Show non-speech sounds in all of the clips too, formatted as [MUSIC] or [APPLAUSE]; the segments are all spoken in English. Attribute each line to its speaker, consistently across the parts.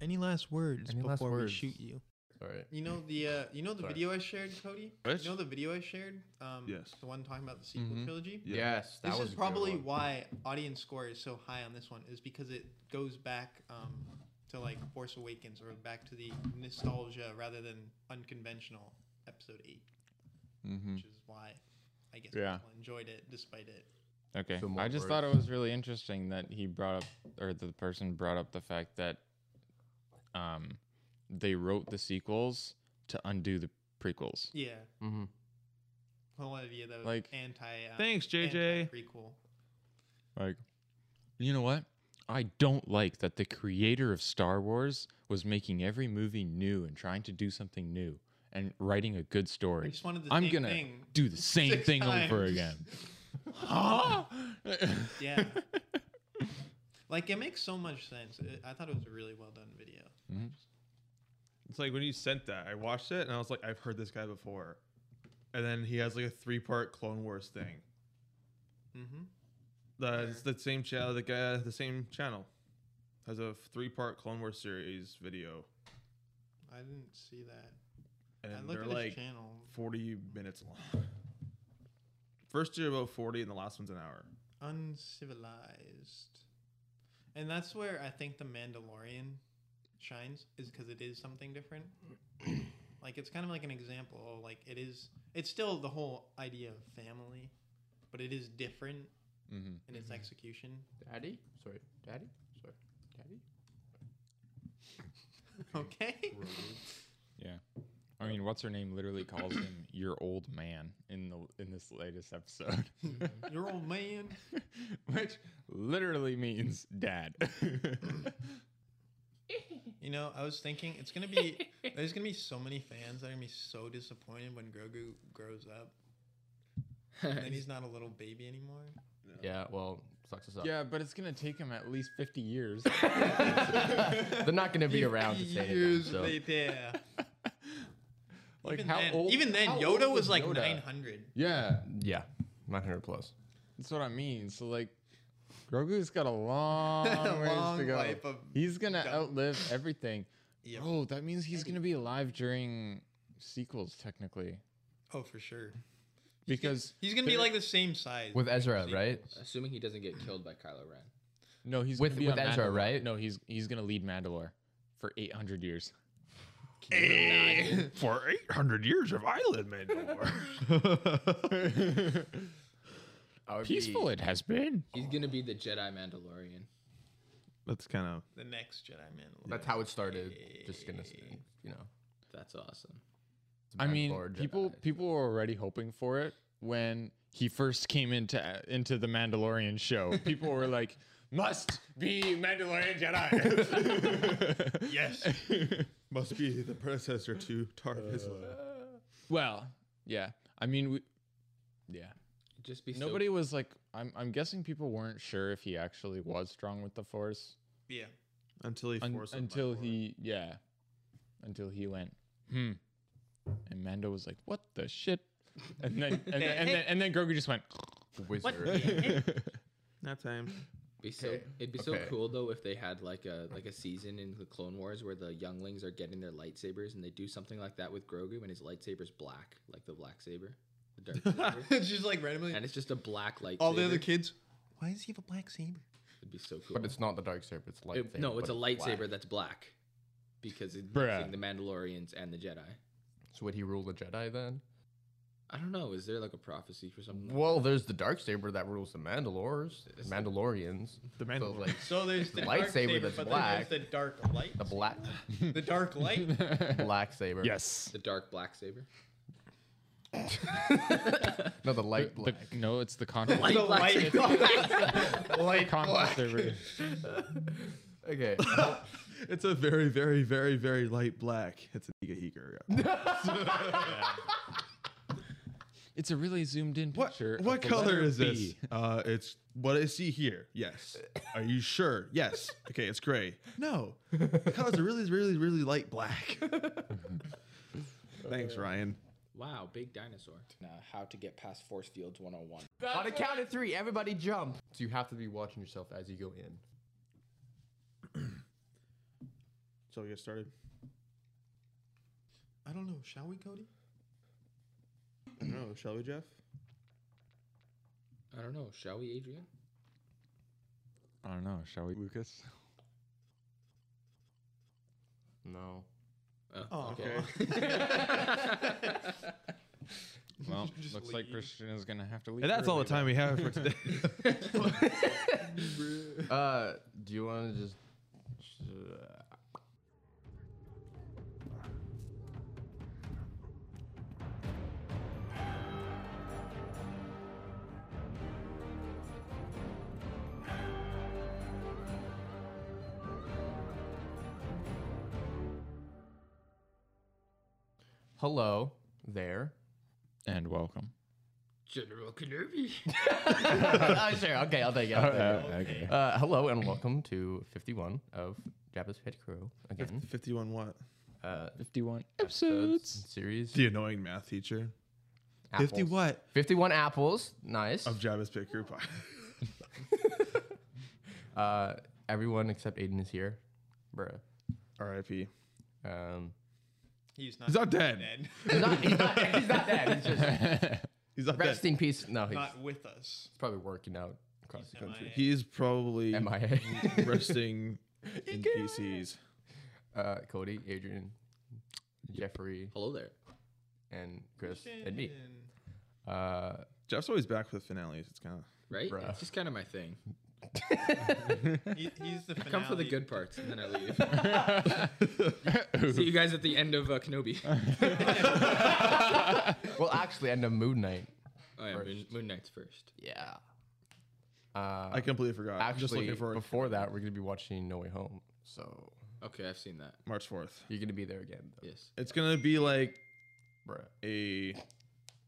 Speaker 1: Any last words
Speaker 2: Any last
Speaker 1: before
Speaker 2: words?
Speaker 1: we shoot you?
Speaker 3: All right.
Speaker 4: You know the uh, you know the
Speaker 3: Sorry.
Speaker 4: video I shared, Cody.
Speaker 3: Which?
Speaker 4: You know the video I shared. Um,
Speaker 5: Yes.
Speaker 4: The one talking about the sequel
Speaker 2: Mhm.
Speaker 4: trilogy.
Speaker 5: Yeah.
Speaker 3: Yes, that
Speaker 4: this
Speaker 3: was
Speaker 4: is
Speaker 3: a good
Speaker 4: probably
Speaker 3: one.
Speaker 4: why audience score is so high on this one is because it goes back um, to like Force Awakens or back to the nostalgia rather than unconventional Episode Eight,
Speaker 2: Mm-hmm.
Speaker 4: which is why I guess
Speaker 2: Yeah.
Speaker 4: people enjoyed it despite it.
Speaker 2: Okay.
Speaker 3: So more
Speaker 2: I just thought it was really interesting that he brought up, or the person brought up the fact that um, they wrote the sequels to undo the prequels.
Speaker 4: Yeah,
Speaker 3: Mm-hmm.
Speaker 4: whole idea that was
Speaker 2: Like-
Speaker 4: anti. Um,
Speaker 5: Thanks, JJ.
Speaker 4: Prequel.
Speaker 2: Like, you know what? I don't like that the creator of Star Wars was making every movie new and trying to do something new and writing a good
Speaker 4: I
Speaker 2: story.
Speaker 4: just wanted the
Speaker 2: I'm
Speaker 4: same
Speaker 2: gonna
Speaker 4: thing.
Speaker 2: do the same
Speaker 4: six
Speaker 2: thing over
Speaker 4: times.
Speaker 2: again. huh?
Speaker 4: [LAUGHS] Yeah. like it makes so much sense. It, I thought it was a really well done video.
Speaker 5: It's like when you sent that, I watched it and I was like, I've heard this guy before. And then he has like a three part Clone Wars thing.
Speaker 4: Mm-hmm.
Speaker 5: The it's the same channel. The guy, the same channel, has a three part Clone Wars series video,
Speaker 4: I didn't see that. I
Speaker 5: and
Speaker 4: looked
Speaker 5: they're
Speaker 4: at his
Speaker 5: like
Speaker 4: channel.
Speaker 5: forty minutes long. First two are about forty, and the last one's an hour.
Speaker 4: Uncivilized. And that's where I think the Mandalorian shines is because it is something
Speaker 5: [CLEARS THROAT]
Speaker 4: different. like it's kind of like an example. of, Like it is. It's still the whole idea of family, but it is different
Speaker 2: hmm
Speaker 4: in
Speaker 5: Mm-hmm.
Speaker 4: its execution.
Speaker 3: Daddy? Sorry. Daddy? Sorry. Daddy?
Speaker 4: Okay. [LAUGHS]
Speaker 2: Yeah. I mean, what's her name literally calls him your old man in the in this
Speaker 4: [LAUGHS]
Speaker 2: latest episode,
Speaker 4: Your old man.
Speaker 2: [LAUGHS] which literally means dad. [LAUGHS]
Speaker 4: You know, I was thinking it's gonna be there's gonna be so many fans that are gonna be so disappointed when Grogu grows up and then he's not a little baby anymore.
Speaker 3: yeah, well, sucks us up.
Speaker 2: yeah, but it's gonna take him at least fifty
Speaker 4: [LAUGHS]
Speaker 2: years.
Speaker 3: [LAUGHS] They're not going to be around to say anything.
Speaker 4: Years
Speaker 3: So.
Speaker 4: later.
Speaker 2: Like
Speaker 4: even
Speaker 2: how
Speaker 4: then,
Speaker 2: old?
Speaker 4: even then,
Speaker 2: how
Speaker 4: Yoda
Speaker 2: old
Speaker 4: was like
Speaker 2: Yoda?
Speaker 4: 900.
Speaker 2: Yeah,
Speaker 3: Yeah, 900 plus.
Speaker 2: that's what I mean. So like, Grogu's got a
Speaker 4: [LAUGHS]
Speaker 2: long,
Speaker 4: A
Speaker 2: ways to
Speaker 4: long
Speaker 2: go.
Speaker 4: life of
Speaker 2: he's gonna
Speaker 4: dumb- [LAUGHS]
Speaker 2: outlive everything.
Speaker 4: Yep.
Speaker 2: Oh, that means he's gonna be alive during sequels, technically,
Speaker 4: Oh, for sure.
Speaker 2: because
Speaker 4: He's gonna be like the same size
Speaker 3: With Ezra, right?
Speaker 6: Assuming he doesn't get killed by Kylo Ren.
Speaker 2: No, he's
Speaker 3: With-
Speaker 2: gonna be
Speaker 3: with
Speaker 2: on
Speaker 3: Ezra,
Speaker 2: Mandalore.
Speaker 3: right?
Speaker 2: No, he's he's gonna lead Mandalore for eight hundred years.
Speaker 5: [LAUGHS] For eight hundred years of Island Mandalore.
Speaker 3: I would be-
Speaker 2: Peaceful it has been.
Speaker 6: He's gonna be the Jedi Mandalorian.
Speaker 5: [LAUGHS] That's kind of
Speaker 4: the next Jedi Mandalorian.
Speaker 3: That's how it started. Just going to, you know.
Speaker 6: That's awesome.
Speaker 2: I mean,
Speaker 3: Mandalore Jedi.
Speaker 2: people people were already hoping for it when he first came into into the Mandalorian show. People were like, [LAUGHS] "Must be Mandalorian Jedi."
Speaker 4: Yes.
Speaker 5: must be the predecessor to Tarvis.
Speaker 2: [LAUGHS]
Speaker 4: Uh,
Speaker 2: well, yeah. I mean, we, yeah.
Speaker 6: Just be so- [LAUGHS]
Speaker 2: Nobody was like. I'm I'm guessing people weren't sure if he actually was strong with the Force.
Speaker 4: Yeah. [LAUGHS]
Speaker 5: until he
Speaker 2: Un-
Speaker 5: forced him
Speaker 2: until
Speaker 5: back
Speaker 2: he yeah until he went hmm and mando was like what the shit and then and, then- and then and then grogu just went
Speaker 3: Wizard.
Speaker 5: forward. nap time.
Speaker 6: be so
Speaker 3: okay,
Speaker 6: it'd be
Speaker 3: okay.
Speaker 6: so cool though if they had like a like a season in the Clone Wars where the younglings are getting their lightsabers and they do something like that with Grogu and his lightsaber's black, like the black saber. The
Speaker 3: [LAUGHS]
Speaker 6: dark saber.
Speaker 4: it's just like randomly.
Speaker 6: and it's just a black lightsaber.
Speaker 4: all the other kids. Why does he have a black saber?
Speaker 6: It'd be so cool.
Speaker 3: But it's not the dark saber. It's lightsaber.
Speaker 6: It- no,
Speaker 3: but
Speaker 6: it's a
Speaker 3: black.
Speaker 6: lightsaber that's black. Because it's
Speaker 2: Bruh.
Speaker 6: mixing the Mandalorians and the Jedi.
Speaker 3: So would he rule the Jedi then?
Speaker 6: I don't know. Is there like a prophecy for something?
Speaker 3: Well, there's the dark saber that rules the Mandalores,
Speaker 6: It's-
Speaker 3: Mandalorians.
Speaker 5: The
Speaker 3: So
Speaker 5: Mandalore.
Speaker 3: like
Speaker 4: So there's the
Speaker 3: Lightsaber
Speaker 4: dark saber,
Speaker 3: that's
Speaker 4: but
Speaker 3: black.
Speaker 4: then there's the dark light.
Speaker 3: the black
Speaker 4: the dark light.
Speaker 3: black saber.
Speaker 2: yes
Speaker 6: The dark black saber.
Speaker 3: No, the light
Speaker 2: The-
Speaker 3: black.
Speaker 2: no it's the contra-
Speaker 4: the light.
Speaker 3: light
Speaker 2: controversy
Speaker 3: Okay.
Speaker 5: [LAUGHS] It's a very, very, very, very light black. It's a Niga Heeker.
Speaker 2: it's a really zoomed in
Speaker 5: [LAUGHS] What,
Speaker 2: picture
Speaker 5: what
Speaker 2: of the
Speaker 5: color
Speaker 2: letter
Speaker 5: is this?
Speaker 2: B.
Speaker 5: Uh, it's what I see here. Yes. Are you sure? Yes. Okay, it's gray. No. The color's a really, really, really light [LAUGHS] black. Thanks, Ryan.
Speaker 6: Wow, big dinosaur. Now, how to get past force fields 101.
Speaker 3: On a count of three, everybody jump. So you have to be watching yourself as you go in.
Speaker 5: So we get started.
Speaker 4: I don't know. Shall we, Cody?
Speaker 5: I don't know. Shall we, Jeff?
Speaker 6: I don't know. Shall we, Adrian?
Speaker 2: I don't know. Shall we, [LAUGHS] Lucas?
Speaker 3: No.
Speaker 4: Oh,
Speaker 2: Well,
Speaker 4: Just
Speaker 2: looks like
Speaker 4: leave.
Speaker 2: Christian is gonna have to leave.
Speaker 5: And that's all the
Speaker 2: early
Speaker 5: time we have for today.
Speaker 3: Uh, do you want to just? Hello there. [LAUGHS]
Speaker 2: then. [LAUGHS] And [LAUGHS] welcome.
Speaker 6: General Kenobi.
Speaker 3: oh, sure. Okay, I'll take it. I'll take it.
Speaker 2: okay.
Speaker 3: Uh, hello and welcome to 51 of Jabba's Pit Crew
Speaker 5: Mm-hmm.
Speaker 3: again.
Speaker 5: Fifty-one. What?
Speaker 3: Uh,
Speaker 2: Fifty-one
Speaker 3: episodes,
Speaker 2: [LAUGHS] episodes.
Speaker 3: and series.
Speaker 5: The annoying math teacher.
Speaker 3: Apples.
Speaker 5: Fifty what?
Speaker 3: 51 apples. Nice.
Speaker 5: Of Jabba's Pit [LAUGHS] Crew Pie.
Speaker 3: Uh, everyone except Aiden is here. Bruh.
Speaker 5: R.I.P.
Speaker 3: Um,
Speaker 4: He's not.
Speaker 5: He's not dead.
Speaker 4: dead.
Speaker 3: he's, not, he's, not, he's not dead. He's just
Speaker 5: He's [LAUGHS] not
Speaker 3: rest
Speaker 5: dead.
Speaker 3: in peace. No, he's
Speaker 4: not with us.
Speaker 3: probably working out across the
Speaker 4: He's
Speaker 3: country.
Speaker 5: He is probably [LAUGHS]
Speaker 3: MIA.
Speaker 5: resting in PCs.
Speaker 3: [LAUGHS] uh, Cody, Adrian, Jeffrey,
Speaker 6: Hello there.
Speaker 3: and Chris, and me. Uh,
Speaker 5: Jeff's always back for the finales. It's kind of
Speaker 6: Right?
Speaker 3: Bruh.
Speaker 6: It's just kind of my thing.
Speaker 4: He- he's the finale.
Speaker 6: [LAUGHS] Come for the good parts and then I leave.
Speaker 5: [LAUGHS]
Speaker 6: See you guys at the end of uh, Kenobi.
Speaker 3: well, actually, end of Moon Knight.
Speaker 6: Oh, yeah, Moon, Moon Knight's first.
Speaker 3: Yeah. Uh,
Speaker 5: I completely forgot. I'm just
Speaker 3: Actually,
Speaker 5: looking forward to
Speaker 3: before that, we're gonna be watching No Way Home, so
Speaker 6: Okay, I've seen that.
Speaker 5: March fourth.
Speaker 3: you're gonna be there again, though,
Speaker 6: Yes.
Speaker 5: It's gonna be like
Speaker 3: bruh.
Speaker 5: a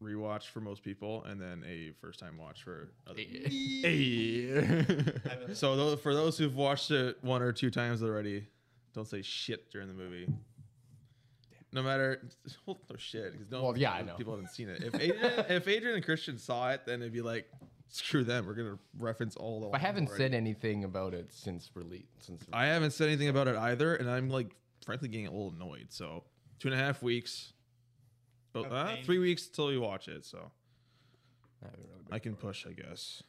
Speaker 5: rewatch for most people, and then a first time watch for other.
Speaker 3: [LAUGHS]
Speaker 4: Haven't-
Speaker 5: So tho- for those who've watched it one or two times already, don't say shit during the movie. No matter, [LAUGHS] well, no shit. 'cause no,
Speaker 3: Well, yeah, I know.
Speaker 5: People haven't seen it. If Adrian,
Speaker 3: [LAUGHS]
Speaker 5: if Adrian and Christian saw it, then it'd be like, screw them. We're gonna reference all the.
Speaker 3: I haven't said anything about it since release. Since
Speaker 5: I haven't said anything about it either, and I'm like, frankly, getting a little annoyed. So two and a half weeks, but
Speaker 4: Of
Speaker 5: uh,
Speaker 4: pain.
Speaker 5: three weeks till we watch it. So
Speaker 3: I haven't really been-
Speaker 5: I can push, I guess.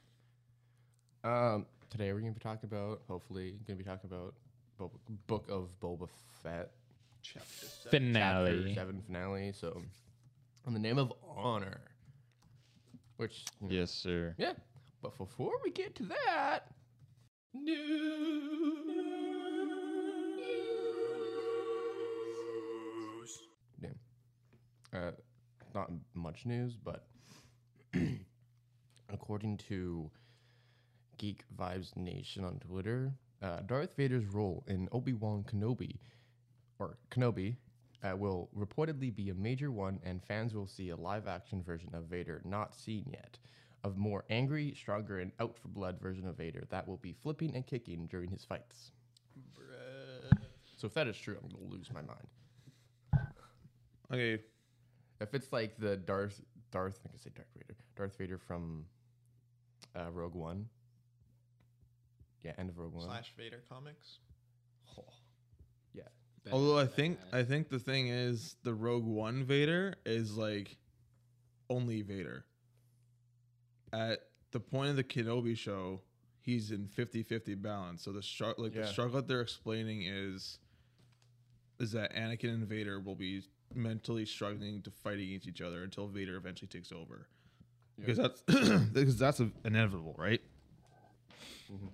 Speaker 3: um, today we're gonna be talking about, hopefully, gonna be talking about Bob- Book of Boba Fett chapter
Speaker 2: [LAUGHS] Finale.
Speaker 3: seven finale. So, in the name of honor, which you know,
Speaker 2: Yes, sir.
Speaker 3: yeah. But before we get to that, Damn. Uh, not much news, but [CLEARS THROAT] according to Geek Vibes Nation on Twitter, uh, Darth Vader's role in Obi Wan Kenobi, or Kenobi, uh, will reportedly be a major one, and fans will see a live action version of Vader not seen yet. Of more angry, stronger, and out for blood version of Vader that will be flipping and kicking during his fights. So if that is true, I'm gonna lose my mind.
Speaker 5: Okay,
Speaker 3: If it's like the Darth Darth, I can say Darth Vader, Darth Vader from uh, Rogue One. Yeah, end of Rogue One.
Speaker 4: slash Vader comics.
Speaker 3: Yeah,
Speaker 6: Bad,
Speaker 5: Although I
Speaker 6: bad,
Speaker 5: think
Speaker 6: bad.
Speaker 5: I think the thing is the Rogue One Vader is like only Vader. At the point of the Kenobi show, he's in 50-50 balance. So the str- like the
Speaker 3: Yeah.
Speaker 5: struggle that they're explaining is is that Anakin and Vader will be mentally struggling to fight against each other until Vader eventually takes over. Because that's [CLEARS THROAT] because that's inevitable, right?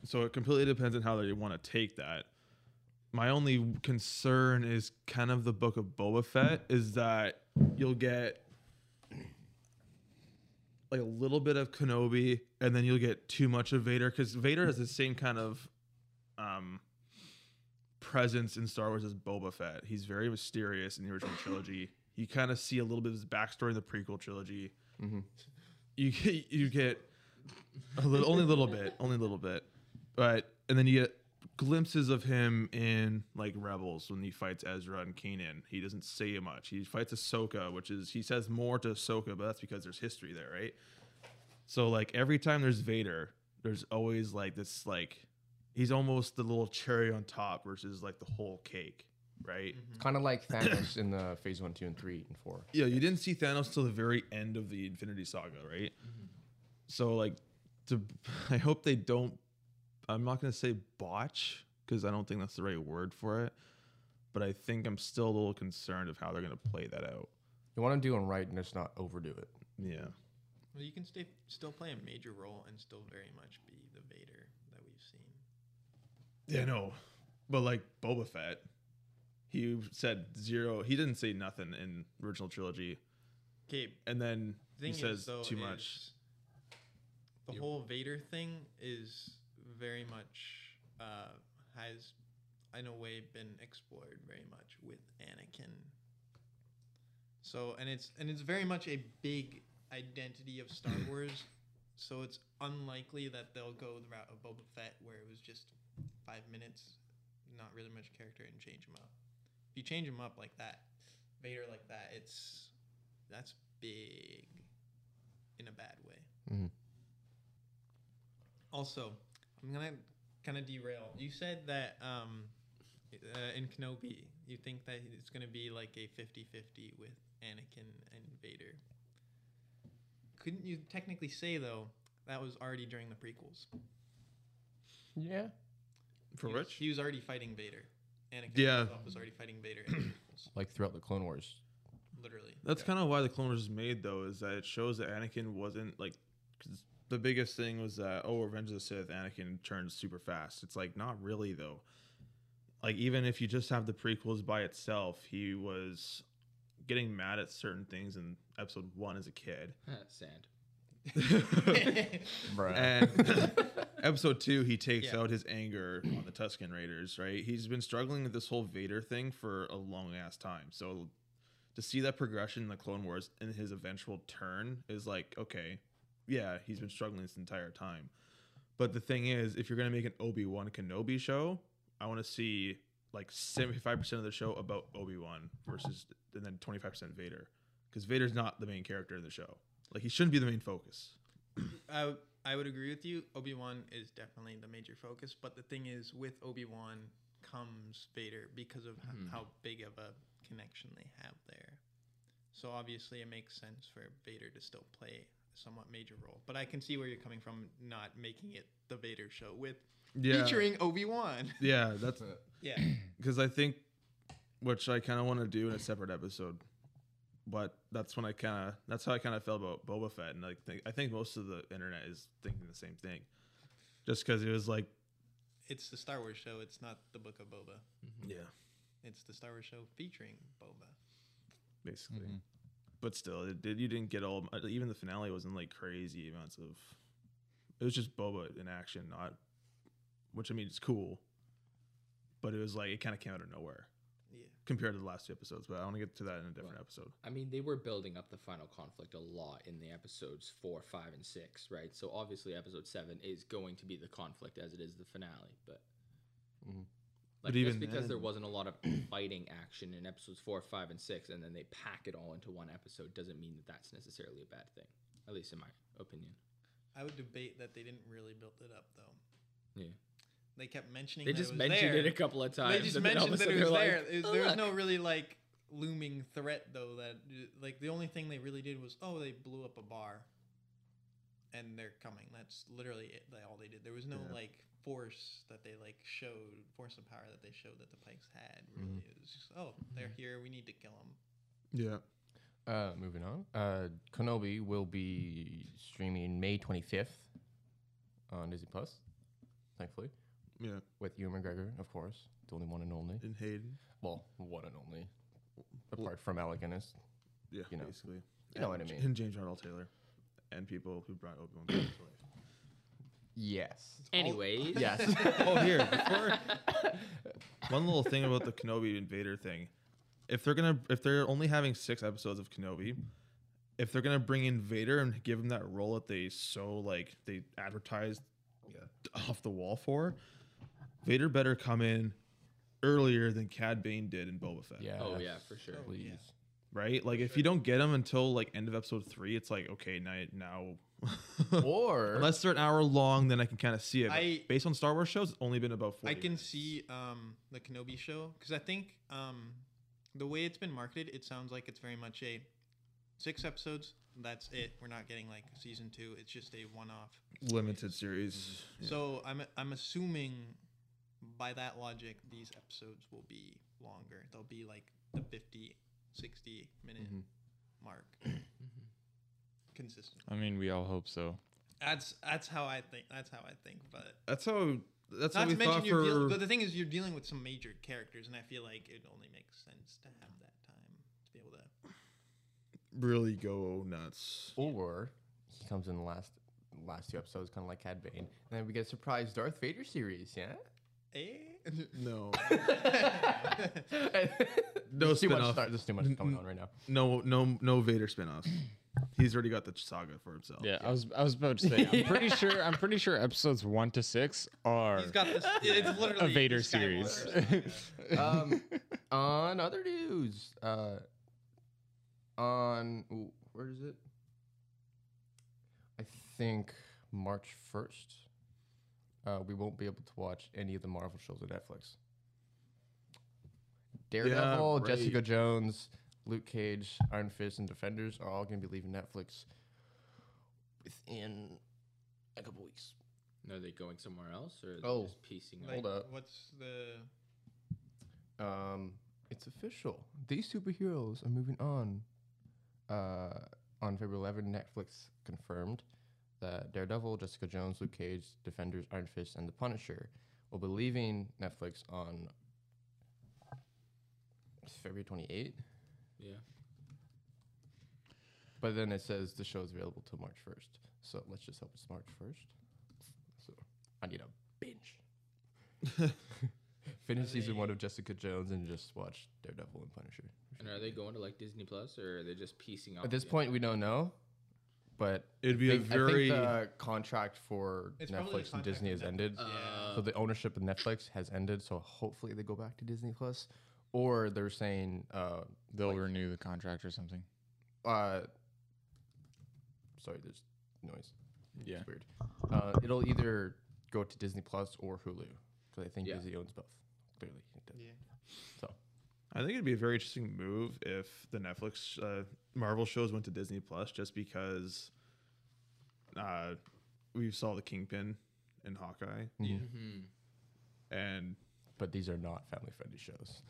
Speaker 5: So it completely depends on how they want to take that. My only concern is kind of the book of Boba Fett is that you'll get like a little bit of Kenobi and then you'll get too much of Vader because Vader has the same kind of um, presence in Star Wars as Boba Fett. He's very mysterious in the original trilogy. You kind of see a little bit of his backstory in the prequel trilogy. You get, you get a little, only a little bit, only a little bit, but and then you get glimpses of him in like Rebels when he fights Ezra and Kanan. He doesn't say much. He fights Ahsoka, which is he says more to Ahsoka, but that's because there's history there, right? So like every time there's Vader, there's always like this like he's almost the little cherry on top versus like the whole cake. right?
Speaker 3: Kind of like Thanos in the Phase One, Two, and Three, and Four.
Speaker 5: Yeah, you didn't see Thanos till the very end of the Infinity Saga, right? So like, to, [LAUGHS] I hope they don't. I'm not gonna say botch because I don't think that's the right word for it. But I think I'm still a little concerned of how they're gonna play that out.
Speaker 3: You want to do them right and just not overdo it.
Speaker 5: Yeah.
Speaker 4: Well, you can stay, still play a major role and still very much be the Vader that we've seen.
Speaker 5: Yeah, no. But like Boba Fett, he said zero. He didn't say nothing in original trilogy,
Speaker 4: Okay,
Speaker 5: and then
Speaker 4: thing
Speaker 5: he
Speaker 4: is,
Speaker 5: says
Speaker 4: though,
Speaker 5: too much.
Speaker 4: is The whole Vader thing is very much uh, has, in a way, been explored very much with Anakin. So and it's and it's very much a big identity of
Speaker 5: [CLEARS THROAT]
Speaker 4: Star Wars. So it's unlikely that they'll go the route of Boba Fett, where it was just five minutes, not really much character, and change him up. If you change him up like that, Vader like that, it's that's big in a bad way.
Speaker 3: Mhm.
Speaker 4: Also, I'm gonna kind of derail. You said that um, uh, in Kenobi, you think that it's gonna be like a 50-50 with Anakin and Vader. Couldn't you technically say though that was already during the prequels?
Speaker 3: Yeah.
Speaker 5: For
Speaker 4: He was-
Speaker 5: which?
Speaker 4: he was already fighting Vader. Anakin
Speaker 5: Yeah.
Speaker 4: himself was already fighting Vader in the prequels,
Speaker 3: Like throughout the Clone Wars.
Speaker 4: literally.
Speaker 5: That's kind of why the Clone Wars is made, though, is that it shows that Anakin wasn't like. 'cause the biggest thing was that oh, Revenge of the Sith, Anakin turns super fast. It's like not really though. Like even if you just have the prequels by itself, he was getting mad at certain things in Episode One as a kid.
Speaker 4: [LAUGHS]
Speaker 5: [LAUGHS]
Speaker 6: [LAUGHS] Sand.
Speaker 5: And episode two, he takes
Speaker 4: Yeah.
Speaker 5: out his anger on the Tusken Raiders, right? He's been struggling with this whole Vader thing for a long ass time. So to see that progression in the Clone Wars and his eventual turn is like, okay, yeah, he's been struggling this entire time. But the thing is, if you're gonna make an Obi Wan Kenobi show, I want to see like 75% of the show about Obi Wan versus, and then 25% Vader, because Vader's not the main character in the show. Like he shouldn't be the main focus.
Speaker 4: I w- I would agree with you. Obi Wan is definitely the major focus, but the thing is, with Obi Wan comes Vader because of h- how big of a connection they have there. So obviously, it makes sense for Vader to still play a somewhat major role. But I can see where you're coming from, not making it the Vader show with featuring Obi [LAUGHS] Wan.
Speaker 5: Yeah, that's
Speaker 4: yeah,
Speaker 5: because I think, which I kind of want to do in a separate episode, but that's when I kind of that's how I kind of felt about Boba Fett, and like think, I think most of the internet is thinking the same thing, just because it was like,
Speaker 4: it's the Star Wars show. It's not the Book of Boba.
Speaker 5: yeah,
Speaker 4: It's the Star Wars show featuring Boba.
Speaker 5: basically. But still, it did you didn't get all uh, even the finale wasn't like crazy amounts of, it was just Boba in action, not, which I mean it's cool, but it was like it kind of came out of nowhere
Speaker 4: Yeah.
Speaker 5: compared to the last two episodes. But I want to get to that in a different
Speaker 6: Right.
Speaker 5: episode.
Speaker 6: I mean, they were building up the final conflict a lot in the episodes four, five, and six, right? So obviously, episode seven is going to be the conflict as it is the finale, but.
Speaker 3: Mhm.
Speaker 5: Mm-hmm. But
Speaker 6: Like just
Speaker 5: even
Speaker 6: because there
Speaker 5: then-
Speaker 6: wasn't a lot of [CLEARS THROAT] fighting action in episodes four, five, and six, and then they pack it all into one episode, doesn't mean that that's necessarily a bad thing, at least in my opinion.
Speaker 4: I would debate that they didn't really build it up though.
Speaker 6: Yeah,
Speaker 4: They kept mentioning
Speaker 6: they
Speaker 4: that
Speaker 6: just
Speaker 4: it was
Speaker 6: mentioned
Speaker 4: there.
Speaker 6: it a couple of times.
Speaker 4: They just
Speaker 6: and then all of
Speaker 4: mentioned
Speaker 6: a
Speaker 4: that it
Speaker 6: sudden
Speaker 4: was
Speaker 6: they're
Speaker 4: there.
Speaker 6: like,
Speaker 4: It was-
Speaker 6: "Oh,
Speaker 4: there was
Speaker 6: look."
Speaker 4: no really like looming threat though. That like the only thing they really did was oh they blew up a bar, and they're coming. That's literally it. They, all they did. There was no
Speaker 5: Yeah.
Speaker 4: like force that they like showed force of power that they showed that the Pikes had. Really,
Speaker 6: Mm-hmm.
Speaker 4: it was just oh they're here. We need to kill them.
Speaker 5: Yeah.
Speaker 3: Uh, moving on. Uh, Kenobi will be streaming May 25th on Disney Plus, thankfully,
Speaker 5: Yeah,
Speaker 3: with Ewan McGregor, of course, the only one and only.
Speaker 5: in Hayden.
Speaker 3: Well, one and only, apart from Alec Guinness.
Speaker 5: Yeah,
Speaker 3: you know.
Speaker 5: basically.
Speaker 3: You know
Speaker 5: And
Speaker 3: what I
Speaker 5: J-
Speaker 3: mean.
Speaker 5: And James Ronald Taylor, and people who brought Obi Wan to life.
Speaker 3: Yes.
Speaker 6: Anyways, [LAUGHS]
Speaker 3: Yes.
Speaker 5: Oh, here before.
Speaker 3: [LAUGHS]
Speaker 5: One little thing about the Kenobi Invader thing, if they're gonna, if they're only having six episodes of Kenobi, if they're gonna bring in Vader and give him that role that they so like they advertised off the wall for, Vader better come in earlier than Cad Bane did in Boba Fett.
Speaker 3: yeah.
Speaker 6: oh yeah, for sure.
Speaker 4: So-
Speaker 3: Please.
Speaker 5: right? Like if you don't get him until like end of episode three, it's like okay, now now
Speaker 3: or
Speaker 5: [LAUGHS] Unless they're an hour long, then I can kind of see it. But
Speaker 4: I-
Speaker 5: Based on Star Wars shows, it's only been about four.
Speaker 4: I can see um, the Kenobi show because I think um, the way it's been marketed, it sounds like it's very much a six episodes. That's it. We're not getting like season two. It's just a one-off.
Speaker 5: limited series.
Speaker 4: So I'm I'm assuming by that logic, these episodes will be longer. They'll be like the 50, 60 minute mark consistent.
Speaker 2: I mean, we all hope so.
Speaker 4: That's that's how I think. That's how I think. But
Speaker 5: That's how. That's
Speaker 4: not
Speaker 5: how we
Speaker 4: to mention
Speaker 5: thought
Speaker 4: you're dealing.
Speaker 5: for.
Speaker 4: But the thing is, you're dealing with some major characters, and I feel like it only makes sense to have that time to be able to.
Speaker 5: really go nuts.
Speaker 4: [LAUGHS]
Speaker 3: or he comes in the last last two episodes, kind of like Cad Bane, and then we get a surprise Darth Vader
Speaker 5: [LAUGHS]
Speaker 3: series. Yeah.
Speaker 4: Eh?
Speaker 5: No,
Speaker 3: no too much.
Speaker 5: spin-off.
Speaker 3: Star- there's too much going on right now.
Speaker 5: no, no, no
Speaker 4: [COUGHS]
Speaker 5: Vader spinoffs. He's already got the saga for himself.
Speaker 2: Yeah, I was I was about to say. I'm [LAUGHS] pretty sure I'm pretty sure episodes one to six are
Speaker 4: He's got this. It's literally
Speaker 2: a Vader
Speaker 4: Skywalker
Speaker 2: series.
Speaker 4: saga.
Speaker 3: Um, on other news, uh, on ooh, where is it? I think March first. Uh, we won't be able to watch any of the Marvel shows on Netflix. Daredevil, Jessica
Speaker 5: right.
Speaker 3: Jones, Luke Cage, Iron Fist, and Defenders are all going to be leaving Netflix within a couple weeks.
Speaker 6: Are they going somewhere else or are they
Speaker 3: Oh.
Speaker 6: just piecing
Speaker 4: Like,
Speaker 6: out?
Speaker 3: Hold up.
Speaker 4: What's the
Speaker 3: Um, it's official. These superheroes are moving on. Uh, on February 11, Netflix confirmed that Daredevil, Jessica Jones, Luke Cage, Defenders, Iron Fist, and The Punisher will be leaving Netflix on February 28.
Speaker 6: Yeah.
Speaker 3: But then it says the show is available till March 1st. So let's just hope it's March 1st. So I need a binge. Finish season one of Jessica Jones and just watch Daredevil and Punisher.
Speaker 6: And are they going to like Disney Plus or are they just piecing out?
Speaker 3: At this
Speaker 6: the-
Speaker 3: point, we don't know, but
Speaker 5: It'd be
Speaker 3: I
Speaker 5: a
Speaker 3: think-
Speaker 5: very.
Speaker 3: I think the contract for
Speaker 4: It's probably the
Speaker 3: Netflix and
Speaker 4: contract
Speaker 3: Disney
Speaker 4: with
Speaker 3: has ended.
Speaker 4: Netflix. Yeah.
Speaker 6: Uh,
Speaker 3: so the ownership of Netflix has ended. So hopefully they go back to Disney Plus, or they're saying, uh,
Speaker 2: They'll renew the contract or something.
Speaker 3: uh, sorry, there's noise.
Speaker 2: Yeah.
Speaker 3: It's weird. Uh, it'll either go to Disney Plus or Hulu because I think
Speaker 6: Yeah.
Speaker 3: Disney owns both. Clearly, it does.
Speaker 4: yeah.
Speaker 3: so
Speaker 5: I think it'd be a very interesting move if the Netflix uh, Marvel shows went to Disney Plus, just because uh, we saw the Kingpin and Hawkeye, and
Speaker 3: but these are not family friendly shows.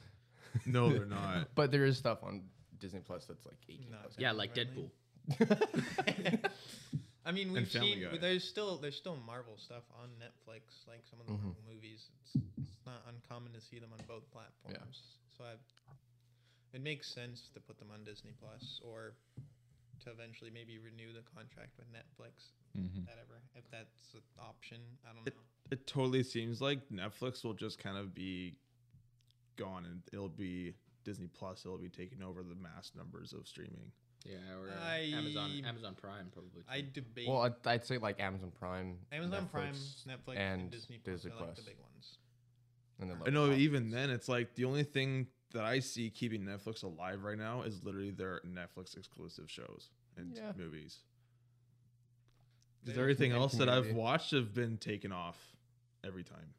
Speaker 5: no, they're not.
Speaker 3: But there is stuff on Disney Plus that's like 18
Speaker 4: Not
Speaker 3: plus.
Speaker 6: Yeah, like
Speaker 4: friendly.
Speaker 6: Deadpool.
Speaker 4: I mean, we've
Speaker 5: Family
Speaker 4: seen
Speaker 5: Guy.
Speaker 4: there's still there's still Marvel stuff on Netflix, like some of the
Speaker 3: Mm-hmm.
Speaker 4: Marvel movies. It's, it's not uncommon to see them on both platforms. So I, it makes sense to put them on Disney Plus or to eventually maybe renew the contract with Netflix,
Speaker 3: Mm-hmm.
Speaker 2: Mhm.
Speaker 4: if that ever if that's an option. I don't know.
Speaker 5: It totally seems like Netflix will just kind of be gone, and it'll be Disney Plus. It'll be taking over the mass numbers of streaming.
Speaker 6: Yeah, or uh,
Speaker 4: I-
Speaker 6: Amazon Amazon Prime probably.
Speaker 4: I
Speaker 6: too.
Speaker 4: debate
Speaker 3: Well, I'd, I'd say like Amazon Prime,
Speaker 4: Amazon Prime,
Speaker 3: Netflix,
Speaker 4: Netflix, and,
Speaker 3: and,
Speaker 4: Disney Plus
Speaker 3: Disney
Speaker 4: are like the
Speaker 3: Plus.
Speaker 4: big ones.
Speaker 3: And then
Speaker 5: I know
Speaker 3: Lotus.
Speaker 5: even then it's like the only thing that I see keeping Netflix alive right now is literally their Netflix exclusive shows and
Speaker 3: Yeah.
Speaker 5: movies.
Speaker 4: They
Speaker 5: Because
Speaker 4: don't
Speaker 5: everything
Speaker 3: connect
Speaker 5: else that I've
Speaker 3: community.
Speaker 5: watched have been taken off every time.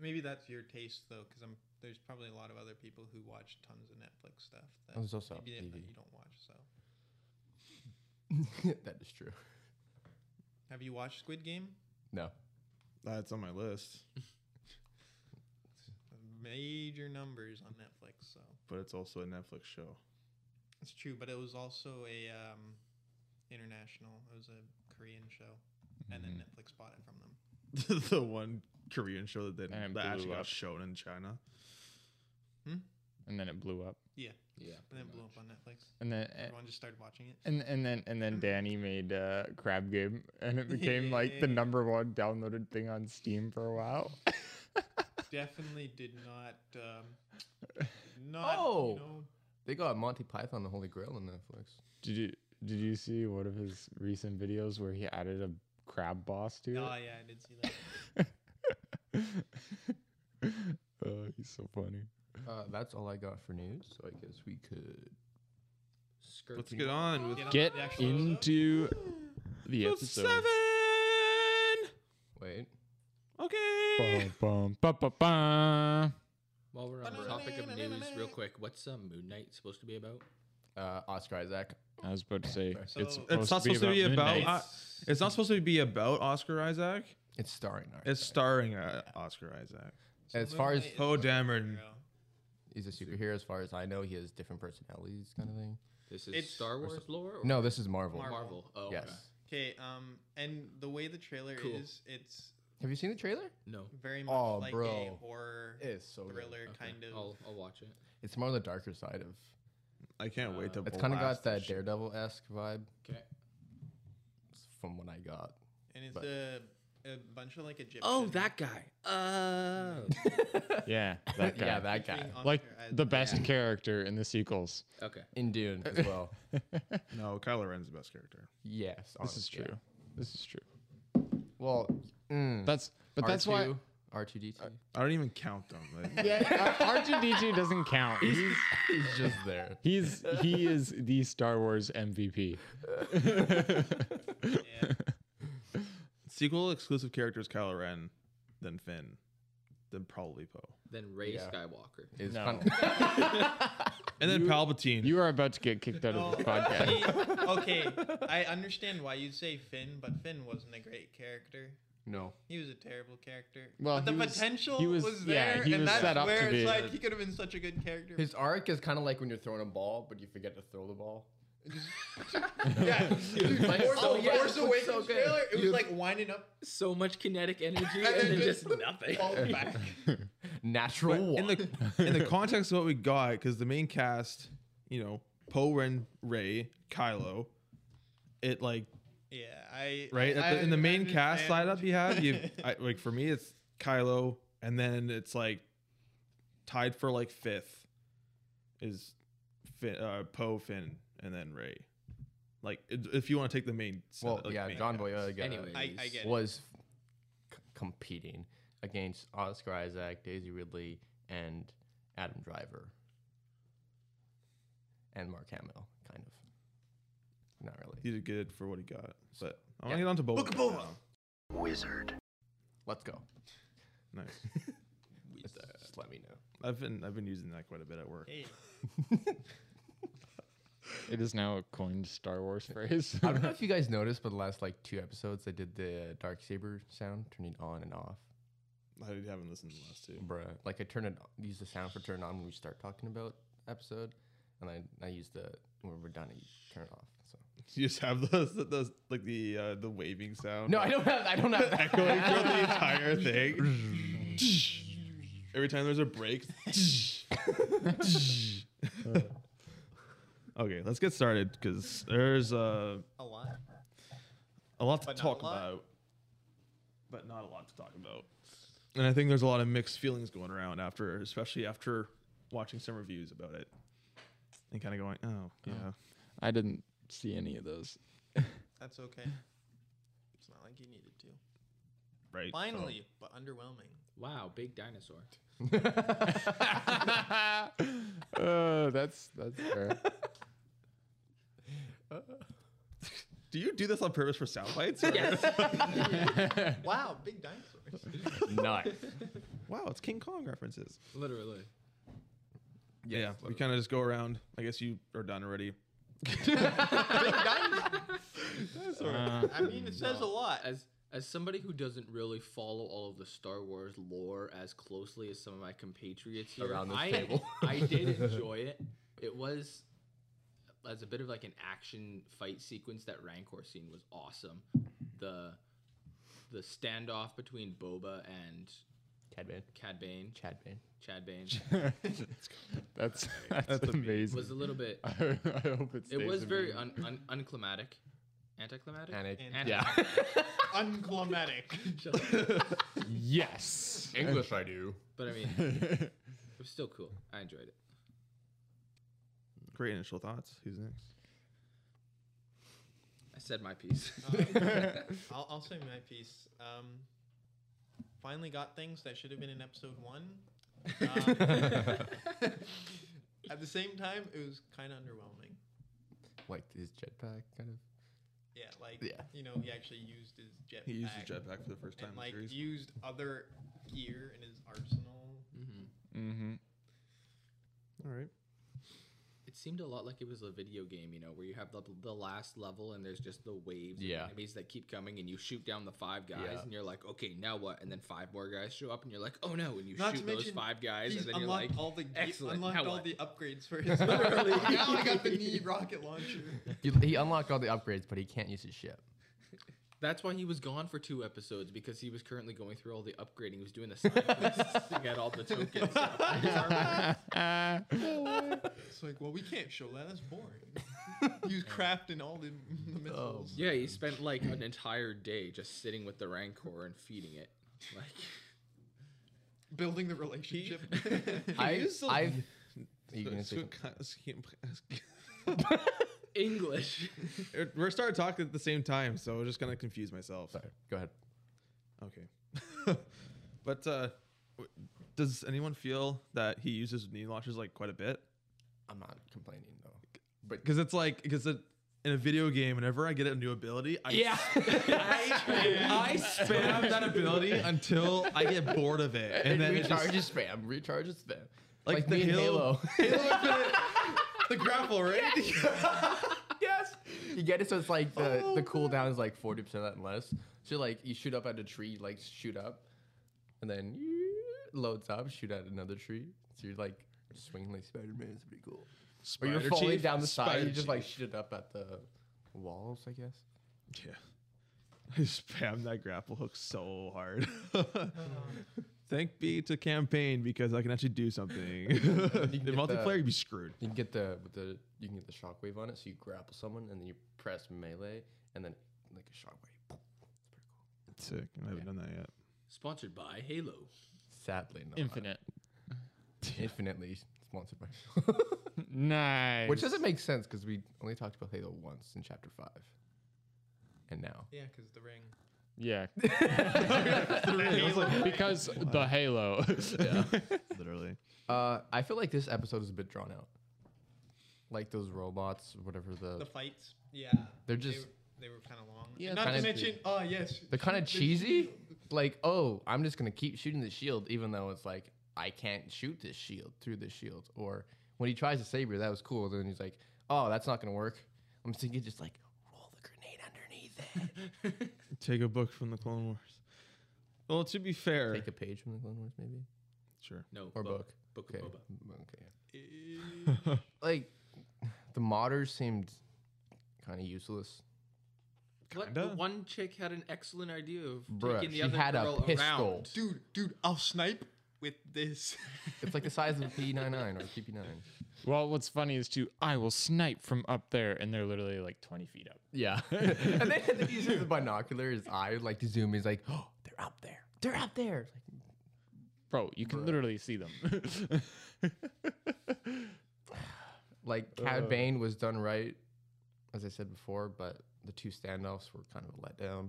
Speaker 4: Maybe that's your taste though, because I'm there's probably a lot of other people who watch tons of Netflix stuff. That
Speaker 3: There's also
Speaker 4: maybe that- that
Speaker 3: TV.
Speaker 4: you don't watch. So
Speaker 3: [LAUGHS] that is true.
Speaker 4: have you watched Squid Game?
Speaker 3: No,
Speaker 5: That's on my list,
Speaker 4: Major numbers on Netflix. So
Speaker 5: but it's also a Netflix show. [LAUGHS]
Speaker 4: it's true, but it was also a um, international. It was a Korean show, and
Speaker 6: Mm-hmm.
Speaker 4: then Netflix bought it from them.
Speaker 5: the one Korean show that
Speaker 2: And
Speaker 5: didn't
Speaker 2: it
Speaker 5: that actually
Speaker 2: blew
Speaker 5: got
Speaker 2: up.
Speaker 5: shown in China.
Speaker 2: And then it blew up.
Speaker 4: Yeah,
Speaker 6: Yeah.
Speaker 4: and then
Speaker 6: pretty
Speaker 4: blew
Speaker 6: much. Eh.
Speaker 4: up on Netflix.
Speaker 2: And then eh,
Speaker 4: Everyone just started watching
Speaker 6: [LAUGHS]
Speaker 4: it.
Speaker 2: and and then
Speaker 5: Mm-hmm.
Speaker 2: and then Danny made uh, Crab Game, and it became like the
Speaker 4: Yeah.
Speaker 2: number one downloaded thing on Steam for a while.
Speaker 4: Definitely did not. Um,
Speaker 6: [LAUGHS]
Speaker 4: not
Speaker 3: Oh.
Speaker 4: you know,
Speaker 3: they got Monty Python the Holy Grail on Netflix.
Speaker 2: Did you did you see one of his recent videos where he added a crab boss to it?
Speaker 4: Oh yeah, I did see that.
Speaker 2: [LAUGHS] oh, he's so funny.
Speaker 3: Uh, that's all I got for news. So I guess we could.
Speaker 6: Skirt
Speaker 5: Let's get on with
Speaker 4: Get on
Speaker 5: Uh,
Speaker 2: Get
Speaker 4: the actual episode.
Speaker 2: into the
Speaker 5: of
Speaker 2: episode.
Speaker 5: seven.
Speaker 3: Wait.
Speaker 5: Okay.
Speaker 2: Bum, bum, ba, ba, ba.
Speaker 6: While we're on the topic of news, real quick, what's uh, Moon Knight supposed to be about?
Speaker 3: uh, Oscar Isaac.
Speaker 2: I was about to say
Speaker 4: So-
Speaker 2: it's
Speaker 4: It's
Speaker 2: supposed,
Speaker 5: It's not
Speaker 2: to, be
Speaker 5: supposed to be about.
Speaker 2: midnight.
Speaker 5: uh, it's not supposed to be about Oscar Isaac.
Speaker 3: It's starring. Oscar
Speaker 5: It's starring uh, Oscar Isaac.
Speaker 4: So
Speaker 3: As far as-
Speaker 4: Moonlight is
Speaker 5: Poe
Speaker 4: a
Speaker 5: Dameron.
Speaker 4: superhero.
Speaker 3: He's a superhero, as far as I know. He has different personalities, kind of thing.
Speaker 6: This is
Speaker 4: It's-
Speaker 6: Star Wars lore? Or
Speaker 3: No, this is Marvel.
Speaker 4: Marvel.
Speaker 6: Marvel. Oh,
Speaker 3: Yes.
Speaker 6: okay.
Speaker 4: Okay, um, and the way the trailer
Speaker 6: Cool.
Speaker 4: is, it's
Speaker 3: Have you seen the trailer?
Speaker 6: No.
Speaker 4: very much
Speaker 3: Oh,
Speaker 4: like a
Speaker 3: bro.
Speaker 4: horror
Speaker 3: It's so good.
Speaker 4: thriller
Speaker 6: Okay,
Speaker 4: kind of.
Speaker 6: I'll, I'll watch it.
Speaker 3: It's more on the darker side of.
Speaker 5: I can't wait to.
Speaker 3: Uh, It's kind of
Speaker 5: blast
Speaker 3: got that
Speaker 5: this shit.
Speaker 3: Daredevil esque vibe
Speaker 6: Okay.
Speaker 3: from what I [LAUGHS] got.
Speaker 4: and it's
Speaker 3: but-
Speaker 4: a, a bunch of like Egyptian.
Speaker 6: Oh, that guy. Oh.
Speaker 3: [LAUGHS]
Speaker 2: [LAUGHS] Yeah, that guy.
Speaker 3: yeah, that guy
Speaker 4: featuring Oscar
Speaker 2: like
Speaker 4: Isaac.
Speaker 2: the
Speaker 3: [LAUGHS]
Speaker 2: best character in the sequels.
Speaker 6: okay.
Speaker 3: in Dune as [LAUGHS] well.
Speaker 5: No, Kylo Ren's the best character.
Speaker 3: yes,
Speaker 2: This is
Speaker 3: honest, yeah.
Speaker 2: true. This is true.
Speaker 3: Well, mm,
Speaker 2: That's but that's why
Speaker 3: R2, R2D2.
Speaker 5: I don't even count them. Like,
Speaker 2: [LAUGHS] R two D two doesn't count. He's
Speaker 3: He's just there.
Speaker 2: he's he is the Star Wars MVP.
Speaker 4: Yeah.
Speaker 5: Sequel exclusive characters Kylo Ren, then Finn, then probably Poe,
Speaker 6: Then Ray
Speaker 3: Yeah.
Speaker 6: Skywalker.
Speaker 3: It's
Speaker 2: No.
Speaker 3: kinda-
Speaker 5: and then Palpatine.
Speaker 2: [LAUGHS] You are about to get kicked out of
Speaker 4: No,
Speaker 2: this podcast.
Speaker 4: Oh, he- okay, I understand why you'd say Finn, but Finn wasn't a great character.
Speaker 3: no.
Speaker 4: He was a terrible character.
Speaker 2: Well,
Speaker 4: but the
Speaker 2: he was-
Speaker 4: potential
Speaker 2: he
Speaker 4: was,
Speaker 2: was- yeah,
Speaker 4: there,
Speaker 2: he
Speaker 4: and
Speaker 2: was
Speaker 4: that's
Speaker 2: set up to
Speaker 4: where
Speaker 2: be-
Speaker 4: it's like he could have been such a good character.
Speaker 3: His arc is kind of like when you're throwing a ball, but you forget to throw the ball.
Speaker 4: [LAUGHS]
Speaker 2: [LAUGHS]
Speaker 4: yeah, dude,
Speaker 3: Like,
Speaker 4: Force,
Speaker 3: oh, yeah,
Speaker 4: Force
Speaker 3: it was
Speaker 4: Awakens
Speaker 3: so good.
Speaker 4: trailer, it was
Speaker 3: You-
Speaker 4: like winding up,
Speaker 6: So much kinetic energy [LAUGHS] and
Speaker 4: then
Speaker 6: then
Speaker 4: just
Speaker 6: just nothing.
Speaker 4: fall back.
Speaker 6: [LAUGHS]
Speaker 3: Natural one.
Speaker 5: in the in the context of what we got, because the main cast, you know, Poe, Ren, Ray, Kylo, it like
Speaker 4: Yeah, I
Speaker 5: right
Speaker 4: I,
Speaker 5: at the, in the
Speaker 4: I
Speaker 5: main cast
Speaker 4: understand.
Speaker 5: side up you have
Speaker 4: [LAUGHS]
Speaker 5: you I, like for me it's Kylo, and then it's like tied for like fifth is Finn, uh, Poe, Finn, and then Ray. Like i- if you want to take the main, set, [LAUGHS]
Speaker 3: well,
Speaker 5: like,
Speaker 3: yeah,
Speaker 5: main
Speaker 3: John uh,
Speaker 5: cast.
Speaker 3: Boyega
Speaker 6: Anyway,
Speaker 4: I- I get it.
Speaker 3: was c- competing against Oscar Isaac, Daisy Ridley, and Adam Driver, and Mark Hamill, kind of. Not really.
Speaker 5: He did good for what he got, but I want to get on to Boba.
Speaker 4: Book of
Speaker 5: Fett
Speaker 4: Boba.
Speaker 5: now.
Speaker 3: Let's go.
Speaker 5: Nice.
Speaker 3: Just, just let me know.
Speaker 5: I've been I've been using that quite a bit
Speaker 4: [LAUGHS]
Speaker 5: at work.
Speaker 4: Hey,
Speaker 3: [LAUGHS]
Speaker 2: It is now a coined Star Wars phrase. [LAUGHS]
Speaker 3: I don't know if you guys noticed, but the last like two episodes, I did the dark saber sound, turning on and off.
Speaker 5: I haven't listened to the last two.
Speaker 3: Bruh. Like I turn it, use the sound for turn on when we start talking about episode, and I I use the when we're done, I turn it off. So
Speaker 5: [LAUGHS] You just have those, those like the uh, the waving sound.
Speaker 3: no, I don't have I don't have
Speaker 5: [LAUGHS] echoing throughout the entire thing. Every time there's a break. [LAUGHS] okay, let's get started because there's uh,
Speaker 4: a lot.
Speaker 5: a lot to
Speaker 4: But not
Speaker 5: talk
Speaker 4: a lot.
Speaker 5: about, but not a lot to talk about. And I think there's a lot of mixed feelings going around after, especially after watching some reviews about it, and kind of going, "Oh, yeah."
Speaker 2: I didn't see any of those.
Speaker 4: That's okay. It's not like you needed to.
Speaker 5: right. so-
Speaker 4: Finally, but underwhelming.
Speaker 5: [LAUGHS]
Speaker 6: Wow, big dinosaur.
Speaker 2: Uh, that's that's fair. [LAUGHS]
Speaker 5: do you do this on purpose for sound bites?
Speaker 3: [LAUGHS]
Speaker 5: or-
Speaker 4: wow, big dinosaurs.
Speaker 3: [LAUGHS]
Speaker 5: [LAUGHS]
Speaker 3: Not.
Speaker 5: Wow, it's King Kong references.
Speaker 6: Literally.
Speaker 5: Yeah, we kind of just go around. I guess you are done already.
Speaker 2: Uh,
Speaker 4: I mean, it says a lot.
Speaker 6: As as somebody who doesn't really follow all of the Star Wars lore as closely as some of my compatriots here,
Speaker 3: Around this
Speaker 6: I,
Speaker 3: table. [LAUGHS]
Speaker 6: I did enjoy it. It was as a bit of like an action fight sequence. That Rancor scene was awesome. The the standoff between Boba and
Speaker 3: Cad Bane.
Speaker 6: Cad Bane,
Speaker 3: Chad Bane.
Speaker 6: Chad
Speaker 3: [LAUGHS]
Speaker 6: Bane,
Speaker 2: that's that's,
Speaker 5: That's a beat.
Speaker 2: amazing.
Speaker 6: was a little bit.
Speaker 2: [LAUGHS] I, I hope it stays
Speaker 6: It was
Speaker 2: a
Speaker 6: very
Speaker 2: beat.
Speaker 6: un, un, unclimatic, anticlimatic.
Speaker 3: And it,
Speaker 4: And-
Speaker 3: yeah.
Speaker 5: [LAUGHS]
Speaker 4: Unclimatic.
Speaker 2: yes.
Speaker 3: English I
Speaker 2: [LAUGHS]
Speaker 3: do.
Speaker 6: [LAUGHS] But I mean, it was still cool. I enjoyed it.
Speaker 5: Great initial thoughts. Who's next?
Speaker 6: I said
Speaker 4: [LAUGHS]
Speaker 6: my piece.
Speaker 4: Um, I'll, I'll say my piece. Um, finally got things that should have been in episode one. Um, [LAUGHS] at the same time, it was kind of underwhelming.
Speaker 3: Like his jetpack kind of.
Speaker 4: Yeah, like
Speaker 3: Yeah.
Speaker 4: you know, he actually used his jetpack.
Speaker 5: He used his jetpack for the first time
Speaker 4: and
Speaker 5: in the
Speaker 4: like
Speaker 5: [LAUGHS] series.
Speaker 4: used other gear in his arsenal.
Speaker 6: Mm-hmm.
Speaker 2: Mm-hmm.
Speaker 5: All
Speaker 2: [LAUGHS]
Speaker 5: right.
Speaker 6: It seemed a lot like it was a video game, you know, where you have the, the last level and there's just the waves
Speaker 3: Yeah.
Speaker 6: of enemies that keep coming and you shoot down the five guys
Speaker 3: Yeah.
Speaker 6: and you're like, okay, now what? And then five more guys show up and you're like, oh no, and you
Speaker 4: Not to
Speaker 6: shoot those
Speaker 4: mention
Speaker 6: five guys
Speaker 4: He's
Speaker 6: and then you're
Speaker 4: unlocked
Speaker 6: like,
Speaker 4: all the ge-
Speaker 6: "Excellent,
Speaker 4: unlocked
Speaker 6: now
Speaker 4: all
Speaker 6: what?"
Speaker 4: the upgrades
Speaker 6: [LAUGHS]
Speaker 4: for his. Literally, [LAUGHS] now I got the knee rocket launcher.
Speaker 3: He, he unlocked all the upgrades, but he can't use his ship.
Speaker 6: that's why he was gone for two episodes because he was currently going through all the upgrading. He was doing [LAUGHS] the science to get all the tokens.
Speaker 4: [LAUGHS] It's like, well, we can't show that. That's
Speaker 6: [LAUGHS]
Speaker 4: boring. He's crafting all the, the missiles.
Speaker 6: Um, yeah, he spent like an entire day just sitting with the Rancor and feeding it. Like, [LAUGHS]
Speaker 4: building the relationship. [LAUGHS]
Speaker 3: I,
Speaker 5: used to-
Speaker 3: I've. Are you gonna
Speaker 5: So-
Speaker 3: say
Speaker 5: so [LAUGHS] ca-
Speaker 6: English.
Speaker 5: We're starting to talk at the same time, so I'm just gonna confuse myself.
Speaker 3: something? Go ahead.
Speaker 5: Okay. [LAUGHS] but uh, w- does anyone feel that he uses knee launchers like quite a bit?
Speaker 3: I'm not complaining though.
Speaker 5: Because it's like because it, in a video game, whenever I get a new ability, I
Speaker 3: [LAUGHS]
Speaker 5: yeah, I, I spam that ability until I get bored of it,
Speaker 3: [LAUGHS]
Speaker 5: and then it
Speaker 3: recharge
Speaker 5: just,
Speaker 3: is spam. Recharge is spam.
Speaker 5: Like the
Speaker 3: me and
Speaker 5: hill-
Speaker 3: [LAUGHS]
Speaker 5: [LAUGHS]
Speaker 3: Halo.
Speaker 5: the grapple, right?
Speaker 3: [LAUGHS] yes. Oh, You get it, so it's like the, the cooldown is like 40% and less. So like you shoot up at a tree, like shoot up, and then [LAUGHS] loads up, shoot at another tree. So you're like swinging like Spider Man. It's pretty cool. Or you're
Speaker 5: Spider
Speaker 3: falling
Speaker 5: Chief,
Speaker 3: down the side,
Speaker 5: Spider
Speaker 3: you just
Speaker 5: Chief.
Speaker 3: like shoot it up at the walls, I guess.
Speaker 5: Yeah. [LAUGHS] I spammed that grapple hook so hard. [LAUGHS] Thank be to campaign because I can actually do
Speaker 3: [LAUGHS]
Speaker 5: something. [LAUGHS]
Speaker 3: get
Speaker 5: the
Speaker 3: the-
Speaker 5: multiplayer, you'd be screwed.
Speaker 3: You can get the with the you can get the shockwave on it, so you grapple someone and then you press melee and then like a shockwave.
Speaker 5: Sick. I haven't done that yet.
Speaker 6: Sponsored by Halo.
Speaker 3: Sadly, not
Speaker 2: Infinite.
Speaker 3: Infinitely sponsored by, [LAUGHS]
Speaker 2: Nice.
Speaker 3: which doesn't make sense because we only talked about Halo once in Chapter Five, and now
Speaker 4: yeah, because the ring.
Speaker 2: yeah,
Speaker 3: [LAUGHS]
Speaker 5: I was like,
Speaker 2: because the Halo. [LAUGHS]
Speaker 5: literally.
Speaker 3: uh, I feel like this episode is a bit drawn out. Like those robots, whatever the,
Speaker 4: The fights. Yeah.
Speaker 3: They're
Speaker 4: They,
Speaker 3: just-
Speaker 4: were- they were kind of long.
Speaker 2: Yeah,
Speaker 4: Not to
Speaker 3: kinda-
Speaker 4: mention, oh yes.
Speaker 3: they're kind of cheesy. Like, oh, I'm just gonna keep shooting the shield, even though it's like I can't shoot this shield through this shield. Or when he tries to saber, that was cool. Then he's like, oh, that's not gonna work. I'm thinking just like roll the grenade underneath it.
Speaker 5: Take a book from the Clone Wars. Well, to be fair,
Speaker 3: Take a page from the Clone Wars, maybe,
Speaker 5: sure.
Speaker 6: No,
Speaker 3: or
Speaker 6: Boba.
Speaker 3: book.
Speaker 6: Book of
Speaker 3: Okay,
Speaker 6: Boba.
Speaker 3: M- okay.
Speaker 4: Eh,
Speaker 3: [LAUGHS] Like the modders seemed kind of useless.
Speaker 6: What?
Speaker 5: Kinda.
Speaker 6: The one chick had an excellent idea of
Speaker 3: Bruh,
Speaker 6: taking the
Speaker 3: she
Speaker 6: other
Speaker 3: had a
Speaker 6: girl
Speaker 3: pistol.
Speaker 6: around.
Speaker 4: dude, dude, I'll snipe with this.
Speaker 3: It's like the size of a P99 or a PP9.
Speaker 2: well, what's funny is too. I will snipe from up there, and they're literally like twenty feet up.
Speaker 3: Yeah. [LAUGHS] and then he uses the binocular, his eye would like to zoom. He's like, oh, they're up there. They're up there. It's like,
Speaker 2: Bro, you can literally see them. [LAUGHS]
Speaker 3: like Cad Bane was done right, as I said before, but the two standoffs were kind of a letdown.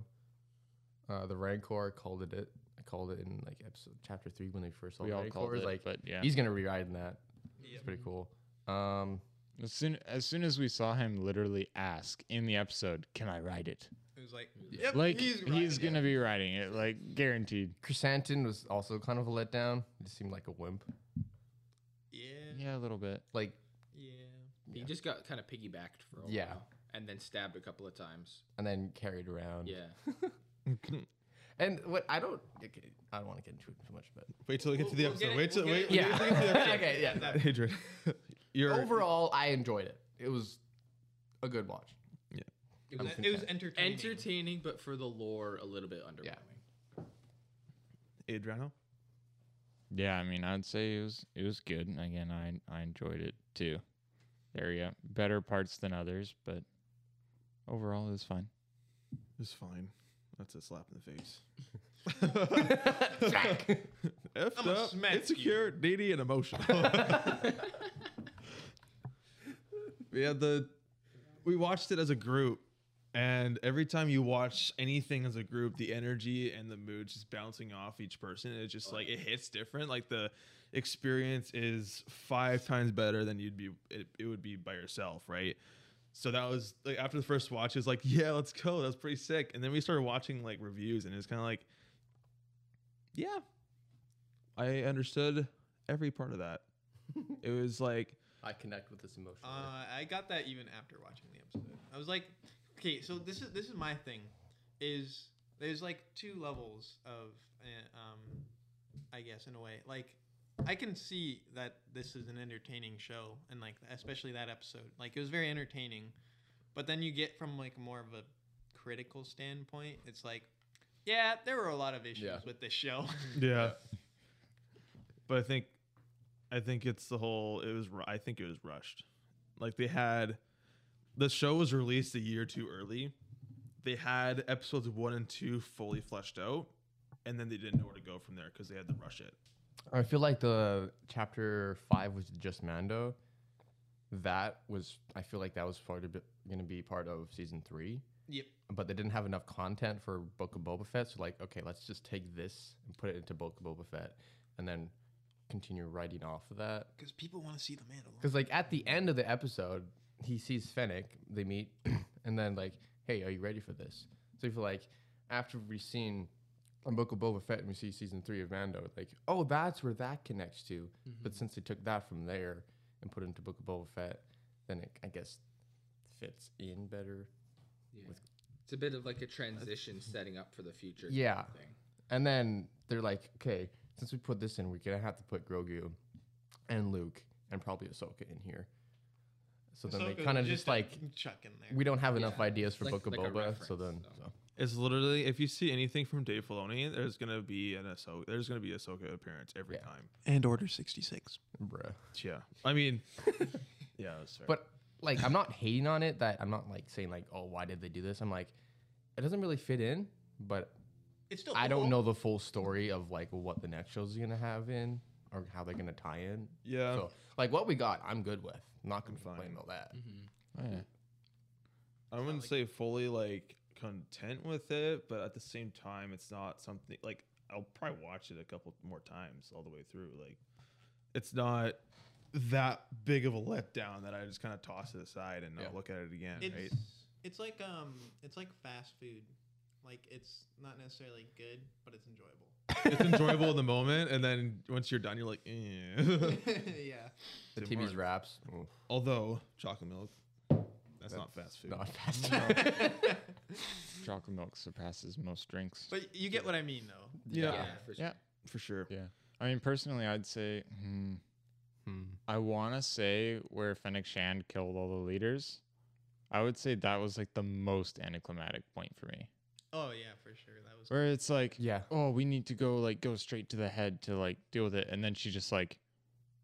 Speaker 3: Uh, the Rancor called it it. I called it in like episode chapter three when they first saw
Speaker 2: we
Speaker 3: the
Speaker 2: all
Speaker 3: Rancor.
Speaker 2: called it,
Speaker 3: like
Speaker 2: like, but yeah.
Speaker 3: he's gonna rewrite in that.
Speaker 4: [LAUGHS] Yeah.
Speaker 3: It's pretty cool. Um,
Speaker 2: As soon as soon as we saw him literally ask in the episode, "Can I ride it?"
Speaker 4: It was like, yep,
Speaker 2: Like
Speaker 4: he's,
Speaker 2: he's, gonna be riding it, like guaranteed.
Speaker 3: Chrysantin was also kind of a letdown. He just seemed like a wimp.
Speaker 4: Yeah.
Speaker 2: Yeah, a little bit.
Speaker 3: Like
Speaker 4: Yeah.
Speaker 6: He just got kind of piggybacked for a
Speaker 3: Yeah.
Speaker 6: while. And then stabbed a couple of times.
Speaker 3: and then carried around.
Speaker 6: Yeah.
Speaker 3: [LAUGHS] And what I don't, okay, I don't want to get into it too much, but
Speaker 5: Wait till we get to the
Speaker 6: We'll- we'll get
Speaker 5: episode.
Speaker 6: it-
Speaker 5: Wait till
Speaker 6: we'll
Speaker 5: wait.
Speaker 6: get
Speaker 5: wait
Speaker 3: yeah,
Speaker 5: till we get to the
Speaker 6: [LAUGHS]
Speaker 5: episode.
Speaker 3: okay, yeah. no. [LAUGHS]
Speaker 5: Adrian, [LAUGHS] you're
Speaker 3: Overall, I enjoyed it. It was a good watch.
Speaker 4: It was,
Speaker 3: I'm
Speaker 4: it was
Speaker 3: content.
Speaker 4: entertaining.
Speaker 6: Entertaining, but for the lore, a little bit underwhelming.
Speaker 5: Adriano.
Speaker 2: Yeah, I mean, I'd say it was it was good. And Again, I I enjoyed it too. There you go. Better parts than others, but overall it was fine.
Speaker 5: It's fine. That's a slap in the face.
Speaker 3: Jack.
Speaker 5: Effed
Speaker 4: I'ma
Speaker 5: up,
Speaker 4: smack you.
Speaker 5: insecure, needy,
Speaker 4: [LAUGHS]
Speaker 5: and emotional. we had the we watched it as a group, and every time you watch anything as a group, the energy and the mood just bouncing off each person. It's just like it hits different. Like the experience is five times better than you'd be it, it would be by yourself, right? So that was like after the first watch, it was like, [LAUGHS] yeah, let's go. That was pretty sick. And then we started watching like reviews, and it was kind of like, yeah, I understood every part of that. it was like,
Speaker 3: I connect with this emotionally.
Speaker 4: Uh, I got that even after watching the episode. I was like, okay, so this is this is my thing. Is there's like two levels of, uh, um, I guess in a way, like I can see that this is an entertaining show, and like especially that episode, like it was very entertaining. But then you get from like more of a critical standpoint, it's like, yeah, there were a lot of issues
Speaker 3: Yeah.
Speaker 4: with this show. [LAUGHS]
Speaker 5: yeah. But I think, I think it's the whole. It was. ru- I think it was rushed. Like they had, the show was released a year too early. They had episodes one and two fully fleshed out, and then they didn't know where to go from there because they had to rush it.
Speaker 3: I feel like the chapter five was just Mando. That was I feel like that was part of going to be part of season three,
Speaker 4: yep.
Speaker 3: but they didn't have enough content for Book of Boba Fett. So like, okay, let's just take this and put it into Book of Boba Fett, and then continue writing off of that.
Speaker 4: Because people want to see the Mandalorian.
Speaker 3: Because like at the end of the episode, he sees Fennec. They meet, [CLEARS THROAT] and then like, hey, are you ready for this? So you feel like after we've seen on Book of Boba Fett and we see season three of Mando, like, oh, that's where that connects to. But since they took that from there and put it into Book of Boba Fett, then it I guess fits in better.
Speaker 6: Yeah. It's a bit of like a transition setting up for the future. kind of
Speaker 3: Yeah.
Speaker 6: thing.
Speaker 3: And then they're like, okay, since we put this in, we're gonna have to put Grogu and Luke and probably Ahsoka in here. So then they
Speaker 4: Ahsoka,
Speaker 3: kind of just
Speaker 4: a
Speaker 3: like
Speaker 4: uh, chuck in there.
Speaker 3: we don't have enough
Speaker 6: Yeah.
Speaker 3: ideas for
Speaker 6: Like-
Speaker 3: Book of
Speaker 6: like a
Speaker 3: Boba, so
Speaker 6: reference,
Speaker 3: then
Speaker 6: so.
Speaker 3: so.
Speaker 5: It's literally if you see anything from Dave Filoni, there's gonna be an Ahsoka. There's gonna be Ahsoka appearance every
Speaker 3: Yeah.
Speaker 5: time.
Speaker 4: and Order sixty six.
Speaker 3: bruh.
Speaker 5: Yeah, I
Speaker 3: [LAUGHS]
Speaker 5: mean, yeah, that's fair.
Speaker 3: But like, I'm not hating on it. That I'm not like saying like, oh, why did they do this? I'm like, it doesn't really fit in. But
Speaker 4: It's still.
Speaker 3: I don't
Speaker 4: cool.
Speaker 3: know the full story of like what the next show's gonna have in or how they're gonna tie in.
Speaker 5: yeah,
Speaker 3: so like, what we got, I'm good with. I'm not gonna
Speaker 5: I'm fine.
Speaker 3: complain about that.
Speaker 6: Mm-hmm.
Speaker 2: yeah.
Speaker 5: I wouldn't say fully like content with it, but at the same time, it's not something like I'll probably watch it a couple more times all the way through. Like, it's not that big of a letdown that I just kind of toss it aside and not
Speaker 3: Yeah.
Speaker 5: look at it again.
Speaker 4: It's
Speaker 5: right?
Speaker 4: it's like um it's like fast food. Like it's not necessarily good, but it's
Speaker 3: [LAUGHS]
Speaker 4: enjoyable. [LAUGHS]
Speaker 5: It's enjoyable in the moment, and then once you're done, you're like, eh. [LAUGHS]
Speaker 4: yeah.
Speaker 3: The
Speaker 5: Didn't
Speaker 3: TV's
Speaker 5: work.
Speaker 3: wraps, mm,
Speaker 5: although chocolate milk. That's, not fast food.
Speaker 3: not
Speaker 6: [LAUGHS]
Speaker 3: fast.
Speaker 2: Chocolate milk surpasses most drinks.
Speaker 4: But you get what I mean though.
Speaker 5: yeah,
Speaker 6: Yeah. for sure.
Speaker 2: Yeah.
Speaker 5: for sure.
Speaker 2: Yeah. I mean, personally, I'd say, hmm,
Speaker 3: Hmm.
Speaker 2: I want to say where Fennec Shand killed all the leaders. I would say that was like the most anticlimactic point for me,
Speaker 4: Oh yeah, for sure. That was
Speaker 2: where it's like,
Speaker 3: Yeah.
Speaker 2: oh, we need to go like go straight to the head to like deal with it, and then she just like,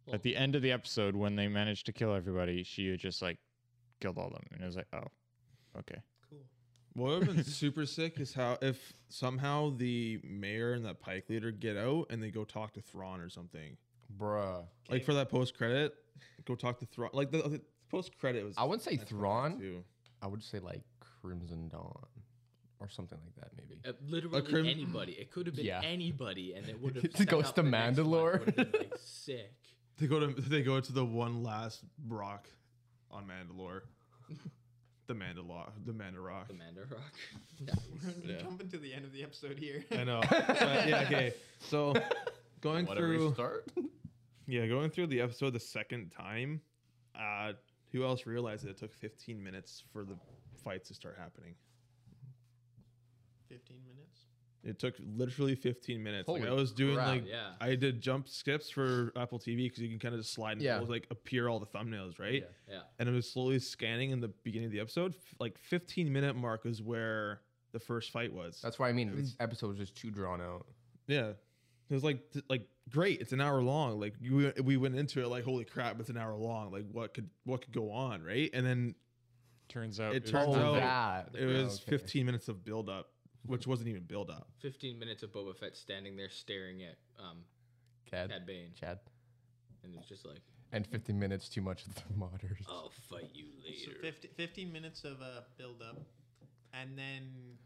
Speaker 6: Well-
Speaker 2: at the end of the episode when they managed to kill everybody, she just like killed all of them, and it was like, oh, okay,
Speaker 4: cool.
Speaker 5: What would have been super sick is how if somehow the mayor and that Pike leader get out and they go talk to Thrawn or something.
Speaker 3: bruh.
Speaker 5: Like for that post credit, go talk to Thrawn. Like the, the post credit was.
Speaker 3: I wouldn't say
Speaker 5: that's what I thought
Speaker 3: Thrawn.
Speaker 5: too.
Speaker 3: I would say like Crimson Dawn or something like that, maybe.
Speaker 6: Uh, literally
Speaker 5: crim-
Speaker 6: anybody. It could have been
Speaker 3: Yeah.
Speaker 6: anybody, and
Speaker 3: [LAUGHS]
Speaker 6: it would have.
Speaker 3: It
Speaker 6: set
Speaker 3: goes
Speaker 6: up
Speaker 3: to
Speaker 6: the next one.
Speaker 3: Mandalore.
Speaker 6: Would've been, like sick.
Speaker 5: They go to they go to the one last rock on Mandalore. the Mandalore, the Mandalore.
Speaker 6: The Mandalore.
Speaker 4: We're [LAUGHS]
Speaker 5: Yeah.
Speaker 4: jumping to the end of the episode here.
Speaker 5: I know. But yeah. Okay. So going through.
Speaker 3: start.
Speaker 5: Yeah, going through the episode the second time, uh, who else realized that it took 15 minutes for the fights to start happening?
Speaker 4: [LAUGHS] Fifteen minutes.
Speaker 5: It took literally 15 minutes. like
Speaker 3: Holy
Speaker 5: I was doing
Speaker 3: crap.
Speaker 5: like
Speaker 6: Yeah.
Speaker 5: I did jump skips for Apple TV because you can kind of just slide and
Speaker 3: Yeah.
Speaker 5: it'll, like appear all the thumbnails, right?
Speaker 3: Yeah.
Speaker 6: Yeah.
Speaker 5: And I was slowly scanning in the beginning of the episode. F- like 15 minute mark is where the first fight was.
Speaker 3: That's why I mean this episode was just too drawn out.
Speaker 5: yeah. It was like th- like great. It's an hour long. Like we we went into it like holy crap, it's an hour long. Like what could what could go on, right? And then
Speaker 2: turns out
Speaker 5: It
Speaker 2: was
Speaker 5: turns
Speaker 2: the
Speaker 5: out-
Speaker 2: best-
Speaker 3: that.
Speaker 5: It was
Speaker 3: Okay.
Speaker 5: 15 minutes of build up, which wasn't even build up.
Speaker 6: Fifteen minutes of Boba Fett standing there staring at um,
Speaker 3: Chad.
Speaker 6: Cad Bane,
Speaker 3: Chad.
Speaker 6: and it's just like,
Speaker 3: And 15 minutes too much of the [LAUGHS] modders.
Speaker 5: Oh,
Speaker 6: "I'll fight you
Speaker 4: So
Speaker 6: later."
Speaker 4: 50, 15 minutes of uh, build up, and then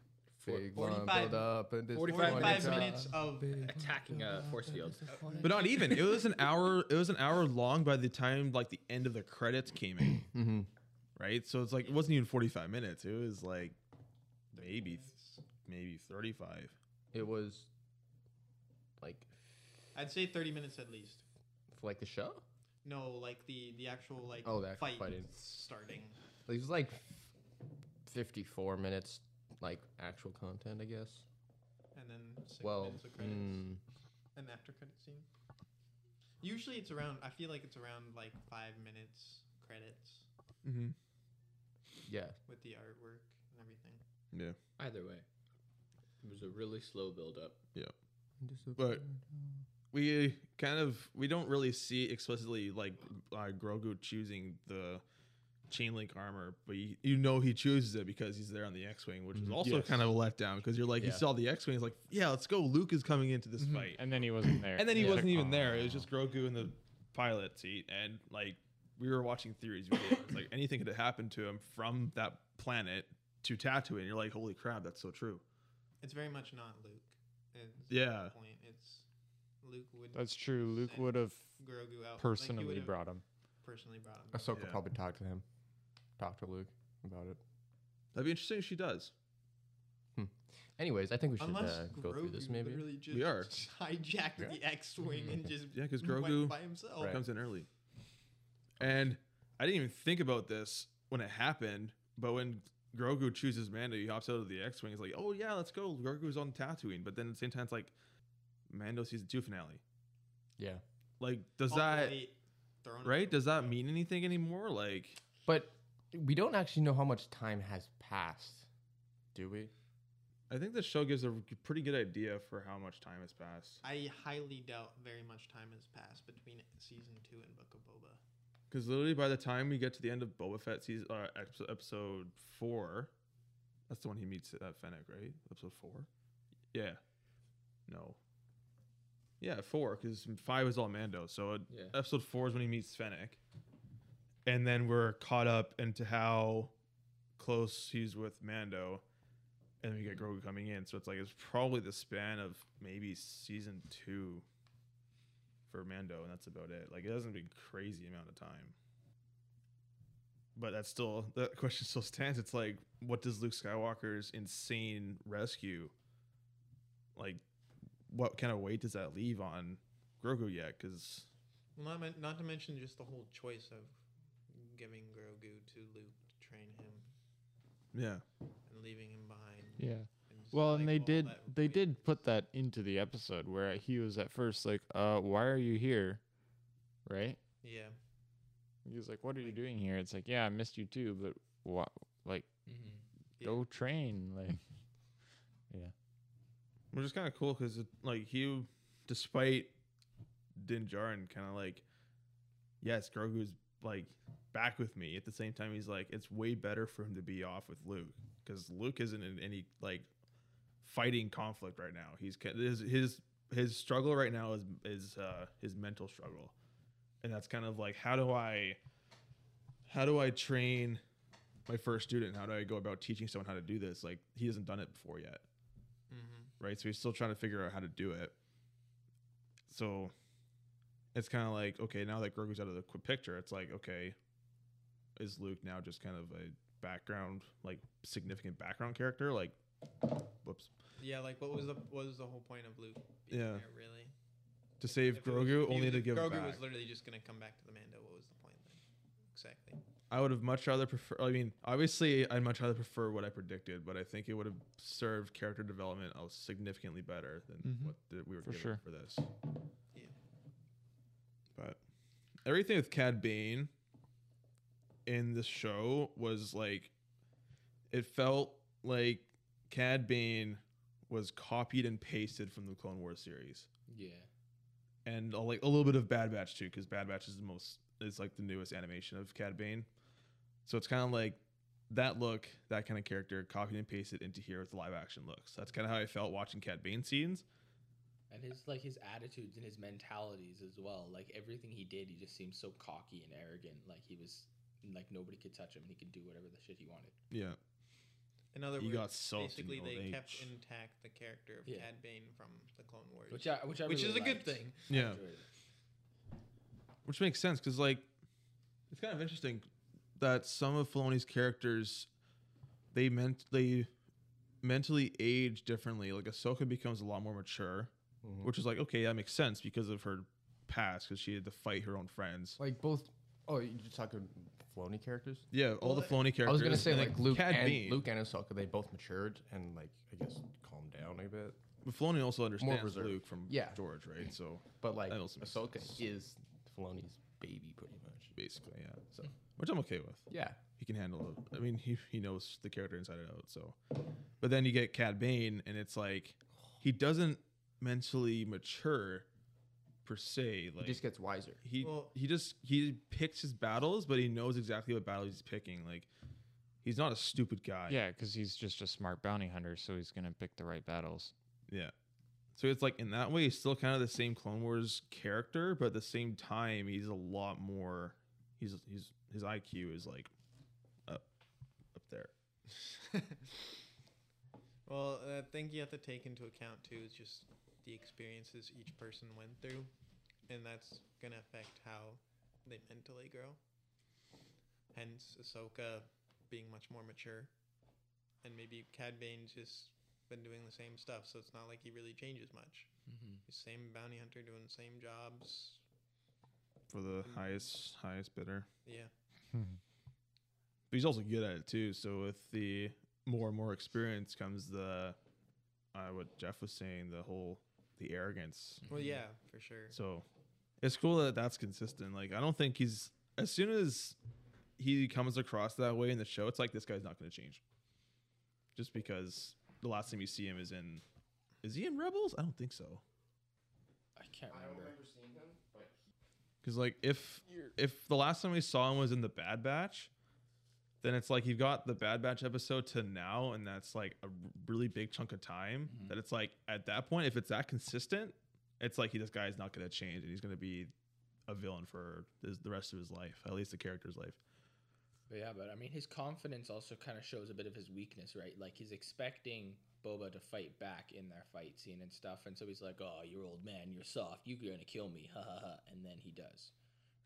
Speaker 3: Big
Speaker 4: 45
Speaker 3: one build up and
Speaker 6: 45
Speaker 4: forty
Speaker 6: minutes
Speaker 4: five
Speaker 6: of-
Speaker 4: minutes of
Speaker 6: [LAUGHS] Attacking a force field.
Speaker 5: But not even. It was an hour. It was an hour long by the time like the end of the credits came in,
Speaker 3: [CLEARS THROAT] Mm-hmm.
Speaker 5: right? So it's like it wasn't even 45 minutes. It was like maybe th- maybe 35.
Speaker 3: It was like
Speaker 4: I'd say 30 minutes at least.
Speaker 3: for like the show.
Speaker 4: No, like the the actual like
Speaker 3: Oh, the actual
Speaker 4: fight
Speaker 3: fighting.
Speaker 4: starting.
Speaker 3: Like, it was like fifty-four minutes, like actual content, I guess.
Speaker 4: and then six
Speaker 3: well,
Speaker 4: minutes of credits
Speaker 3: mm,
Speaker 4: and after credit scene. Usually it's around. I feel like it's around like five minutes credits
Speaker 5: Mm-hmm.
Speaker 3: yeah,
Speaker 4: with the artwork and everything.
Speaker 5: Yeah.
Speaker 6: Either way, it was a really slow build up.
Speaker 5: But we kind of we don't really see explicitly like uh, Grogu choosing the chain link armor, but you, you know he chooses it because he's there on the X-wing, which is
Speaker 3: Mhm.
Speaker 5: also
Speaker 2: Mm-hmm. Yes.
Speaker 5: kind of a letdown because you're like you
Speaker 3: Yeah.
Speaker 5: saw the X-wing, it's like yeah, let's go. Luke is coming into this fight,
Speaker 2: And then he wasn't there.
Speaker 5: and then he
Speaker 2: It's
Speaker 5: wasn't
Speaker 2: like, "Oh."
Speaker 5: even there. It
Speaker 2: "Aw."
Speaker 5: was just Grogu in the pilot seat, and like we were watching theories video. It's like anything could have happened to him from that planet to Tatooine. You're like, holy crap, that's so true.
Speaker 4: It's very much not Luke. It's
Speaker 5: Yeah.
Speaker 4: Point. It's Luke would
Speaker 2: That's true. Luke
Speaker 4: Same.
Speaker 2: would have
Speaker 4: Grogu out Oh, like, he
Speaker 2: personally
Speaker 4: would've
Speaker 2: brought him.
Speaker 4: personally brought him.
Speaker 3: Ahsoka
Speaker 5: Yeah.
Speaker 3: probably talked to him, talked to Luke about it.
Speaker 5: That'd be interesting if she does.
Speaker 3: Anyways, I think we should
Speaker 4: Unless
Speaker 3: uh, go
Speaker 4: Grogu
Speaker 3: through this maybe.
Speaker 4: literally just [LAUGHS]
Speaker 5: We are.
Speaker 4: hijacked the X-wing
Speaker 3: [LAUGHS]
Speaker 4: and just
Speaker 5: Yeah, 'cause
Speaker 4: went
Speaker 5: Grogu-
Speaker 4: by himself.
Speaker 3: Right.
Speaker 5: Oh, comes in early. And I didn't even think about this when it happened, but when Grogu chooses Mando, he hops out of the X Wing. He's like, oh, yeah, let's go. Grogu's on Tatooine. But then at the same time, it's like, Mando season two finale.
Speaker 3: Yeah,
Speaker 5: Like, does
Speaker 4: All
Speaker 5: that,
Speaker 4: right, thrown
Speaker 5: right?
Speaker 4: out.
Speaker 5: Does that mean anything anymore? Like,
Speaker 3: but we don't actually know how much time has passed, do we?
Speaker 5: I think the show gives a pretty good idea for how much time has passed.
Speaker 4: I highly doubt very much time has passed between season two and Book of Boba.
Speaker 5: Because literally, by the time we get to the end of Boba Fett season, uh, episode, episode four, that's the one he meets uh, Fennec, right? Episode four. Yeah. No. Yeah, four. Because five is all Mando. So it,
Speaker 6: Yeah.
Speaker 5: episode four is when he meets Fennec, and then we're caught up into how close he's with Mando, and we get Grogu coming in. So it's like it's probably the span of maybe season two for Mando, and that's about it. Like it doesn't be crazy amount of time. But that's still that [LAUGHS] question still stands. It's like, what does Luke Skywalker's insane rescue like what kind of weight does that leave on Grogu yet? Because
Speaker 4: Well, Not, men- not to mention just the whole choice of giving Grogu to Luke to train him
Speaker 5: yeah,
Speaker 4: and leaving him behind.
Speaker 2: Yeah.
Speaker 4: And just,
Speaker 2: Well,
Speaker 4: like,
Speaker 2: and they
Speaker 4: all
Speaker 2: did
Speaker 4: that
Speaker 2: they
Speaker 4: weight.
Speaker 2: did put that into the episode where he was at first like, "Uh, why are you here?" Right?
Speaker 4: Yeah.
Speaker 2: He was like, "What are you doing here?" It's like, "Yeah, I missed you too, but what? Like,
Speaker 4: Yeah.
Speaker 2: go train." Like,
Speaker 5: which is kind of cool because like he, despite Din Djarin, kind of like, yes, Grogu's like back with me. At the same time, he's like, it's way better for him to be off with Luke because Luke isn't in any like fighting conflict right now. He's ca- his his his struggle right now is is uh, his mental struggle, and that's kind of like how do I how do I train my first student? How do I go about teaching someone how to do this? Like he hasn't done it before yet
Speaker 4: Mm-hmm.
Speaker 5: right? So he's still trying to figure out how to do it. So it's kind of like, okay, now that Grogu's out of the qu- picture, it's like, okay, is Luke now just kind of a background, like significant background character? Like, whoops.
Speaker 4: Yeah, like what was the what was the whole point of Luke being
Speaker 5: Yeah.
Speaker 4: there really?
Speaker 5: To save
Speaker 4: If it was-
Speaker 5: Grogu,
Speaker 4: if he
Speaker 5: only
Speaker 4: was-
Speaker 5: to
Speaker 4: if
Speaker 5: give
Speaker 4: Grogu
Speaker 5: back.
Speaker 4: was literally just gonna come back to the Mando. What was the point then? Exactly.
Speaker 5: I would have much rather prefer. I mean, obviously, I'd much rather prefer what I predicted, but I think it would have served character development a- significantly better than
Speaker 2: Mhm.
Speaker 5: what th- we were
Speaker 2: For
Speaker 5: given
Speaker 2: sure.
Speaker 5: for this.
Speaker 4: Yeah.
Speaker 5: But everything with Cad Bane in the show was like, it felt like Cad Bane was copied and pasted from the Clone Wars series
Speaker 6: Yeah.
Speaker 5: and a, like a little bit of Bad Batch too, because Bad Batch is the most is like the newest animation of Cad Bane. So it's kind of like that look, that kind of character, copied and pasted into here with the live action looks. That's kind of how I felt watching Cad Bane scenes.
Speaker 6: And his like his attitudes and his mentalities as well. Like everything he did, he just seemed so cocky and arrogant. Like he was like nobody could touch him and he could do whatever the shit he wanted.
Speaker 5: Yeah,
Speaker 4: In other
Speaker 5: He
Speaker 4: words,
Speaker 5: got salty
Speaker 4: basically
Speaker 5: in
Speaker 4: they
Speaker 5: old
Speaker 4: kept
Speaker 5: age.
Speaker 4: intact the character of
Speaker 6: Yeah.
Speaker 4: Cad Bane from the Clone Wars,
Speaker 6: Which I which I
Speaker 4: which
Speaker 6: really
Speaker 4: is a good
Speaker 6: liked.
Speaker 4: thing.
Speaker 6: I
Speaker 5: Yeah.
Speaker 6: enjoyed it.
Speaker 5: which makes sense because like it's kind of interesting. that some of Filoni's characters they meant they mentally age differently. Like Ahsoka becomes a lot more mature,
Speaker 3: Mhm.
Speaker 5: which is like okay, that makes sense because of her past because she had to fight her own friends.
Speaker 3: Like both. Oh, you're just talking Filoni characters.
Speaker 5: Yeah, all the Filoni characters.
Speaker 3: I was gonna say
Speaker 5: and,
Speaker 3: like Luke
Speaker 5: Cad
Speaker 3: and
Speaker 5: Bane.
Speaker 3: Luke and Ahsoka. They both matured and like I guess calmed down a bit.
Speaker 5: But Filoni also understands
Speaker 3: reserved.
Speaker 5: Luke from
Speaker 3: Yeah.
Speaker 5: George, right? So
Speaker 3: But like
Speaker 5: That also makes
Speaker 3: Ahsoka is Filoni's baby, pretty much.
Speaker 5: basically, yeah. So which I'm okay with.
Speaker 3: Yeah.
Speaker 5: He can handle it. I mean, he he knows the character inside and out. So, but then you get Cad Bane, and it's like he doesn't mentally mature per se. Like
Speaker 3: He just gets wiser.
Speaker 5: he
Speaker 4: Well-
Speaker 5: he just he picks his battles, but he knows exactly what battle he's picking. Like he's not a stupid guy.
Speaker 2: Yeah, because he's just a smart bounty hunter, so he's gonna pick the right battles.
Speaker 5: Yeah. So it's like in that way, he's still kind of the same Clone Wars character, but at the same time, he's a lot more. He's he's his IQ is like up up there.
Speaker 4: [LAUGHS] well, I think you have to take into account too is just the experiences each person went through, and that's gonna affect how they mentally grow. Hence, Ahsoka being much more mature, and maybe Cad Bane's just been doing the same stuff, so it's not like he really changes much. Same bounty hunter doing the same jobs.
Speaker 5: for the highest highest bidder.
Speaker 4: Yeah.
Speaker 5: But he's also good at it too. So with the more and more experience comes the uh, what Jeff was saying, the whole the arrogance.
Speaker 4: Well, yeah, for sure.
Speaker 5: So it's cool that that's consistent. Like I don't think he's as soon as he comes across that way in the show, it's like this guy's not going to change. Just because the last time you see him is in is he in Rebels? I don't think so.
Speaker 6: I can't remember.
Speaker 3: seeing him, but
Speaker 5: Because like if if the last time we saw him was in the Bad Batch, then it's like you've got the Bad Batch episode to now, and that's like a r- really big chunk of time.
Speaker 2: Mm-hmm.
Speaker 5: That it's like at that point, if it's that consistent, it's like he, this guy's not going to change, and he's going to be a villain for his, the rest of his life, at least the character's life.
Speaker 6: But yeah, but I mean, his confidence also kind of shows a bit of his weakness, right? Like he's expecting Boba to fight back in their fight scene and stuff, and so he's like, "Oh, you're old man, you're soft, you're gonna kill me," [LAUGHS] ha ha ha, and then he does,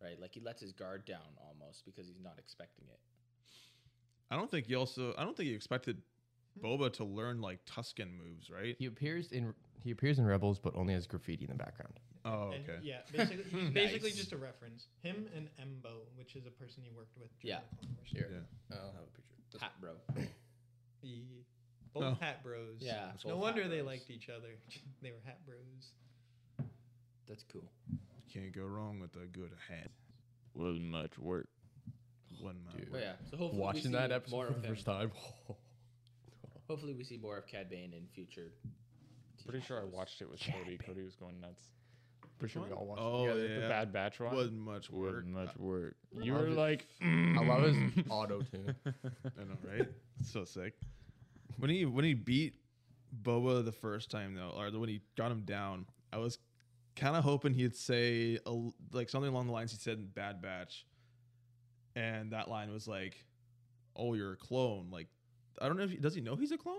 Speaker 6: right? Like he lets his guard down almost because he's not expecting it.
Speaker 5: I don't think he also, I don't think he expected Boba to learn like Tuscan moves, right?
Speaker 3: he appears in he appears in Rebels, but only has graffiti in the background.
Speaker 5: Oh,
Speaker 4: And
Speaker 5: okay.
Speaker 4: yeah, basically, he's basically
Speaker 6: Hmm. Nice.
Speaker 4: just a reference. Him and Embo, which is a person he worked with. during
Speaker 6: Yeah.
Speaker 4: the Clone Wars.
Speaker 6: Here,
Speaker 5: Oh.
Speaker 3: I'll have a picture.
Speaker 6: hat bro.
Speaker 4: Ye- Both
Speaker 5: Oh.
Speaker 4: hat bros.
Speaker 6: Yeah.
Speaker 4: No
Speaker 6: both
Speaker 4: wonder
Speaker 6: hat
Speaker 4: they
Speaker 6: bros.
Speaker 4: liked each other. [LAUGHS] they were hat bros.
Speaker 6: That's cool.
Speaker 5: Can't go wrong with a good hat.
Speaker 2: Was much work.
Speaker 5: One mile.
Speaker 3: Dude.
Speaker 6: But yeah. So hopefully we see
Speaker 3: Watching that episode
Speaker 6: more
Speaker 3: for
Speaker 6: of
Speaker 3: the
Speaker 6: him.
Speaker 3: first time. [LAUGHS]
Speaker 6: Hopefully we see more of Cad Bane in future. TV
Speaker 2: Pretty sure I
Speaker 6: shows.
Speaker 2: watched it with
Speaker 3: Yeah,
Speaker 2: Cody.
Speaker 3: man.
Speaker 2: Cody was going nuts.
Speaker 3: For sure, we all watched.
Speaker 5: Oh,
Speaker 2: yeah, the-
Speaker 5: yeah.
Speaker 2: the Bad Batch one.
Speaker 5: Wasn't much
Speaker 2: was
Speaker 4: Uh,
Speaker 5: work.
Speaker 2: much work. You
Speaker 3: I'll
Speaker 2: were
Speaker 4: [LAUGHS]
Speaker 3: just-
Speaker 2: like,
Speaker 3: it. I love his auto tune.
Speaker 5: I know, [LAUGHS] right? so sick. When he when he beat Boba the first time though, or when he got him down, I was kind of hoping he'd say a l like something along the lines he said in Bad Batch, and that line was like, "Oh, you're a clone." Like, I don't know if he, does he know he's a clone.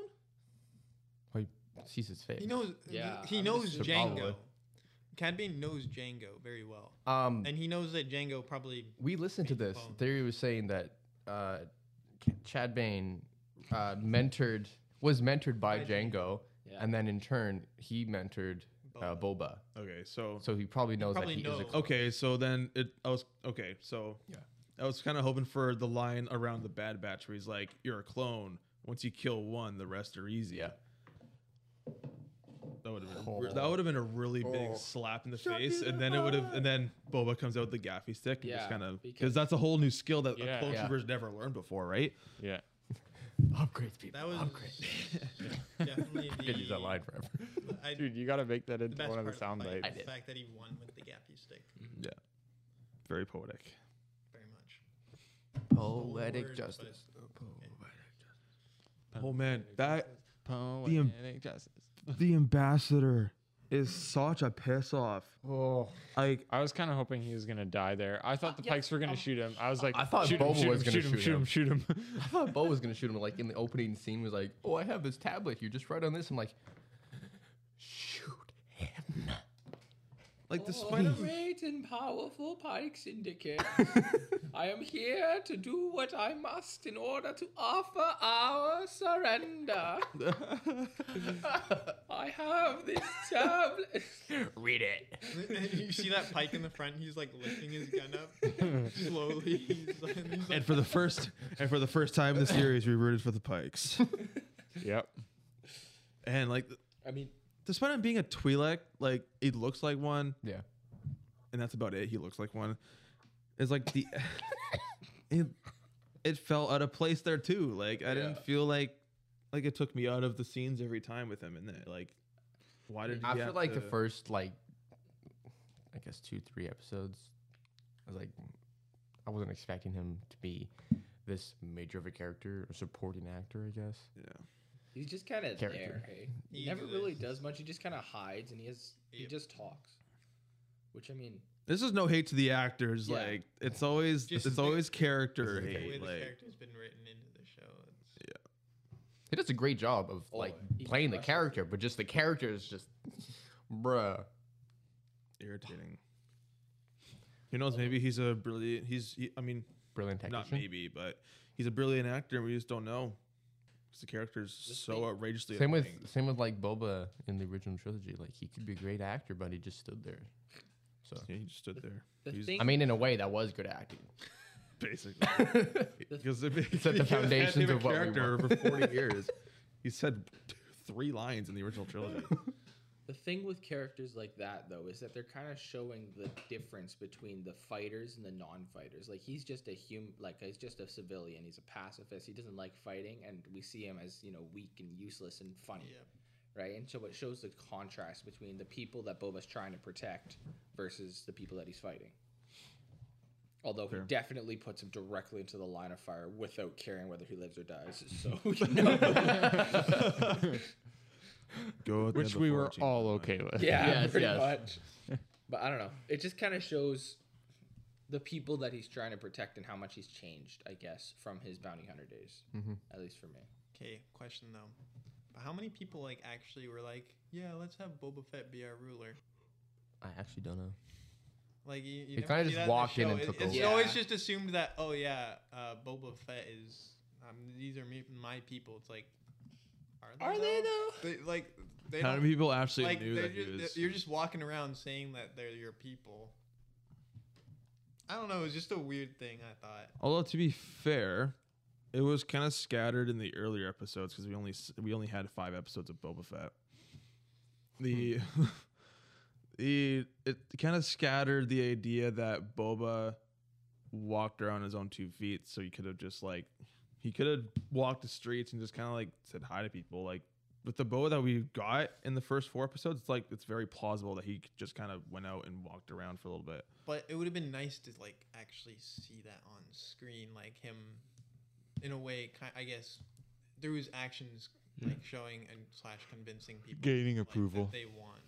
Speaker 3: Sees his face.
Speaker 4: He knows.
Speaker 6: Yeah,
Speaker 4: He, he
Speaker 6: I'm
Speaker 4: knows
Speaker 3: assuming-
Speaker 4: Django.
Speaker 3: Probably.
Speaker 4: Cad Bane knows Django very well,
Speaker 3: Um,
Speaker 4: and he knows that Django probably.
Speaker 3: we listened to
Speaker 4: Big
Speaker 3: this.
Speaker 4: bone.
Speaker 3: Theory was saying that uh, Ch- Chad Bane uh, mentored was mentored by
Speaker 4: By Django.
Speaker 3: Django,
Speaker 6: Yeah.
Speaker 3: and then in turn he mentored uh,
Speaker 4: Boba.
Speaker 3: Boba.
Speaker 5: Okay, so
Speaker 3: So he probably knows
Speaker 4: probably
Speaker 3: that he is a
Speaker 4: knows.
Speaker 3: clone.
Speaker 5: okay, so then it I was okay, so
Speaker 3: Yeah.
Speaker 5: I was kind of hoping for the line around the Bad Batch where he's like, "You're a clone. Once you kill one, the rest are easy."
Speaker 3: Yeah.
Speaker 5: That would have been
Speaker 3: Oh.
Speaker 5: that would have been a really big
Speaker 3: Oh.
Speaker 5: slap in the face, and then it would have, and then Boba comes out with the gaffy stick, and
Speaker 6: Yeah,
Speaker 5: just kind of because
Speaker 6: because-
Speaker 5: that's a whole new skill that a
Speaker 2: Yeah.
Speaker 5: clone
Speaker 3: Yeah.
Speaker 5: trooper's never learned before, right?
Speaker 2: yeah.
Speaker 3: Upgrades people.
Speaker 4: That was
Speaker 3: Upgrades.
Speaker 4: [LAUGHS]
Speaker 6: [LAUGHS]
Speaker 4: definitely
Speaker 3: I
Speaker 4: the.
Speaker 3: could use that line forever.
Speaker 4: I,
Speaker 2: [LAUGHS] Dude, you gotta make that
Speaker 4: the
Speaker 2: into
Speaker 4: best
Speaker 2: one of the
Speaker 4: part
Speaker 2: sound
Speaker 4: the, fight
Speaker 2: bites.
Speaker 4: is the fact that he won with the gaffy stick,
Speaker 6: Mm.
Speaker 5: Very poetic.
Speaker 4: very much.
Speaker 3: Poetic
Speaker 4: Word,
Speaker 3: justice.
Speaker 5: Oh man, that
Speaker 2: Poetic justice.
Speaker 5: the ambassador is such a piss off.
Speaker 3: Oh,
Speaker 5: Like
Speaker 2: I was kind of hoping he was gonna die there. I thought the Pikes were gonna shoot him. I was like,
Speaker 3: I thought
Speaker 2: shoot
Speaker 3: Boba
Speaker 2: him, shoot
Speaker 3: was
Speaker 2: him,
Speaker 3: gonna
Speaker 2: shoot him, shoot him, shoot him.
Speaker 3: I thought Bo was gonna shoot him. Like in the opening scene, was like, "Oh, I have this tablet here. Just write on this." I'm like, "Shoot him!"
Speaker 5: Like the Spider
Speaker 6: great and powerful Pike Syndicate. I am here to do what I must in order to offer our surrender. I have this tablet. Read it.
Speaker 4: [LAUGHS] you see that Pike in the front? He's like lifting his gun [LAUGHS] up slowly. He's like, he's like-
Speaker 5: and for the first and for the first time in the series, we rooted for
Speaker 4: [LAUGHS]
Speaker 5: the Pikes.
Speaker 2: [LAUGHS] Yep.
Speaker 5: and like, th-
Speaker 6: [LAUGHS] I mean,
Speaker 5: despite him being a Twi'lek, like it looks like one,
Speaker 3: Yeah.
Speaker 5: and that's about it. He looks like one. It's like the [LAUGHS] it, it fell out of place there too. Like I didn't
Speaker 6: Yeah.
Speaker 5: feel like like it took me out of the scenes every time with him in there. Like why did he
Speaker 3: After
Speaker 5: have
Speaker 3: like the
Speaker 5: to-
Speaker 3: first like, I guess two three episodes, I was like, I wasn't expecting him to be this major of a character or supporting actor. I guess.
Speaker 5: yeah.
Speaker 6: he's just kind of
Speaker 3: Character.
Speaker 6: there. Hey? He,
Speaker 4: He
Speaker 6: never
Speaker 4: exists.
Speaker 6: really does much. He just kind of hides and he has he
Speaker 4: Yep.
Speaker 6: just talks. Which I mean,
Speaker 5: This is no hate to the actors.
Speaker 6: Yeah.
Speaker 5: Like it's always
Speaker 4: Just
Speaker 5: it's
Speaker 4: the-
Speaker 5: always
Speaker 4: the
Speaker 5: character
Speaker 4: way
Speaker 5: hate.
Speaker 4: the
Speaker 5: Like
Speaker 4: character's been written into the show. It's,
Speaker 3: He does a great job of
Speaker 6: Oh,
Speaker 3: like
Speaker 6: he
Speaker 3: playing the
Speaker 6: crushes
Speaker 3: character, but just the character is just, bruh.
Speaker 5: irritating. Who knows? Maybe he's a brilliant. He's he, I mean
Speaker 3: Brilliant
Speaker 5: not
Speaker 3: technician.
Speaker 5: maybe, but he's a brilliant actor. and We just don't know. 'Cause The character's
Speaker 6: Just
Speaker 5: so
Speaker 6: think-
Speaker 5: outrageously
Speaker 3: Same with
Speaker 5: annoying.
Speaker 3: same with like Boba in the original trilogy. Like he could be a great actor, but he just stood there. So
Speaker 5: Yeah, he just stood there.
Speaker 6: the
Speaker 5: He's
Speaker 6: thing
Speaker 3: I mean, in a way, that was
Speaker 5: [LAUGHS]
Speaker 3: good acting.
Speaker 5: basically [LAUGHS] because if he
Speaker 3: Set the
Speaker 5: if he [LAUGHS] had
Speaker 3: foundations
Speaker 5: been a
Speaker 3: of what we
Speaker 5: character
Speaker 3: want.
Speaker 5: for forty [LAUGHS] years. He said three lines in the original
Speaker 3: [LAUGHS]
Speaker 5: trilogy.
Speaker 6: The thing with characters like that though is that they're kind of showing the difference between the fighters and the non-fighters. Like he's just a human, like he's just a civilian. He's a pacifist. He doesn't like fighting, and we see him as you know weak and useless and funny,
Speaker 4: Yep.
Speaker 6: right? And so it shows the contrast between the people that Boba's trying to protect versus the people that he's fighting. Although he definitely puts him directly into the line of fire without caring whether he lives or dies. So you know,
Speaker 5: Go at the end of
Speaker 2: Which
Speaker 5: the
Speaker 2: we were
Speaker 5: fortune,
Speaker 2: all
Speaker 5: like,
Speaker 2: okay [LAUGHS] with.
Speaker 6: Yeah,
Speaker 3: Yes,
Speaker 6: pretty
Speaker 3: yes.
Speaker 6: much. But I don't know. It just kind of shows the people that he's trying to protect and how much he's changed, I guess, from his bounty hunter days. At least for me.
Speaker 4: okay, question though. But how many people like actually were like, yeah, let's have Boba Fett be our ruler?
Speaker 3: I actually don't know.
Speaker 4: Like you, you
Speaker 3: They
Speaker 4: never
Speaker 3: kinda
Speaker 4: see
Speaker 3: just
Speaker 4: that the
Speaker 3: walked in
Speaker 4: show.
Speaker 3: and
Speaker 4: It-
Speaker 3: took
Speaker 4: it's
Speaker 6: over.
Speaker 4: always
Speaker 6: Yeah.
Speaker 4: just assumed that oh yeah, uh, Boba Fett is um, these are me, my people. It's like are they, though? They, like they
Speaker 5: How
Speaker 4: don't-
Speaker 5: many people actually
Speaker 4: like
Speaker 5: knew
Speaker 4: they're
Speaker 5: that he
Speaker 4: ju-
Speaker 5: was?
Speaker 4: you're just walking around saying that they're your people. I don't know. It was just a weird thing. I thought.
Speaker 5: Although to be fair, it was kind of scattered in the earlier episodes because we only s- we only had five episodes of Boba Fett. The [LAUGHS] the it kind of scattered the idea that Boba walked around on his own two feet, so he could have just like he could have walked the streets and just kind of like said hi to people. Like with the Boba that we got in the first four episodes, it's like it's very plausible that he just kind of went out and walked around for a little bit.
Speaker 4: But it would have been nice to like actually see that on screen, like him, in a way. ki- I guess through his actions,
Speaker 5: Hmm.
Speaker 4: like showing and slash convincing people,
Speaker 2: Gaining
Speaker 4: like, that
Speaker 2: approval.
Speaker 4: they want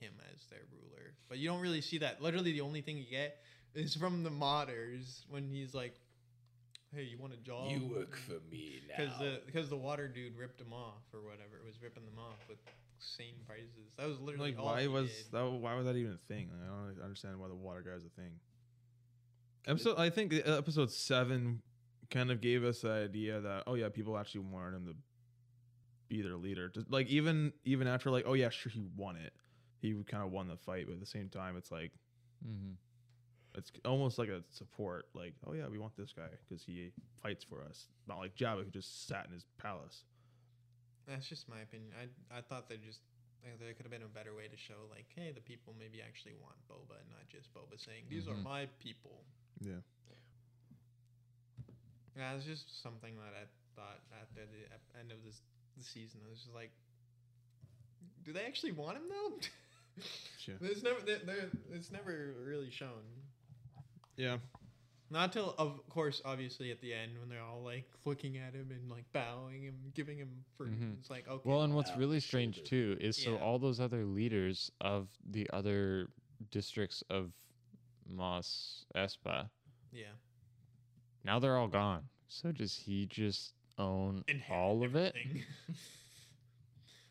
Speaker 4: him as their ruler. But you don't really see that. Literally, the only thing you get is from the modders when he's like, "Hey, you want a job?
Speaker 6: for me
Speaker 4: Because the because the water dude ripped him off or whatever it was ripping them off with sane prices. That was literally
Speaker 5: Like,
Speaker 4: all
Speaker 5: why
Speaker 4: he
Speaker 5: was
Speaker 4: did.
Speaker 5: that? Why was that even a thing? Like, I don't understand why the water guy is a thing. Episode, I think the episode seven kind of gave us the idea that oh yeah, people actually wanted him to be their leader. Just, like even even after like oh yeah, sure he won it, he kind of won the fight, but at the same time, it's like
Speaker 2: Mhm.
Speaker 5: it's almost like a support. Like oh yeah, we want this guy because he fights for us. Not like Jabba who just sat in his palace.
Speaker 4: That's just my opinion. I I thought they just like, there could have been a better way to show like, hey, the people maybe actually want Boba and not just Boba saying these
Speaker 2: Mhm.
Speaker 5: Mm-hmm.
Speaker 4: are my people.
Speaker 5: Yeah.
Speaker 4: Yeah, it's just something that I thought after the ep- end of this the season. I was just like, do they actually want him though? [LAUGHS]
Speaker 5: Sure.
Speaker 4: There's never there, there, it's never really shown.
Speaker 5: Yeah.
Speaker 4: Not till, of course, obviously at the end when they're all like looking at him and like bowing and giving him fruit.
Speaker 2: Mhm.
Speaker 4: It's like okay,
Speaker 2: Well, and what's
Speaker 6: Yeah,
Speaker 2: really strange too is so
Speaker 4: Yeah.
Speaker 2: all those other leaders of the other districts of Mos Espa,
Speaker 4: yeah,
Speaker 2: now they're all gone. So does he just own all of it?
Speaker 4: Everything. [LAUGHS]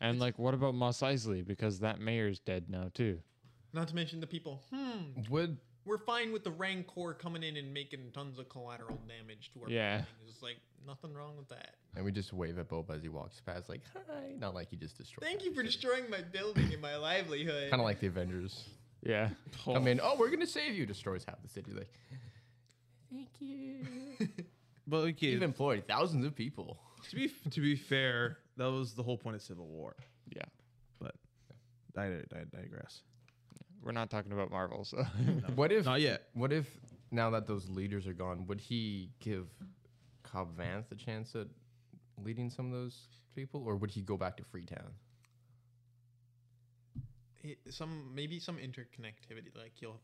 Speaker 2: And like, what about Mos Eisley? Because that mayor's dead now too.
Speaker 4: Not to mention the people. Hmm.
Speaker 3: Would
Speaker 4: We're fine with the Rancor coming in and making tons of collateral damage to our
Speaker 2: Yeah.
Speaker 4: buildings. It's like nothing wrong with that.
Speaker 3: and we just wave at Boba as he walks past, like hi, not like he just destroyed.
Speaker 4: Thank you for destroying my building and my livelihood.
Speaker 3: Kind of like the Avengers.
Speaker 2: Yeah.
Speaker 3: I mean, oh, we're gonna save you. Destroys half the city. Like, thank you.
Speaker 5: But okay,
Speaker 3: [LAUGHS] You've employed thousands of people.
Speaker 5: to be to be fair, that was the whole point of Civil War.
Speaker 2: Yeah.
Speaker 5: But I, I digress.
Speaker 2: We're not talking about Marvel, so [LAUGHS]
Speaker 3: What if?
Speaker 5: Not yet.
Speaker 3: What if now that those leaders are gone, would he give Cobb Vanth the chance at leading some of those people, or would he go back to Freetown?
Speaker 4: It- some maybe some interconnectivity. Like he'll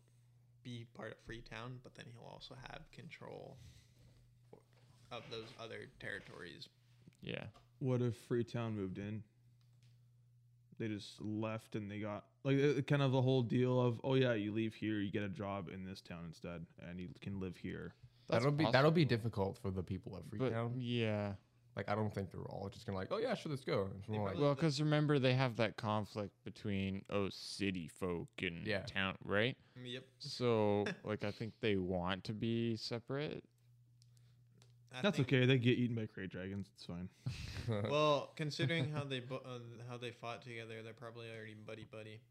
Speaker 4: be part of Freetown, but then he'll also have control of those other territories.
Speaker 2: yeah.
Speaker 5: What if Freetown moved in? They just left and they got like uh, kind of the whole deal of oh yeah, you leave here, you get a job in this town instead, and you can live here.
Speaker 2: That's
Speaker 3: that'll be that'll be
Speaker 2: possible,
Speaker 3: difficult for the people of
Speaker 2: but
Speaker 3: Freetown.
Speaker 2: yeah.
Speaker 3: like, I don't think they're all just gonna like, oh yeah, sure, let's go. It's more like,
Speaker 2: Well, because remember they have that conflict between oh city folk and
Speaker 3: Yeah.
Speaker 2: town, right?
Speaker 4: Yep.
Speaker 2: So like I think they want to be separate.
Speaker 4: I
Speaker 5: That's
Speaker 4: think-
Speaker 5: okay. They get eaten by great dragons. It's fine.
Speaker 4: Well, considering how they bo- uh, how they fought together, they're probably already buddy buddy.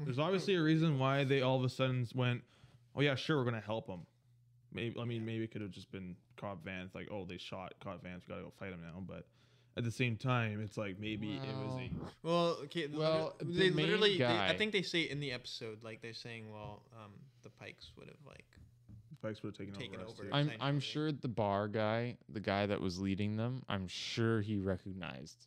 Speaker 5: There's obviously a reason why they all of a sudden went, oh yeah, sure, we're gonna help them. Maybe I mean maybe it could have just been Cobb Vanth like oh they shot Cobb Vanth, we gotta go fight him now. But at the same time, it's like maybe it was a
Speaker 2: Well,
Speaker 4: Well, okay. the
Speaker 2: Well,
Speaker 4: liter-
Speaker 2: the
Speaker 4: they
Speaker 2: main
Speaker 4: literally. they- I
Speaker 2: guy-
Speaker 4: think they say in the episode, like they're saying, well, um, the Pikes would have like.
Speaker 5: Pikes would have taken,
Speaker 4: Taken
Speaker 5: over. us,
Speaker 4: over.
Speaker 5: too.
Speaker 2: I'm I'm
Speaker 4: Essentially.
Speaker 2: sure the bar guy, the guy that was leading them, I'm sure he recognized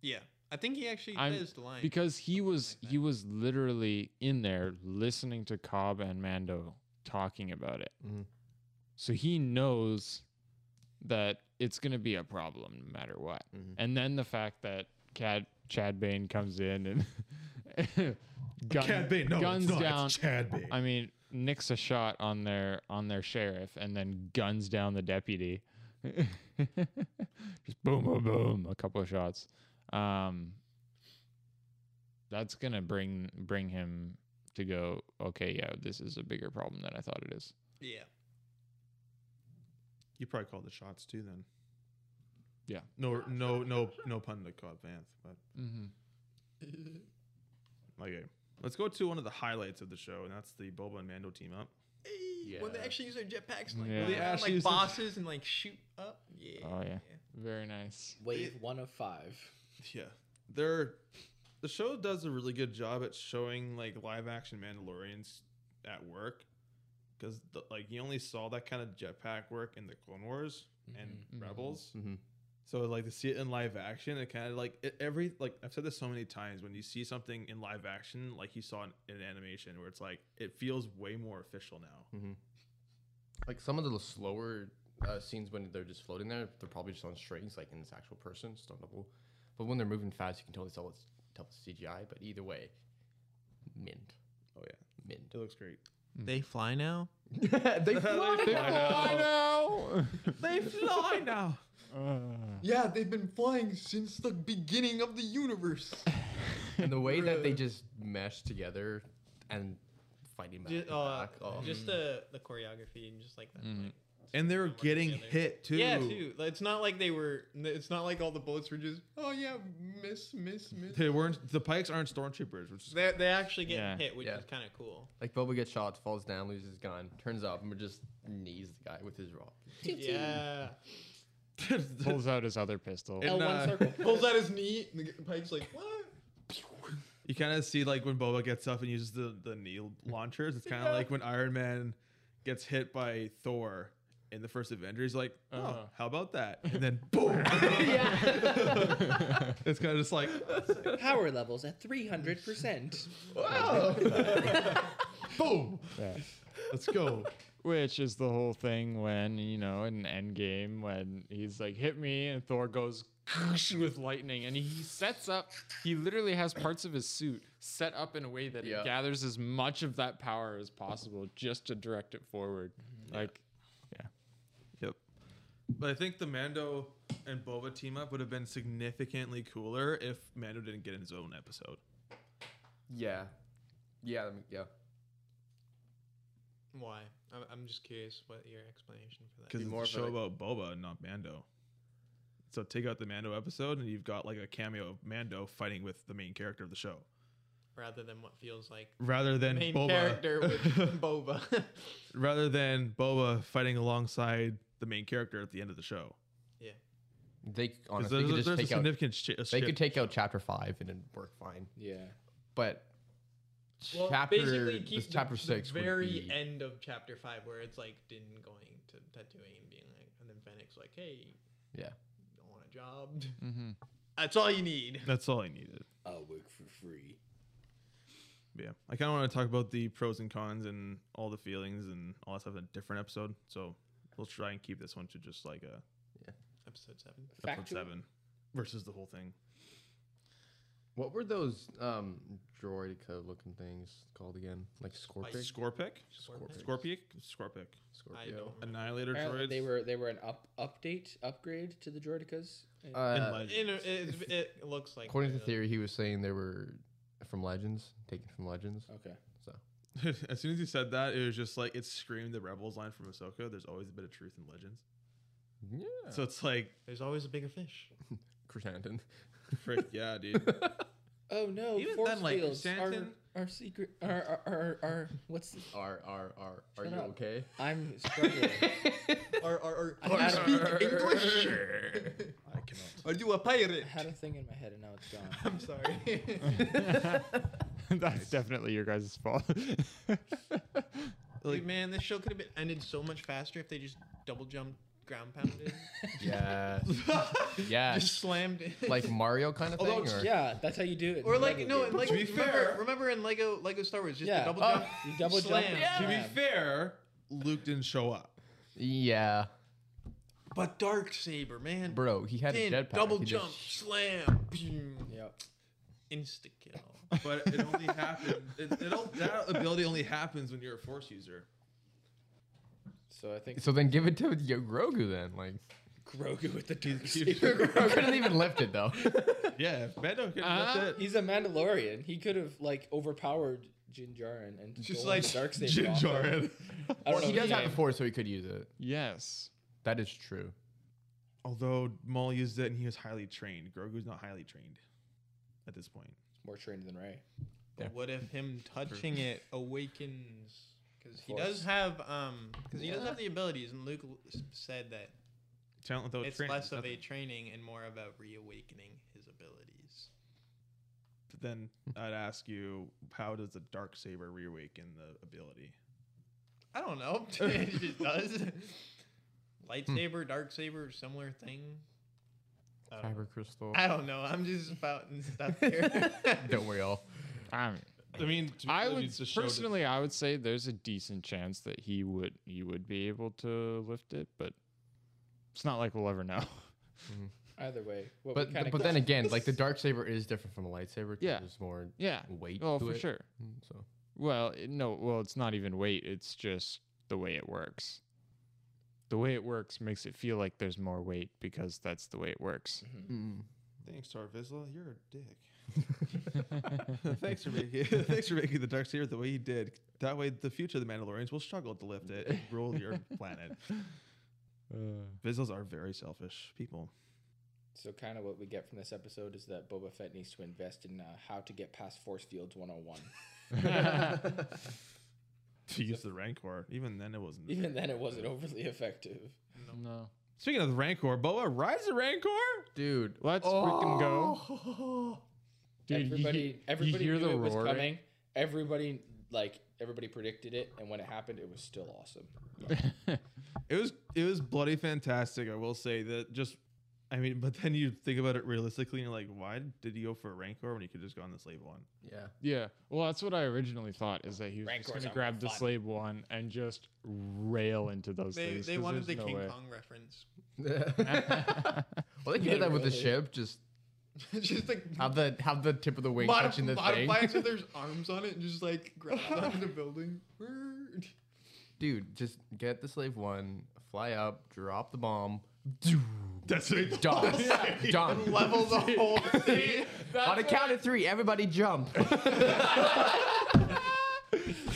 Speaker 4: Yeah, I think he actually
Speaker 2: I'm-
Speaker 4: says the line
Speaker 2: because he was
Speaker 4: like
Speaker 2: he
Speaker 4: that.
Speaker 2: was literally in there listening to Cobb and Mando talking about it.
Speaker 3: Mhm.
Speaker 2: So he knows that it's going to be a problem no matter what.
Speaker 5: Mm-hmm.
Speaker 3: Mhm.
Speaker 2: And then the fact that Cad, Chad Bane comes in and [LAUGHS] gun- guns down.
Speaker 5: Chad Bane.
Speaker 2: I mean, nicks a shot on their on their sheriff and then guns down the deputy. [LAUGHS] Just boom, boom, boom, a couple of shots. Um, that's gonna bring bring him to go. Okay, yeah, this is a bigger problem than I thought it is.
Speaker 4: Yeah.
Speaker 5: You probably called the shots too then.
Speaker 2: Yeah.
Speaker 5: No no no no pun to Cobb Vanth, but
Speaker 2: Mm-hmm.
Speaker 5: okay. Let's go to one of the highlights of the show, and that's the Boba and Mando team up.
Speaker 4: Hey, When they
Speaker 3: Yeah.
Speaker 4: actually use their jetpacks, like,
Speaker 2: Yeah.
Speaker 4: yeah.
Speaker 2: They
Speaker 5: actually
Speaker 4: like
Speaker 5: use their-
Speaker 4: bosses and like shoot up. Yeah.
Speaker 2: Oh, yeah. Very nice.
Speaker 6: Wave one of five.
Speaker 5: Yeah. They're the show does a really good job at showing like live action Mandalorians at work. Because like you only saw that kind of jetpack work in the Clone Wars
Speaker 4: Mm-hmm,
Speaker 5: and
Speaker 2: Mhm.
Speaker 5: Rebels.
Speaker 3: Mhm.
Speaker 5: So like to see it in live action, it kind of like it, every like I've said this so many times when you see something in live action, like you saw in, in animation, where it's like it feels way more official now.
Speaker 3: like some of the slower uh, scenes when they're just floating there, they're probably just on strings, like in this actual person, stunt double. But when they're moving fast, you can totally tell it's, tell it's CGI. But either way, mint,
Speaker 5: Oh yeah,
Speaker 3: mint. [LAUGHS]
Speaker 5: it looks great.
Speaker 4: They fly now.
Speaker 3: they fly.
Speaker 2: I know.
Speaker 5: [LAUGHS] They fly now. Uh.
Speaker 4: Yeah, they've been flying since the beginning of the universe.
Speaker 3: [LAUGHS] and the way that they just mesh together and fighting back.
Speaker 4: just,
Speaker 3: and
Speaker 4: uh,
Speaker 3: back, oh,
Speaker 4: just the the choreography and just like that.
Speaker 2: Mm-hmm.
Speaker 4: Like,
Speaker 5: And they were getting
Speaker 4: together.
Speaker 5: hit too.
Speaker 4: yeah, too. Like, It's not like they were. It's not like all the bullets were just. Oh yeah, miss, miss, miss.
Speaker 5: They weren't. The pikes aren't stormtroopers, [LAUGHS] which is
Speaker 4: They they actually get
Speaker 2: Yeah.
Speaker 4: hit, which
Speaker 3: Yeah.
Speaker 4: is kind of cool.
Speaker 3: like Boba gets shot, falls down, loses his gun, turns up, and just knees the guy with his rock.
Speaker 4: yeah.
Speaker 2: Pulls out his other pistol.
Speaker 5: And, uh,
Speaker 4: [LAUGHS] Pulls out his knee. And the Pike's like, what?
Speaker 5: You kind of see like when Boba gets up and uses the the knee launchers. It's kind of like when Iron Man gets hit by Thor in the first Avengers. Like, oh,
Speaker 2: Uh-huh.
Speaker 5: how about that? And then [LAUGHS] boom. [LAUGHS] it's kind of just like
Speaker 1: Power levels at
Speaker 4: [LAUGHS]
Speaker 1: 300%.
Speaker 5: boom.
Speaker 2: Yeah.
Speaker 5: Let's go.
Speaker 2: Which is the whole thing when, you know, in Endgame, when he's like, hit me, and Thor goes with lightning, and he sets up, he literally has parts of his suit set up in a way that
Speaker 3: Yeah.
Speaker 2: it gathers as much of that power as possible just to direct it forward. Like,
Speaker 5: Yep. But I think the Mando and Boba team up would have been significantly cooler if Mando didn't get in his own episode.
Speaker 3: Yeah. Yeah. I mean, yeah.
Speaker 4: Why? I'm, I'm just curious what your explanation for that.
Speaker 5: Because
Speaker 3: Be
Speaker 5: it's
Speaker 3: more
Speaker 5: a
Speaker 3: of
Speaker 5: show
Speaker 3: a-
Speaker 5: about Boba and not Mando. So take out the Mando episode, and you've got like a cameo of Mando fighting with the main character of the show,
Speaker 4: Rather than what feels like
Speaker 5: rather than
Speaker 4: main
Speaker 5: Boba. [LAUGHS]
Speaker 4: character with [LAUGHS] Boba.
Speaker 5: rather than Boba fighting alongside the main character at the end of the show.
Speaker 4: yeah.
Speaker 3: They
Speaker 5: Because
Speaker 3: honestly
Speaker 5: there's,
Speaker 3: could
Speaker 5: there's
Speaker 3: just
Speaker 5: a
Speaker 3: take out.
Speaker 5: significant shi- a
Speaker 3: They
Speaker 5: shift.
Speaker 3: could take out chapter five and it'd work fine.
Speaker 6: Yeah.
Speaker 3: But
Speaker 4: Well,
Speaker 3: chapter
Speaker 4: basically keep
Speaker 3: this chapter
Speaker 4: the,
Speaker 3: six
Speaker 4: the very
Speaker 3: would be,
Speaker 4: end of chapter five where it's like Din going to Tatooine being like, and then Fennec's like, hey,
Speaker 3: Yeah.
Speaker 4: don't want a job.
Speaker 3: Mm-hmm.
Speaker 2: Mhm.
Speaker 4: That's all you need.
Speaker 5: That's all I needed.
Speaker 1: I'll work for free.
Speaker 5: But yeah, I kind of want to talk about the pros and cons and all the feelings and all that stuff in a different episode. So we'll try and keep this one to just like a
Speaker 4: Episode seven.
Speaker 5: episode
Speaker 1: Factual.
Speaker 5: seven versus the whole thing.
Speaker 3: What were those um droidica looking things called again? Like Scorpic?
Speaker 5: Scorpic,
Speaker 3: Scorpic.
Speaker 5: Scorpic, Scorpic,
Speaker 4: I don't
Speaker 3: Scorpio.
Speaker 4: remember.
Speaker 5: Annihilator
Speaker 1: Apparently
Speaker 5: droids.
Speaker 1: They were they were an up update upgrade to the Droidicas. And-
Speaker 5: and
Speaker 3: Uh,
Speaker 5: Legends.
Speaker 4: In a- it's- it, looks like
Speaker 3: according to
Speaker 4: the-
Speaker 3: theory, he was saying they were from Legends, taken from Legends.
Speaker 1: okay.
Speaker 3: So
Speaker 5: [LAUGHS] as soon as you said that, it was just like it screamed the Rebels line from Ahsoka. There's always a bit of truth in legends.
Speaker 3: yeah,
Speaker 5: So it's like,
Speaker 4: There's always a bigger fish.
Speaker 3: Chrysanthemum.
Speaker 1: [LAUGHS]
Speaker 5: frick, yeah, dude.
Speaker 1: Oh no!
Speaker 4: Even
Speaker 1: force
Speaker 4: then, like,
Speaker 1: fields are,
Speaker 4: Santin-
Speaker 1: are secret. Are are are, are what's? The,
Speaker 3: R R R. [LAUGHS] Are
Speaker 1: Shut
Speaker 3: you
Speaker 1: up.
Speaker 4: [LAUGHS]
Speaker 3: [LAUGHS] okay?
Speaker 1: I'm [LAUGHS] struggling.
Speaker 4: or, or, or,
Speaker 1: I had, a,
Speaker 4: English.
Speaker 5: I cannot.
Speaker 4: Are you a pirate?
Speaker 1: I had a thing in my head and now it's gone.
Speaker 4: [LAUGHS] I'm sorry.
Speaker 3: [LAUGHS]
Speaker 2: That's definitely your guys' fault.
Speaker 4: Dude, man, this show could have been ended so much faster if they just double jumped, ground [LAUGHS] pounded,
Speaker 3: [LAUGHS] [LAUGHS] Yeah. yeah.
Speaker 4: just slammed it.
Speaker 3: [LAUGHS]
Speaker 4: [LAUGHS]
Speaker 3: like Mario kind of
Speaker 4: Although
Speaker 3: thing. Or?
Speaker 1: Yeah, that's how you do it.
Speaker 4: or
Speaker 1: in
Speaker 4: like
Speaker 1: Lego
Speaker 4: no,
Speaker 1: games. [LAUGHS]
Speaker 4: like
Speaker 5: To be
Speaker 4: remember,
Speaker 5: fair-
Speaker 4: remember in Lego Lego Star Wars, just
Speaker 1: Yeah.
Speaker 4: the double
Speaker 3: Oh,
Speaker 4: jump,
Speaker 1: you double
Speaker 4: slam.
Speaker 1: jump.
Speaker 4: Yeah.
Speaker 5: to be
Speaker 1: slam.
Speaker 5: fair, Luke didn't show up.
Speaker 3: Yeah.
Speaker 4: but dark saber, man,
Speaker 3: Bro, he had
Speaker 4: Pin,
Speaker 3: a jetpack.
Speaker 4: double
Speaker 3: he just
Speaker 4: jump, slam, boom,
Speaker 1: Yep.
Speaker 4: insta kill.
Speaker 5: But it
Speaker 1: [LAUGHS]
Speaker 5: only happened. It, it all, that ability only happens when you're a Force user.
Speaker 1: So I think
Speaker 3: So then give it to Yo- Grogu then. Like
Speaker 1: Grogu with the dark
Speaker 5: he's-
Speaker 1: saber.
Speaker 3: couldn't even lift it
Speaker 2: [LAUGHS]
Speaker 3: though.
Speaker 5: Yeah, if Mando could
Speaker 2: Ah.
Speaker 5: have it.
Speaker 1: Uh-huh. He's a Mandalorian. He could have like overpowered Jin Djarin and
Speaker 5: Just
Speaker 1: stolen
Speaker 5: like
Speaker 1: the dark saber.
Speaker 5: Jin
Speaker 1: off him.
Speaker 5: [LAUGHS] Djarin.
Speaker 1: I don't know.
Speaker 3: he does have
Speaker 1: came-
Speaker 3: the force, so he could use it.
Speaker 2: yes.
Speaker 3: That is true.
Speaker 5: Although Maul used it and he was highly trained. Grogu's not highly trained at this point.
Speaker 1: more trained than Ray.
Speaker 3: [LAUGHS] Yeah.
Speaker 4: But what if him touching it awakens? Because he
Speaker 1: Force.
Speaker 4: does have um, because he does
Speaker 1: Yeah.
Speaker 4: have the abilities, and Luke l- s- said that
Speaker 5: Talent without
Speaker 4: it's
Speaker 5: training.
Speaker 4: less of a
Speaker 5: nothing.
Speaker 4: training and more about reawakening his abilities.
Speaker 5: But then I'd ask you, how does the dark saber reawaken the ability?
Speaker 4: I don't know. [LAUGHS] it just does. Lightsaber, dark saber, similar thing. I don't know.
Speaker 3: Kyber crystal.
Speaker 4: I don't know. I'm just [LAUGHS] spouting stuff here.
Speaker 3: Don't we all?
Speaker 2: I mean,
Speaker 5: I mean,
Speaker 2: I would personally, I would say there's a decent chance that he would he would be able to lift it, but it's not like we'll ever know. [LAUGHS]
Speaker 1: Either way, what we
Speaker 3: But
Speaker 1: kinda
Speaker 3: but then again, like the dark saber is different from a lightsaber. 'cause
Speaker 2: Yeah.
Speaker 3: There's more
Speaker 2: Yeah.
Speaker 3: weight.
Speaker 2: Oh,
Speaker 3: to
Speaker 2: for
Speaker 3: it.
Speaker 2: sure.
Speaker 3: Mm, So
Speaker 2: Well, it- no. Well, it's not even weight. It's just the way it works. The way it works makes it feel like there's more weight because that's the way it works.
Speaker 5: Thanks, Tarvisla. You're a dick. [LAUGHS] thanks for making thanks for making the dark saber the way you did. That way, the future of the Mandalorians will struggle to lift it and rule [LAUGHS] your planet. Uh. Vizslas are very selfish people.
Speaker 1: So kind of what we get from this episode is that Boba Fett needs to invest in uh, how to get past force fields 101.
Speaker 5: [LAUGHS] To use the Rancor, even then it wasn't.
Speaker 1: [LAUGHS] Even then, it wasn't overly effective.
Speaker 2: [LAUGHS] no.
Speaker 5: Speaking of the Rancor, Boa rides the Rancor.
Speaker 3: dude,
Speaker 2: Let's freaking go, dude. you
Speaker 1: everybody,
Speaker 2: he-
Speaker 1: everybody
Speaker 2: you hear
Speaker 1: knew
Speaker 2: the
Speaker 1: it was
Speaker 2: roaring?
Speaker 1: coming. Everybody, like everybody, predicted it, and when it happened, it was still awesome.
Speaker 5: It was it was bloody fantastic. I will say that just. I mean, but then you think about it realistically, and you're like, why did he go for a Rancor when he could just gone the slave one?
Speaker 2: [LAUGHS]
Speaker 3: yeah. [LAUGHS]
Speaker 2: Yeah. Well, that's what I originally thought is that he was
Speaker 1: Rancors
Speaker 2: just going
Speaker 1: are
Speaker 2: to grab the
Speaker 1: fun.
Speaker 2: slave one and just rail into those
Speaker 4: they
Speaker 2: things.
Speaker 4: they
Speaker 2: 'cause
Speaker 4: wanted the
Speaker 2: there's no
Speaker 4: King
Speaker 2: way.
Speaker 4: Kong reference. [LAUGHS]
Speaker 3: well, they could do that with the
Speaker 1: Literally.
Speaker 3: ship. Just
Speaker 4: just like
Speaker 3: have the have the tip of the wing touching
Speaker 4: modif-
Speaker 3: the
Speaker 4: modify
Speaker 3: thing.
Speaker 4: it so there's arms on it and just like grab onto the building. [LAUGHS]
Speaker 3: Dude, just get the slave one, fly up, drop the bomb,
Speaker 5: That's it.
Speaker 3: Done. Done.
Speaker 4: Level the
Speaker 5: [LAUGHS]
Speaker 4: whole thing.
Speaker 3: On a count of three, everybody jump.
Speaker 1: These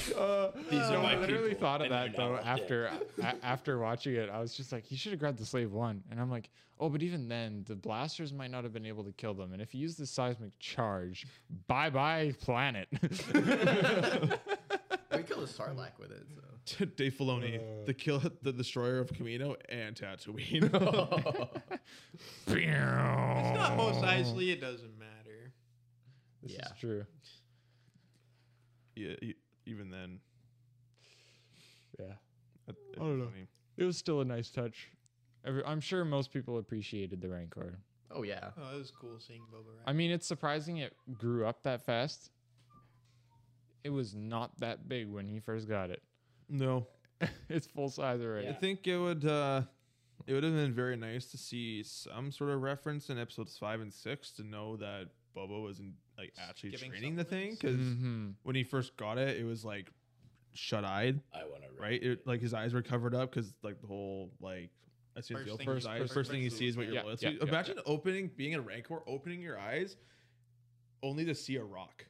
Speaker 2: So
Speaker 1: are my
Speaker 2: I literally
Speaker 1: people,
Speaker 2: thought of
Speaker 1: and you
Speaker 2: that
Speaker 1: know
Speaker 2: though
Speaker 1: it.
Speaker 2: after a- after watching it. I was just like, he should have grabbed the slave one, and I'm like, oh, but even then, the blasters might not have been able to kill them, and if you use the seismic charge, bye bye planet. [LAUGHS]
Speaker 3: [LAUGHS]
Speaker 6: We killed a Sarlacc with it. So.
Speaker 5: Dave Filoni, the kill, the destroyer of Camino and Tatooine. [LAUGHS]
Speaker 4: It's not most Eisley. It doesn't matter.
Speaker 2: This
Speaker 6: Yeah.
Speaker 2: is true.
Speaker 5: yeah, e- even then,
Speaker 2: Yeah,
Speaker 5: that- that'd be
Speaker 2: don't know.
Speaker 5: funny.
Speaker 2: it was still a nice touch. Every, I'm sure most people appreciated the rancor.
Speaker 6: Oh yeah.
Speaker 4: Oh, it was cool seeing Boba.
Speaker 2: I
Speaker 4: Right?
Speaker 2: mean, it's surprising it grew up that fast. It was not that big when he first got it. [LAUGHS]
Speaker 5: No,
Speaker 2: it's full size already.
Speaker 5: I think it would. uh It would have been very nice to see some sort of reference in episodes five and six to know that Boba was in, like actually
Speaker 4: Giving
Speaker 5: training the thing because
Speaker 2: Mm-hmm.
Speaker 5: when he first got it, it was like shut-eyed,
Speaker 1: I want to
Speaker 5: right? It, like his eyes were covered up because like the whole like. I see
Speaker 4: First thing
Speaker 5: first, thing
Speaker 4: you
Speaker 5: first,
Speaker 4: see-
Speaker 5: eyes,
Speaker 4: first
Speaker 5: first thing you
Speaker 4: thing
Speaker 5: see
Speaker 4: you
Speaker 5: is what
Speaker 4: see.
Speaker 5: your
Speaker 2: Yeah,
Speaker 5: loyalty.
Speaker 2: yeah, yeah,
Speaker 5: Imagine opening, being in Rancor, opening your eyes, only to see a rock,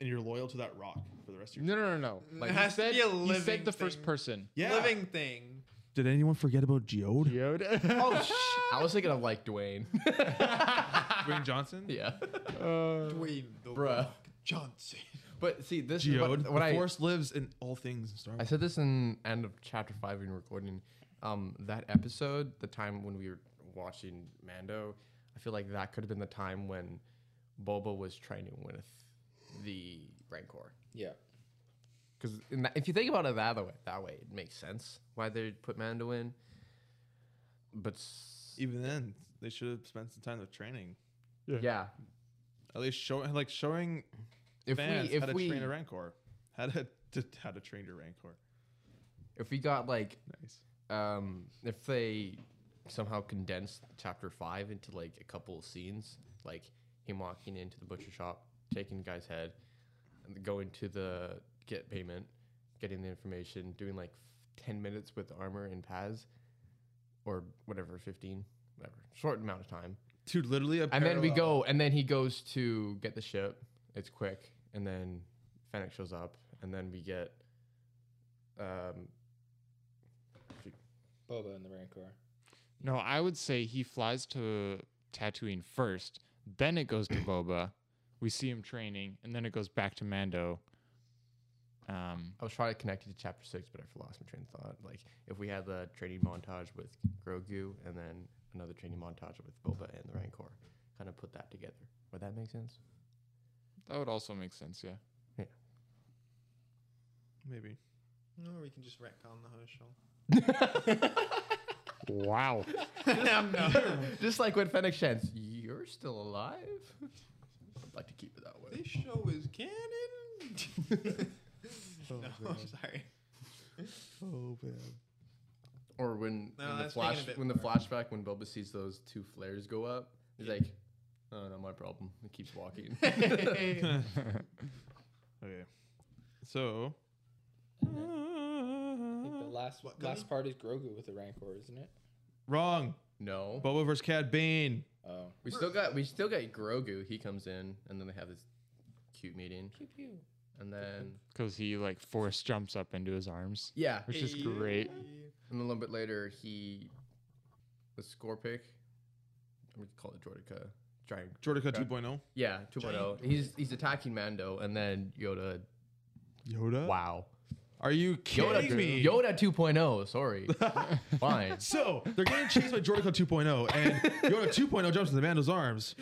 Speaker 5: and you're loyal to that rock for the rest of your.
Speaker 2: No, no, no, no.
Speaker 4: It
Speaker 2: Like he
Speaker 4: has to
Speaker 2: said,
Speaker 4: be a
Speaker 2: he said
Speaker 4: living
Speaker 2: the first
Speaker 4: thing.
Speaker 2: person.
Speaker 5: Yeah.
Speaker 4: Living thing.
Speaker 5: Did anyone forget about
Speaker 4: [LAUGHS]
Speaker 5: Geode?
Speaker 2: [LAUGHS] Yoda.
Speaker 3: Oh, sh- I was thinking of like Dwayne. [LAUGHS]
Speaker 5: Dwayne Johnson.
Speaker 3: yeah,
Speaker 2: Uh,
Speaker 4: Dwayne the
Speaker 3: Bruh.
Speaker 4: Rock Johnson.
Speaker 3: but see, this is
Speaker 5: Geode.
Speaker 3: what, what
Speaker 5: the
Speaker 3: I
Speaker 5: Force lives in all things in Star
Speaker 3: I
Speaker 5: Wars.
Speaker 3: said this in end of chapter five in recording. Um, that episode, the time when we were watching Mando, I feel like that could have been the time when Boba was training with the Rancor.
Speaker 1: Yeah.
Speaker 3: Because if you think about it that way, that way it makes sense why they put Mando in. But s-
Speaker 5: Even then, they should have spent some time with training.
Speaker 3: yeah,
Speaker 5: At least showing, like showing
Speaker 3: if
Speaker 5: fans
Speaker 3: we
Speaker 5: how to
Speaker 3: if we
Speaker 5: train a Rancor, how to, to [LAUGHS] how to train your Rancor.
Speaker 3: if we got like
Speaker 5: Nice.
Speaker 3: um, if they somehow condensed chapter five into like a couple of scenes, like him walking into the butcher shop, taking the guy's head, and then going to the get payment, getting the information, doing like ten minutes with armor and Paz, or whatever, fifteen, whatever, short amount of time,
Speaker 5: Dude, literally a.
Speaker 3: and then we
Speaker 5: parallel.
Speaker 3: go, and then he goes to get the ship. It's quick, and then Fennec shows up, and then we get um,
Speaker 1: Boba and the Rancor.
Speaker 2: no, I would say he flies to Tatooine first, then it goes to Boba. We see him training, and then it goes back to Mando. Um,
Speaker 3: I was trying to connect it to chapter six, but I lost my train of thought. Like if we had the training montage with Grogu and then another training montage with Boba and the Rancor, kind of put that together. Would that make
Speaker 4: [LAUGHS]
Speaker 3: sense?
Speaker 2: that would also make sense. Yeah.
Speaker 3: [LAUGHS]
Speaker 5: Maybe.
Speaker 4: Or we can just retcon the whole show. [LAUGHS]
Speaker 2: [LAUGHS] Wow.
Speaker 3: Just like when Fennec Shans, you're still alive. I'd like to keep it that way.
Speaker 4: This show is [LAUGHS] canon. no, I'm sorry.
Speaker 5: Oh man.
Speaker 3: Or when,
Speaker 4: No,
Speaker 3: when
Speaker 4: that's making
Speaker 3: the
Speaker 4: it a
Speaker 3: flash
Speaker 4: bit
Speaker 3: when the
Speaker 4: more-
Speaker 3: flashback when Boba sees those two flares go up, he's like, "Oh, not my problem." He keeps
Speaker 4: [LAUGHS]
Speaker 3: walking. [LAUGHS]
Speaker 5: Okay. So.
Speaker 1: I think the last
Speaker 4: Uh, What, Gunny?
Speaker 1: last part is Grogu with the Rancor, isn't it?
Speaker 5: Wrong.
Speaker 3: no,
Speaker 5: Boba versus Cad Bane.
Speaker 1: Oh.
Speaker 3: we still got we still got Grogu. He comes in, and then they have this cute meeting,
Speaker 1: Pew pew.
Speaker 3: and then
Speaker 2: Because he like force jumps up into his arms,
Speaker 3: yeah,
Speaker 2: which is great.
Speaker 3: And a little bit later, he the score pick. We call it Jordica. Giant.
Speaker 5: Jordica
Speaker 3: Okay.
Speaker 5: 2.0.
Speaker 3: Yeah, 2.0. He's he's attacking Mando, and then Yoda.
Speaker 5: Yoda.
Speaker 3: Wow.
Speaker 5: Are you
Speaker 3: Yoda,
Speaker 5: kidding me?
Speaker 3: Yoda 2.0. [LAUGHS] Sorry. Fine.
Speaker 5: So they're getting chased by Jordica 2.0, oh,
Speaker 3: [LAUGHS]
Speaker 5: and Yoda 2.0 jumps into Mando's arms.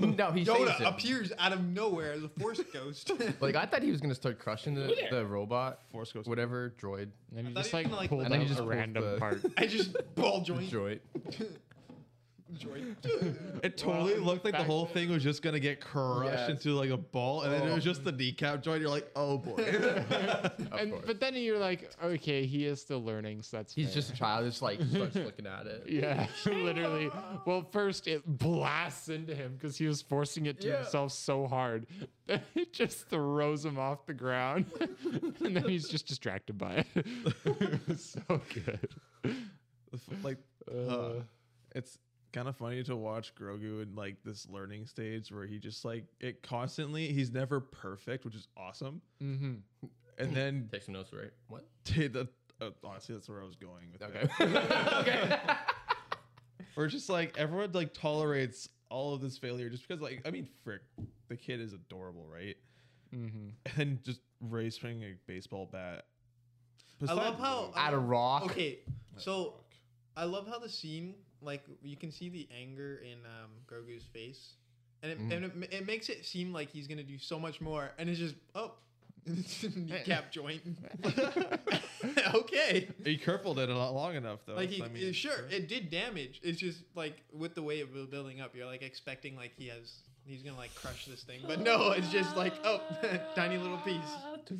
Speaker 3: No, he saves
Speaker 4: Yoda
Speaker 3: him.
Speaker 4: appears out of nowhere as a force [LAUGHS] ghost.
Speaker 3: Like I thought he was gonna start crushing the, the robot,
Speaker 5: Force goes.
Speaker 3: whatever droid.
Speaker 2: And then he
Speaker 4: thought he
Speaker 2: just
Speaker 4: was
Speaker 2: like,
Speaker 4: gonna, like,
Speaker 2: pulled
Speaker 3: And then he
Speaker 2: out
Speaker 3: just
Speaker 2: a
Speaker 3: pulls
Speaker 2: random
Speaker 3: the- [LAUGHS]
Speaker 2: part.
Speaker 4: I just ball joint.
Speaker 3: Droid.
Speaker 4: joint.
Speaker 5: It totally looked like the whole thing was just gonna get crushed
Speaker 3: Yes. Oh.
Speaker 5: into like a ball, and then it was just the kneecap joint. You're like, oh boy.
Speaker 3: Of
Speaker 2: And
Speaker 3: course.
Speaker 2: but then you're like, okay, he is still learning, so that's
Speaker 3: He's
Speaker 2: fair.
Speaker 3: just a child. Just [LAUGHS] like starts looking at it.
Speaker 4: [LAUGHS]
Speaker 2: [LAUGHS] Yeah, [LAUGHS] literally. Well, first it blasts into him because he was forcing it to
Speaker 3: Yeah.
Speaker 2: himself so hard. [LAUGHS] that it just throws him off the ground. [LAUGHS] and then [LAUGHS] he's just distracted by it. so good.
Speaker 5: [LAUGHS] like kind of funny to watch Grogu in like this learning stage where he just like it constantly. He's never perfect, which is awesome.
Speaker 2: Mm-hmm.
Speaker 5: And then
Speaker 3: Take some notes, right? What?
Speaker 5: t- the, uh, honestly, that's where I was going with
Speaker 3: Okay.
Speaker 5: that. [LAUGHS] Or it's just like everyone like tolerates all of this failure just because like I mean, frick, the kid is adorable, right?
Speaker 2: Mm-hmm.
Speaker 5: And just Ray swinging a baseball bat.
Speaker 4: I
Speaker 5: Besides-
Speaker 4: love how
Speaker 3: Out of rock.
Speaker 4: Okay, so I love how the scene, like you can see the anger in um, Grogu's face, and it, and it, ma- it makes it seem like he's gonna do so much more, and it's just oh, [LAUGHS] kneecap joint. okay,
Speaker 5: He crippled it a lot long enough though.
Speaker 4: like he
Speaker 5: so, I mean,
Speaker 4: sure it did damage. It's just like with the way it was building up, you're like expecting like he has he's gonna like crush this thing, but no, it's just like oh, [LAUGHS] tiny little piece.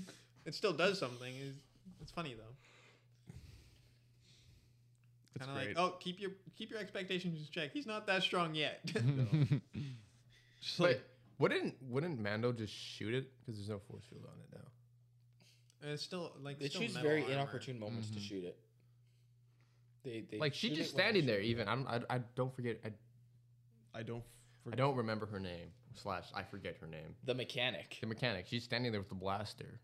Speaker 4: It still does something. It's, it's funny though.
Speaker 5: it's
Speaker 4: Kind of like,
Speaker 5: great.
Speaker 4: oh, keep your keep your expectations in check. He's not that strong yet. [LAUGHS]
Speaker 2: Mm-hmm.
Speaker 5: Just
Speaker 3: But
Speaker 5: like-
Speaker 3: wouldn't wouldn't Mando just shoot it? Because there's no force field on it now.
Speaker 4: and it's still like
Speaker 1: They
Speaker 4: still
Speaker 1: choose
Speaker 4: metal
Speaker 1: very
Speaker 4: armor.
Speaker 1: inopportune moments
Speaker 2: Mm-hmm.
Speaker 1: to shoot it. They, they
Speaker 3: Like she's
Speaker 1: shoot
Speaker 3: just
Speaker 1: it when they
Speaker 3: standing there.
Speaker 1: shoot it.
Speaker 3: Even I don't. I, I don't forget. I,
Speaker 5: I don't.
Speaker 3: I don't remember her name. Slash, I forget her name.
Speaker 1: the mechanic,
Speaker 3: The mechanic. She's standing there with the blaster.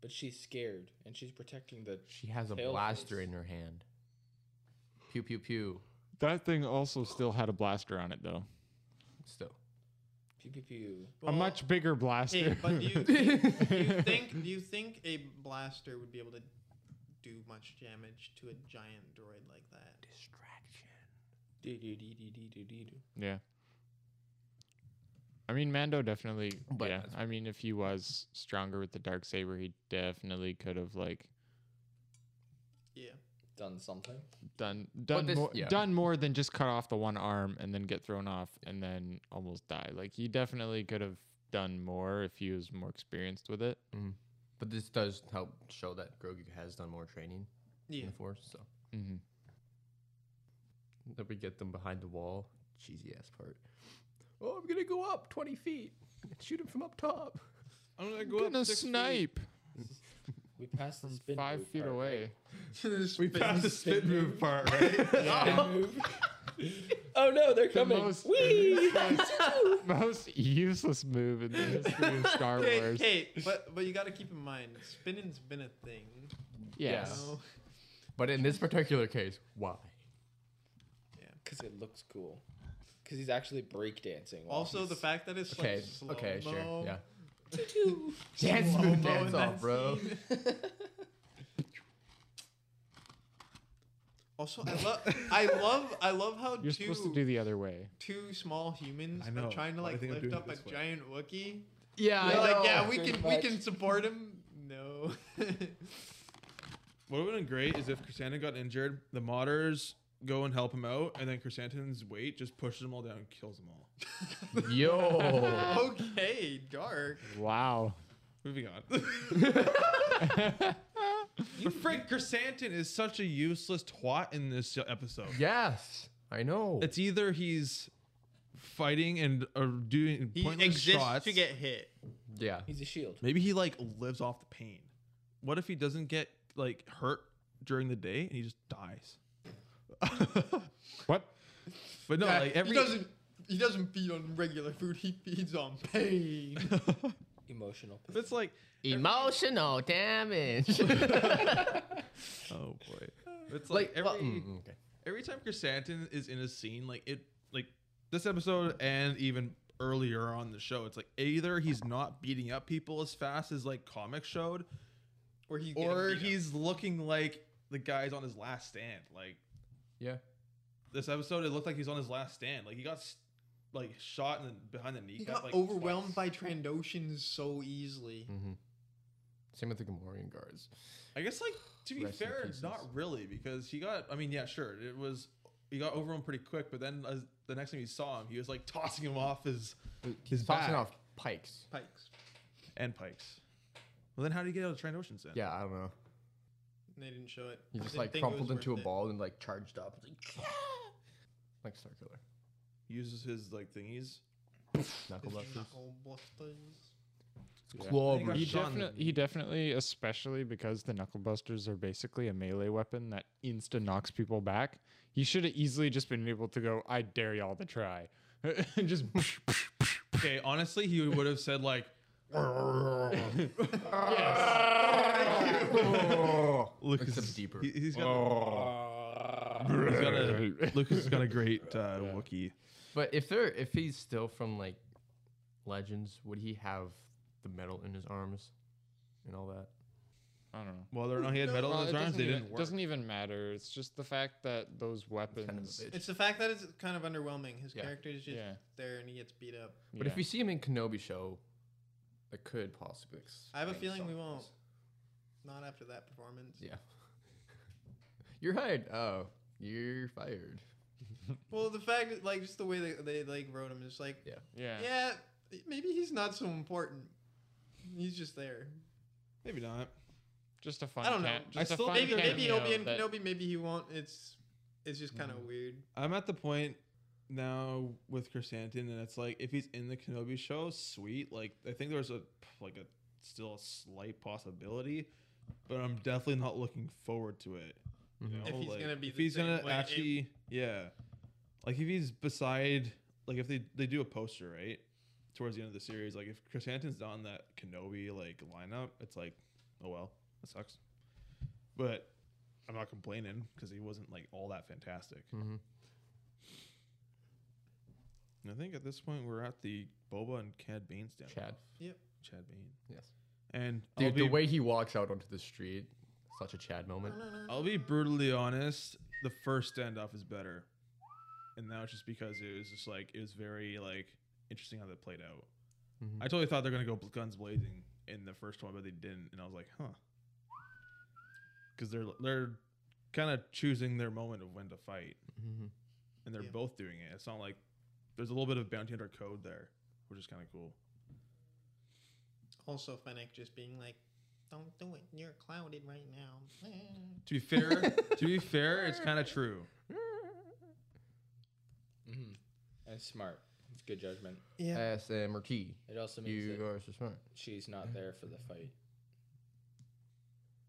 Speaker 1: but she's scared and she's protecting the.
Speaker 3: She has a
Speaker 1: Tail
Speaker 3: blaster
Speaker 1: face.
Speaker 3: in her hand. Pew pew pew.
Speaker 2: That thing also still had a blaster on it though.
Speaker 3: Still.
Speaker 1: Pew pew pew.
Speaker 2: a
Speaker 4: Well,
Speaker 2: much bigger blaster.
Speaker 4: Hey, but
Speaker 2: [LAUGHS]
Speaker 4: do you, do you think do you think a blaster would be able to do much damage to a giant droid like that?
Speaker 1: Do do do do do do do. do.
Speaker 2: yeah. I mean, Mando definitely.
Speaker 3: But
Speaker 2: yeah.
Speaker 3: that's-
Speaker 2: I mean, if he was stronger with the dark saber, he definitely could have like
Speaker 4: Yeah.
Speaker 1: Done something.
Speaker 2: done done
Speaker 3: this-
Speaker 2: more
Speaker 3: yeah.
Speaker 2: done more than just cut off the one arm and then get thrown off and then almost die. Like he definitely could have done more if he was more experienced with it.
Speaker 3: But this does help show that Grogu has done more training
Speaker 4: Yeah.
Speaker 3: in the force. So
Speaker 2: Mm-hmm.
Speaker 3: that we get them behind the wall. Cheesy ass part. Oh, I'm gonna go up 20 feet and shoot him from up top.
Speaker 5: I'm gonna go
Speaker 2: Gonna
Speaker 5: up six feet.
Speaker 2: snipe
Speaker 1: We passed the spin
Speaker 2: five
Speaker 1: move
Speaker 2: feet
Speaker 1: part,
Speaker 2: away.
Speaker 1: right?
Speaker 5: We passed the spin move part, right?
Speaker 1: Oh no, they're
Speaker 2: The
Speaker 1: coming.
Speaker 2: most,
Speaker 1: Whee!
Speaker 5: [LAUGHS]
Speaker 2: most useless move in the history of
Speaker 5: [LAUGHS]
Speaker 2: Star
Speaker 4: Hey,
Speaker 2: Wars.
Speaker 4: hey, but but you got to keep in mind, spinning's been a thing.
Speaker 2: Yes.
Speaker 4: You know?
Speaker 3: But in this particular case, why?
Speaker 1: Because it looks cool. Because he's actually breakdancing. while
Speaker 4: Also, the
Speaker 1: he's-
Speaker 4: fact that it's
Speaker 3: Okay,
Speaker 4: like slow
Speaker 3: okay, sure. Yeah.
Speaker 4: Dance
Speaker 3: [LAUGHS] Dance
Speaker 4: move,
Speaker 3: move,
Speaker 4: Slow-mo dance
Speaker 3: dance
Speaker 4: in off, that
Speaker 3: off,
Speaker 4: bro.
Speaker 3: bro.
Speaker 4: Also, I love I love I love how
Speaker 2: You're
Speaker 4: two
Speaker 2: supposed to do the other way.
Speaker 4: two small humans
Speaker 5: I
Speaker 4: are
Speaker 5: know.
Speaker 4: trying to
Speaker 5: Well, I
Speaker 4: like
Speaker 5: think I'm
Speaker 4: lift
Speaker 5: doing
Speaker 4: up
Speaker 5: it
Speaker 4: a
Speaker 5: this way.
Speaker 4: giant Wookiee.
Speaker 3: Yeah,
Speaker 4: They're like, yeah, we
Speaker 1: Pretty
Speaker 4: can we
Speaker 1: much.
Speaker 4: can support him. No. [LAUGHS]
Speaker 5: What would have been great is if Chrysanthemum got injured, the modders go and help him out, and then Chrysanthemum's weight just pushes them all down and kills them
Speaker 4: [LAUGHS]
Speaker 5: all.
Speaker 3: Yo.
Speaker 4: okay, dark.
Speaker 2: Wow.
Speaker 5: Moving [LAUGHS] on. but Frank Chrysanthemum is such a useless twat in this episode.
Speaker 3: yes, I know.
Speaker 5: It's either he's fighting and or doing
Speaker 4: He
Speaker 5: pointless
Speaker 4: exists
Speaker 5: shots.
Speaker 4: to get hit.
Speaker 3: yeah.
Speaker 1: He's a shield.
Speaker 5: Maybe he like lives off the pain. What if he doesn't get like hurt during the day and he just dies? [LAUGHS]
Speaker 2: What?
Speaker 5: But no,
Speaker 4: Yeah,
Speaker 5: like every
Speaker 4: he doesn't he doesn't feed on regular food. He feeds on pain.
Speaker 1: Emotional.
Speaker 5: [LAUGHS] it's like
Speaker 3: Emotional [LAUGHS] damage.
Speaker 5: oh boy. It's like,
Speaker 3: like,
Speaker 5: every
Speaker 3: well,
Speaker 4: um,
Speaker 3: mm, okay.
Speaker 5: every time Chrysanthemum is in a scene, like it, like this episode and even earlier on the show, it's like either he's not beating up people as fast as like comic showed,
Speaker 4: Or he's getting
Speaker 5: or
Speaker 4: beat up.
Speaker 5: he's looking like the guy's on his last stand. Like
Speaker 3: Yeah.
Speaker 5: this episode, it looked like he's on his last stand. Like he got s- like shot in the, behind the knee.
Speaker 4: he got overwhelmed by Trandoshans so easily.
Speaker 3: Hmm. mm-hmm. Same with the Gamorrean guards.
Speaker 5: I guess like to be
Speaker 3: Rest in
Speaker 5: fair,
Speaker 3: pieces.
Speaker 5: not really because he got. I mean, yeah, sure, it was. He got overwhelmed pretty quick, but then as the next time you saw him, he was like tossing him off his his
Speaker 3: Tossing
Speaker 5: back.
Speaker 3: off pikes.
Speaker 4: Pikes.
Speaker 5: and pikes. Well, then how do you get out of Trend Ocean then?
Speaker 3: Yeah, I don't know.
Speaker 4: They didn't show it.
Speaker 3: He
Speaker 4: I
Speaker 3: just
Speaker 4: didn't
Speaker 3: like
Speaker 4: think it was
Speaker 3: crumpled into a
Speaker 4: worth it.
Speaker 3: ball and like charged up. Like, like Star Killer.
Speaker 5: Uses his like thingies.
Speaker 3: Knuckle
Speaker 4: His
Speaker 3: busters.
Speaker 4: knuckle blusters.
Speaker 5: Claw
Speaker 4: They got
Speaker 2: He
Speaker 5: breed.
Speaker 4: shot in the-
Speaker 2: definitely, he definitely, especially because the knucklebusters are basically a melee weapon that insta knocks people back. He should have easily just been able to go, "I dare y'all to try," [LAUGHS] and just
Speaker 5: Okay, honestly, he would have said like,
Speaker 3: [LAUGHS] Oh.
Speaker 5: Lucas,
Speaker 3: Except deeper. Oh.
Speaker 5: he- [LAUGHS] he's got, he's got a, Lucas has got a
Speaker 3: [LAUGHS]
Speaker 5: great uh, Wookiee.
Speaker 3: But if they're if he's still from like Legends, would he have the metal in his arms and all that?
Speaker 2: I don't know.
Speaker 5: Whether or not he had metal
Speaker 2: Well,
Speaker 5: in his
Speaker 2: it
Speaker 5: arms,
Speaker 2: doesn't
Speaker 5: they
Speaker 2: even,
Speaker 5: didn't work.
Speaker 2: doesn't even matter. It's just the fact that those
Speaker 3: It's kind of a
Speaker 2: weapons.
Speaker 3: bitch.
Speaker 4: It's the fact that it's kind of underwhelming. His
Speaker 3: Yeah.
Speaker 4: character is just
Speaker 2: Yeah.
Speaker 4: there and he gets beat up.
Speaker 3: But if you see him in Kenobi show, that could possibly.
Speaker 4: I have a
Speaker 3: explain
Speaker 4: feeling we
Speaker 3: some of
Speaker 4: won't.
Speaker 3: this.
Speaker 4: Not after that performance.
Speaker 3: Yeah. [LAUGHS] you're hired. Oh, you're fired.
Speaker 4: Well, the fact that, like, just the way they, they like wrote him is like,
Speaker 2: yeah, yeah,
Speaker 4: yeah, maybe he's not so important. He's just there.
Speaker 5: Maybe not.
Speaker 2: just a fun.
Speaker 4: I don't know.
Speaker 2: ca-
Speaker 4: I
Speaker 2: just a
Speaker 5: still-
Speaker 2: fun
Speaker 4: Maybe maybe
Speaker 2: cameo
Speaker 4: he'll be in
Speaker 2: that-
Speaker 4: Kenobi. Maybe he won't. It's it's just kind of weird.
Speaker 5: I'm at the point now with Chrysanthemum, and it's like if he's in the Kenobi show, sweet. Like I think there's a like a still a slight possibility, but I'm definitely not looking forward to it. you
Speaker 3: Mhm.
Speaker 5: know?
Speaker 4: If he's
Speaker 5: Like,
Speaker 4: gonna be
Speaker 5: if
Speaker 4: the
Speaker 5: he's
Speaker 4: same
Speaker 5: gonna
Speaker 4: way, it-
Speaker 5: actually, yeah, like if he's beside, like if they they do a poster right towards the end of the series, like if Chrysanthemum's not in that Kenobi like lineup, it's like, oh well, that sucks. But I'm not complaining because he wasn't like all that fantastic.
Speaker 3: Mm-hmm.
Speaker 5: And I think at this point we're at the Boba and Cad Bane standoff.
Speaker 3: Chad.
Speaker 5: Chad Bane.
Speaker 3: Yes.
Speaker 5: And I'll
Speaker 3: Dude,
Speaker 5: be,
Speaker 3: the way he walks out onto the street, such a Chad moment.
Speaker 5: I'll be brutally honest, the first standoff is better. And that was just because it was just like it was very like interesting how that played out.
Speaker 3: Mhm.
Speaker 5: I totally thought they're gonna go bl- guns blazing in the first one, but they didn't, and I was like, huh. Because they're they're kind of choosing their moment of when to fight,
Speaker 3: Mm-hmm.
Speaker 5: and they're
Speaker 4: Yeah.
Speaker 5: both doing it. It's not like there's a little bit of bounty hunter code there, which is kind of cool.
Speaker 4: Also, Fennec just being like, "Don't do it. You're clouded right now." Eh.
Speaker 5: To be fair,
Speaker 4: [LAUGHS]
Speaker 5: to be fair, it's kind of true.
Speaker 6: Mm-hmm.
Speaker 1: That's smart. It's good judgment.
Speaker 4: Yeah.
Speaker 3: SMRT.
Speaker 1: It also means
Speaker 3: You
Speaker 1: that
Speaker 3: are so smart.
Speaker 1: she's not there for the fight.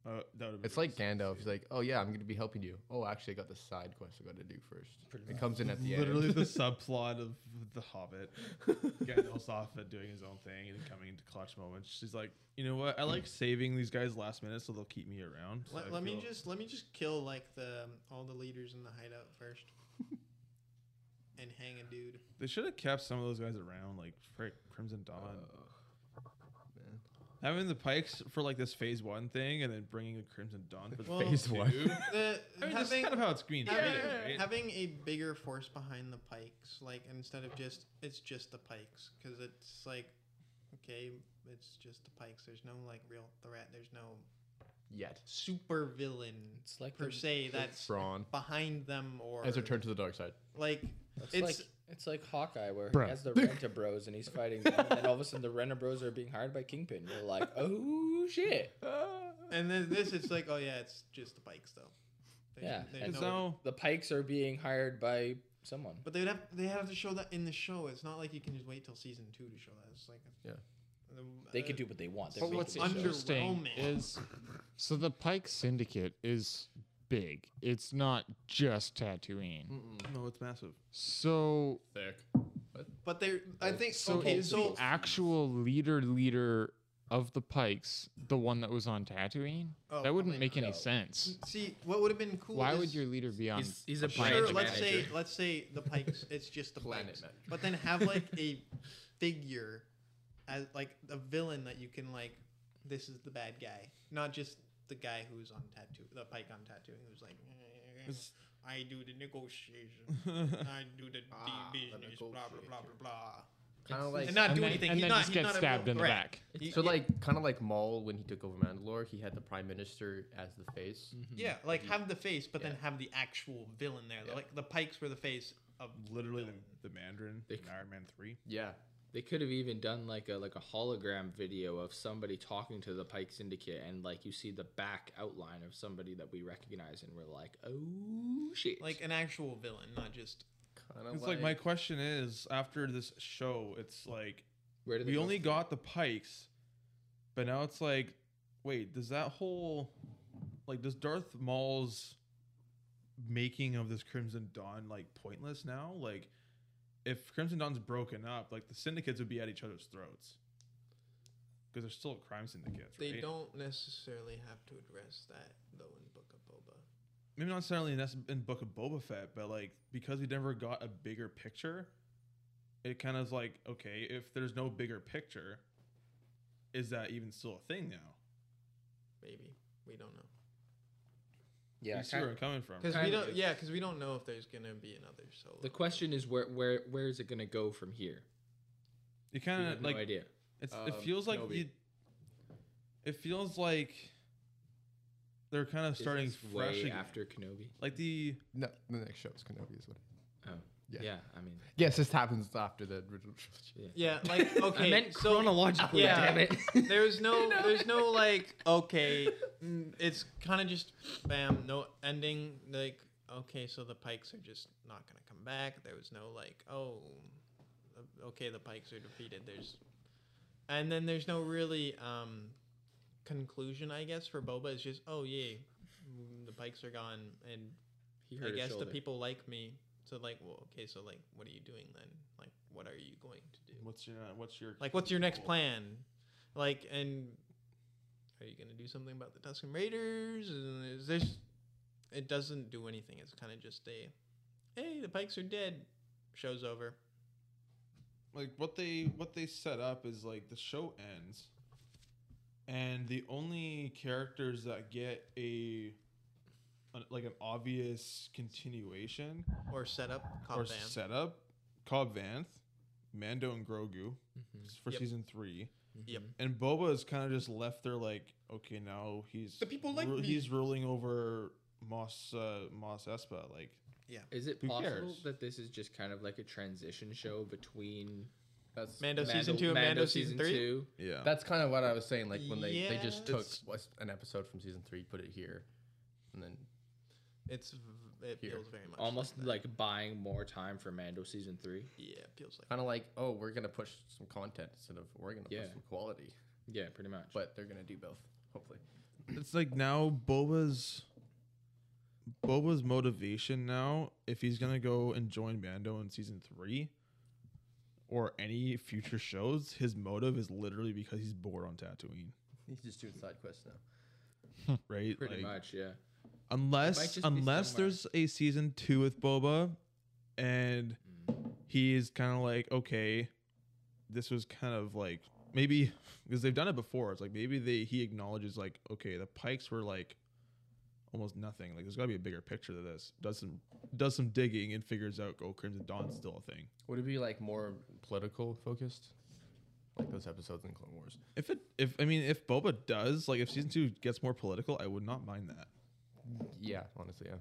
Speaker 5: Uh, that would've been
Speaker 3: It's
Speaker 5: really sick
Speaker 3: like
Speaker 5: to
Speaker 3: Gandalf.
Speaker 5: see.
Speaker 3: He's like, oh yeah, I'm going to be helping you. Oh, actually, I got the side quest I got to do first.
Speaker 1: Pretty
Speaker 3: It
Speaker 1: much.
Speaker 3: comes in at the
Speaker 5: literally
Speaker 3: [LAUGHS] end.
Speaker 5: the subplot of The Hobbit.
Speaker 4: [LAUGHS]
Speaker 5: Gandalf's off at doing his own thing and coming into clutch moments. She's like, you know what? I
Speaker 3: Mm.
Speaker 5: like saving these guys last minute so they'll keep me around. So I
Speaker 4: Let, let me
Speaker 5: feel-
Speaker 4: just let me just kill like the all the leaders in the hideout first, and hang a dude.
Speaker 5: They should have kept some of those guys around, like frick, Crimson Dawn.
Speaker 3: man.
Speaker 5: Having the Pikes for like this Phase One thing, and then bringing the Crimson Dawn for
Speaker 4: Well,
Speaker 3: [LAUGHS]
Speaker 5: Phase
Speaker 3: Phase
Speaker 5: Two.
Speaker 3: one.
Speaker 4: [LAUGHS] The,
Speaker 5: I mean, that's
Speaker 4: having,
Speaker 5: kind of how it's green.
Speaker 4: having,
Speaker 5: right?
Speaker 4: having a bigger force behind the pikes, like instead of just it's just the pikes, because it's like, okay, it's just the pikes. There's no like real threat. There's no
Speaker 3: Yet.
Speaker 4: super villain
Speaker 1: It's like
Speaker 4: per
Speaker 1: the-
Speaker 4: se that's
Speaker 3: Braun.
Speaker 4: behind them or
Speaker 3: As her turn to the dark side.
Speaker 4: like
Speaker 1: It's,
Speaker 4: It's-
Speaker 1: like it's like Hawkeye where
Speaker 2: Bruh.
Speaker 1: he has the Renta Bros and he's fighting them, and all of a sudden the Renta Bros are being hired by Kingpin. You're like, [LAUGHS] oh shit!
Speaker 3: Ah.
Speaker 4: and then this it's like oh yeah it's just the pikes though There's-
Speaker 1: Yeah,
Speaker 4: there's
Speaker 1: and
Speaker 4: no-
Speaker 5: so
Speaker 1: The Pikes are being hired by someone.
Speaker 4: but they'd have they have to show that in the show it's not like you can just wait till season two to show that it's like
Speaker 3: Yeah.
Speaker 4: the- uh,
Speaker 1: They could do what they want. They're
Speaker 2: But what's
Speaker 1: making shows.
Speaker 2: interesting
Speaker 4: Underwhelming.
Speaker 2: is, so the Pike Syndicate is big. It's not just Tatooine.
Speaker 4: Mm.
Speaker 5: no, it's massive.
Speaker 2: So
Speaker 3: Thick.
Speaker 4: but they I think
Speaker 2: so
Speaker 4: okay
Speaker 2: is
Speaker 4: so
Speaker 2: the actual leader leader of the Pikes the one that was on Tatooine?
Speaker 4: Oh,
Speaker 2: that wouldn't
Speaker 4: probably
Speaker 2: make any
Speaker 1: not.
Speaker 2: sense.
Speaker 4: see what would have been cool
Speaker 2: Why would
Speaker 4: is-
Speaker 2: your leader be on?
Speaker 6: He's, he's a
Speaker 2: planet
Speaker 4: sure
Speaker 6: branch
Speaker 4: let's say
Speaker 6: manager.
Speaker 4: let's say the pikes it's just the
Speaker 3: Planet
Speaker 4: pikes
Speaker 3: manager.
Speaker 4: but then have like a figure as like a villain that you can like this is the bad guy not just the guy who's on tattoo the pike on tattooing who's like "Eh,
Speaker 5: It's-
Speaker 4: I do the negotiation I do the,
Speaker 3: Ah, the
Speaker 4: the business blah blah blah blah blah
Speaker 3: Kind of like.
Speaker 4: and not
Speaker 2: and
Speaker 4: do
Speaker 2: then,
Speaker 4: anything
Speaker 2: and
Speaker 4: he's
Speaker 2: then
Speaker 4: not,
Speaker 2: just
Speaker 4: he's
Speaker 2: get
Speaker 4: not a real
Speaker 2: stabbed in the
Speaker 4: threat.
Speaker 2: back.
Speaker 3: so like, kind of like Maul when he took over Mandalore, he had the Prime Minister as the face.
Speaker 4: yeah like have the face but then
Speaker 3: Yeah.
Speaker 4: have the actual villain there
Speaker 3: Yeah.
Speaker 4: like the pikes were the face of
Speaker 5: Literally the, the Mandarin
Speaker 6: They
Speaker 5: in
Speaker 6: c-
Speaker 5: Iron Man Three.
Speaker 3: Yeah.
Speaker 6: They could have even done like a like a hologram video of somebody talking to the Pike Syndicate, and like you see the back outline of somebody that we recognize, and we're like, oh shit!
Speaker 4: like an actual villain not just
Speaker 3: Kind of
Speaker 5: It's like my question is after this show, it's like
Speaker 6: where did
Speaker 5: we
Speaker 6: they
Speaker 5: only got the Pikes, But now it's like, wait, does that whole like does Darth Maul's making of this Crimson Dawn like pointless now? Like if Crimson Dawn's broken up, like the syndicates would be at each other's throats. Because they're still crime syndicates,
Speaker 4: They
Speaker 5: right?
Speaker 4: don't necessarily have to address that though in Book of Boba.
Speaker 5: Maybe not necessarily in, this, in Book of Boba Fett, but like because we never got a bigger picture, it kind of is like okay, if there's no bigger picture, is that even still a thing now?
Speaker 4: Maybe we don't know
Speaker 1: Yeah,
Speaker 5: you see
Speaker 1: kind-
Speaker 5: where I'm coming from.
Speaker 4: because we
Speaker 1: Kinda.
Speaker 4: don't. Yeah, because we don't know if there's gonna be another solo.
Speaker 6: The question is where where where is it gonna go from here?
Speaker 5: You
Speaker 6: We
Speaker 5: kind
Speaker 6: have
Speaker 5: of like
Speaker 6: no idea.
Speaker 5: it's, it
Speaker 6: Um,
Speaker 5: feels like
Speaker 6: Kenobi.
Speaker 5: you. It feels like they're kind of
Speaker 6: Is
Speaker 5: starting
Speaker 6: this
Speaker 5: fresh
Speaker 6: way
Speaker 5: again.
Speaker 6: after Kenobi.
Speaker 5: Like the
Speaker 3: No, the next show is Kenobi. Is what.
Speaker 6: Oh yeah,
Speaker 3: Yeah.
Speaker 6: I mean,
Speaker 3: Yes, this happens after the original trilogy.
Speaker 4: [LAUGHS] Yeah, like okay.
Speaker 6: [LAUGHS] I meant
Speaker 4: so
Speaker 6: chronologically.
Speaker 4: yeah.
Speaker 6: Damn it.
Speaker 4: there's no, there's no like okay. mm, It's kind of just bam, no ending. Like okay, so the Pikes are just not gonna come back. There was no like oh, uh, okay, the Pikes are defeated. There's, and then there's no really um, conclusion I guess for Boba. It's just oh yay, mm, the Pikes are gone, and
Speaker 6: He
Speaker 4: I
Speaker 6: hurt his
Speaker 4: guess the
Speaker 6: shoulder.
Speaker 4: people like me. So like well okay, so like what are you doing then? Like what are you going to do?
Speaker 5: what's your what's your
Speaker 4: Like, what's your next plan? Like, and are you gonna do something about the Tuscan Raiders? And Is this? It doesn't do anything. It's kind of just a, hey, the Pikes are dead. Show's over.
Speaker 5: like what they what they set up is like the show ends and the only characters that get a an- like an obvious continuation
Speaker 4: Or set up Cobb
Speaker 5: or
Speaker 4: Van.
Speaker 5: setup Cobb Vanth, Mando and Grogu
Speaker 1: Mm-hmm.
Speaker 5: for
Speaker 4: Yep.
Speaker 5: season 3
Speaker 4: Yep.
Speaker 5: and Boba is kind of just left there like okay now he's
Speaker 1: The people like me.
Speaker 5: he's ruling over Moss uh, Moss Espa like
Speaker 6: Is it
Speaker 5: Who
Speaker 6: possible
Speaker 5: cares?
Speaker 6: that this is just kind of like a transition show between
Speaker 3: That's
Speaker 4: Mando season two and Mando season three?
Speaker 6: two?
Speaker 5: yeah
Speaker 3: [LAUGHS] that's kind of what I was saying. Like when they, they
Speaker 4: Yeah.
Speaker 3: just took
Speaker 5: It's-
Speaker 3: what's an episode from season three, put it here, and then
Speaker 4: It's v- it
Speaker 3: Here.
Speaker 4: feels very much
Speaker 6: Almost
Speaker 4: like, that.
Speaker 6: like buying more time for Mando season three.
Speaker 4: yeah, it feels like
Speaker 3: kind of like oh we're gonna push some content instead of we're gonna
Speaker 6: Yeah.
Speaker 3: push some quality,
Speaker 6: Yeah, pretty much.
Speaker 3: but they're gonna do both hopefully.
Speaker 5: it's like now Boba's Boba's motivation now, if he's gonna go and join Mando in season three or any future shows, his motive is literally because he's bored on Tatooine,
Speaker 3: He's just doing side quests now.
Speaker 5: right?
Speaker 6: pretty
Speaker 5: Like,
Speaker 6: much, yeah. Might
Speaker 5: Unless
Speaker 6: just be
Speaker 5: unless
Speaker 6: somewhere.
Speaker 5: there's a season two with Boba, and
Speaker 6: Mm.
Speaker 5: he's kind of like, okay, this was kind of like maybe because they've done it before. It's like maybe they he acknowledges like, okay, the Pikes were like almost nothing. Like there's got to be a bigger picture to this. Does some does some digging and figures out, oh, Crimson Dawn's still a thing.
Speaker 3: Would it be like more political focused, like those episodes in Clone Wars?
Speaker 5: If it if I mean if Boba does like if season two gets more political, I would not mind that.
Speaker 3: Yeah, honestly, yeah.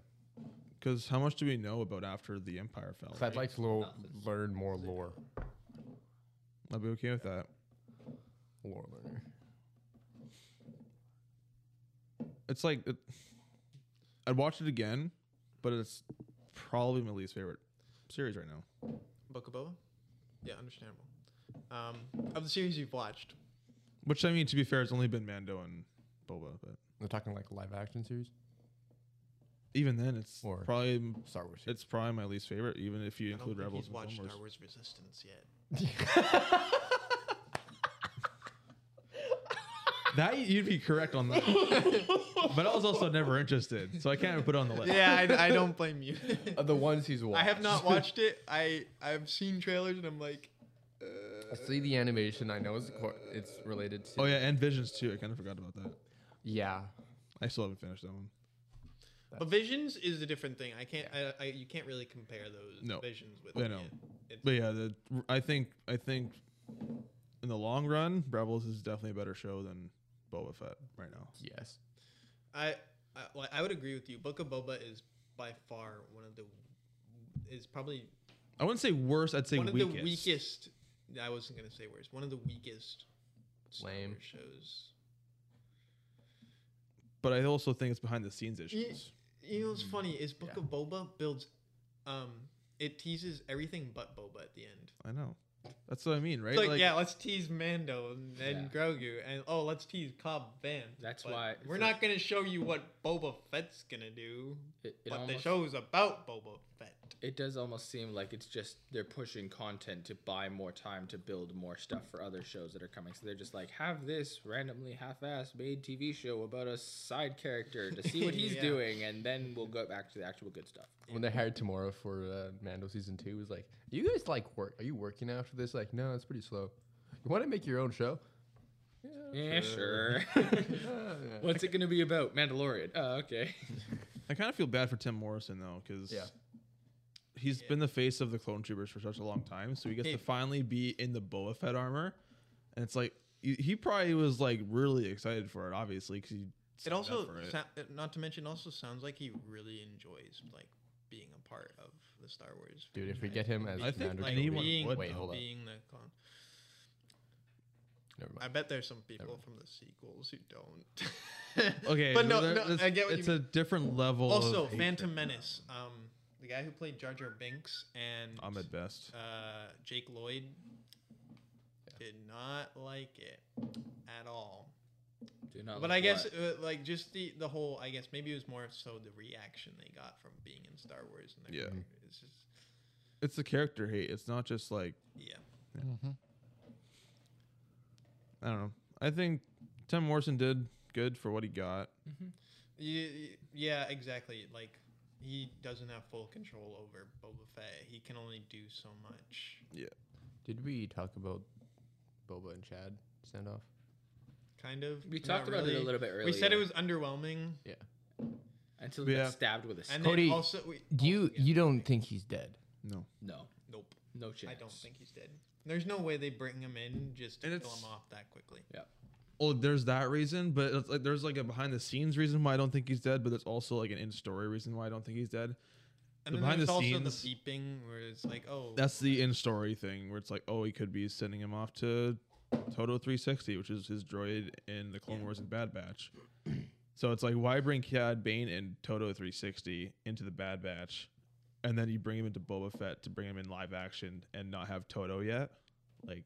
Speaker 5: Because how much do we know about after the Empire fell?
Speaker 3: 'Cause I'd like to lo- learn more lore,
Speaker 5: I'd be okay with that.
Speaker 3: lore learner.
Speaker 5: it's like it, I'd watch it again, but it's probably my least favorite series right now.
Speaker 4: Book of Boba. Yeah, understandable. Um, of the series you've watched,
Speaker 5: Which I mean, to be fair, it's only been Mando and Boba, but
Speaker 3: They're talking like live action series,
Speaker 5: even then, it's
Speaker 3: Or-
Speaker 5: probably m-
Speaker 3: Star Wars. Series.
Speaker 5: it's probably my least favorite, even if you
Speaker 4: I don't
Speaker 5: include
Speaker 4: think
Speaker 5: Rebels
Speaker 4: he's
Speaker 5: and
Speaker 4: watched
Speaker 5: Clone
Speaker 4: Star
Speaker 5: Wars.
Speaker 4: Wars Resistance yet.
Speaker 5: That you'd be correct on that,
Speaker 4: [LAUGHS]
Speaker 5: but I was also never interested, so I can't put it on the list.
Speaker 4: yeah, I, I don't blame
Speaker 5: [LAUGHS]
Speaker 4: you.
Speaker 3: Uh, the ones he's watched.
Speaker 4: I have not watched it. I I've seen trailers and I'm like,
Speaker 3: I see the animation. I know it's cor- it's related to.
Speaker 5: Oh yeah, and Visions too. I kind of forgot about that.
Speaker 3: yeah.
Speaker 5: I still haven't finished that one.
Speaker 4: but Visions is a different thing. I can't. I, I you can't really compare those
Speaker 5: No.
Speaker 4: Visions with.
Speaker 5: I
Speaker 4: it.
Speaker 5: know.
Speaker 4: It's,
Speaker 5: But yeah, the, I think I think in the long run, Rebels is definitely a better show than Boba Fett right now.
Speaker 3: Yes.
Speaker 4: I I, like, I would agree with you. Book of Boba is by far one of the is probably
Speaker 5: I wouldn't say worse. I'd say
Speaker 4: one of
Speaker 5: weakest.
Speaker 4: the weakest. I wasn't gonna say worst. One of the weakest. Star
Speaker 3: Lame.
Speaker 4: Wars shows.
Speaker 5: But I also think it's behind the scenes issues.
Speaker 4: You know what's
Speaker 5: Hmm.
Speaker 4: funny is Book
Speaker 3: Yeah.
Speaker 4: of Boba builds, um, it teases everything but Boba at the end.
Speaker 5: I know. That's what I mean, right?
Speaker 4: It's like, yeah, let's tease Mando and, and Grogu, and oh, let's tease Cobb Van.
Speaker 6: That's
Speaker 4: But
Speaker 6: why-
Speaker 4: we're
Speaker 6: for-
Speaker 4: not gonna show you what Boba Fett's gonna do,
Speaker 6: It, it
Speaker 4: but the
Speaker 6: almost-
Speaker 4: show's about Boba Fett.
Speaker 6: it does almost seem like it's just they're pushing content to buy more time to build more stuff for other shows that are coming. So they're just like, have this randomly half-assed made TV show about a side character to see what
Speaker 4: [LAUGHS]
Speaker 6: he's
Speaker 4: Yeah.
Speaker 6: doing, and then we'll go back to the actual good stuff.
Speaker 3: When they hired Tamara for uh, Mando season two, it was like, "You guys like work? Are you working after this? Like, no, it's pretty slow. You want to make your own show?
Speaker 6: Yeah, sure.
Speaker 4: [LAUGHS]
Speaker 3: Uh, yeah.
Speaker 6: What's it gonna be about? Mandalorian. Oh, okay. [LAUGHS]
Speaker 5: I kind of feel bad for Tim Morrison though, because
Speaker 3: Yeah.
Speaker 5: he's been the face of the Clone Troopers for such a long time. So he gets to finally be in the Boba Fett armor, and it's like he, he probably was like really excited for it, obviously, because he.
Speaker 4: It
Speaker 5: signed up
Speaker 4: also,
Speaker 5: for it.
Speaker 4: sou- uh, not to mention, also sounds like he really enjoys like being a part of the Star Wars.
Speaker 3: Dude, if we
Speaker 4: franchise.
Speaker 3: get him as
Speaker 5: I think
Speaker 3: Commander
Speaker 4: like
Speaker 5: anyone
Speaker 4: being,
Speaker 5: would,
Speaker 3: Wait, hold up.
Speaker 4: being the clone.
Speaker 3: Never
Speaker 4: I
Speaker 3: mind.
Speaker 4: bet there's some people from the sequels who don't.
Speaker 3: [LAUGHS]
Speaker 5: okay,
Speaker 4: but no,
Speaker 5: there-
Speaker 4: no,
Speaker 5: it's,
Speaker 4: I get what
Speaker 5: it's
Speaker 4: you
Speaker 5: a different level. of
Speaker 4: Also,
Speaker 5: hatred.
Speaker 4: Phantom Menace. Um, the guy who played Jar Jar Binks and
Speaker 5: I'm at best.
Speaker 4: uh, Jake Lloyd did not like it at all.
Speaker 6: Do not
Speaker 4: But
Speaker 6: look
Speaker 4: I guess
Speaker 6: what?
Speaker 4: uh, like just the the whole. I guess maybe it was more so the reaction they got from being in Star Wars. And their-
Speaker 5: Yeah.
Speaker 4: it's just
Speaker 5: It's the character hate. It's not just like
Speaker 4: yeah.
Speaker 5: I don't know. I think Tim Morrison did good for what he got.
Speaker 4: Ye- Yeah, exactly. Like he doesn't have full control over Boba Fett. He can only do so much.
Speaker 3: Did we talk about Boba and Chad standoff?
Speaker 4: Kind of.
Speaker 6: we
Speaker 4: Not
Speaker 6: talked about it
Speaker 4: really.
Speaker 6: a little bit earlier.
Speaker 4: We said it was underwhelming,
Speaker 3: Yeah.
Speaker 6: until he
Speaker 5: Yeah.
Speaker 6: got stabbed with a
Speaker 4: and
Speaker 6: stick.
Speaker 3: Cody,
Speaker 4: then also we.
Speaker 3: You
Speaker 4: oh, yeah.
Speaker 3: you don't think he's dead?
Speaker 5: No,
Speaker 6: No,
Speaker 4: Nope.
Speaker 6: no chance.
Speaker 4: I don't think he's dead. There's no way they bring him in just to
Speaker 5: And
Speaker 4: kill
Speaker 5: it's-
Speaker 4: him off that quickly.
Speaker 5: Oh, there's that reason, but it's like there's like a behind the scenes reason why I don't think he's dead, but there's also like an in story reason why I don't think he's dead.
Speaker 4: And then
Speaker 5: The behind
Speaker 4: there's
Speaker 5: the
Speaker 4: also
Speaker 5: scenes-
Speaker 4: the beeping where it's like, oh,
Speaker 5: That's the in story thing where it's like, oh, he could be sending him off to Toto 360, which is his droid in the Clone Wars and Bad Batch. [CLEARS THROAT] so it's like, why bring Cad Bane and Toto 360 into the Bad Batch, and then you bring him into Boba Fett to bring him in live action and not have Toto yet? Like,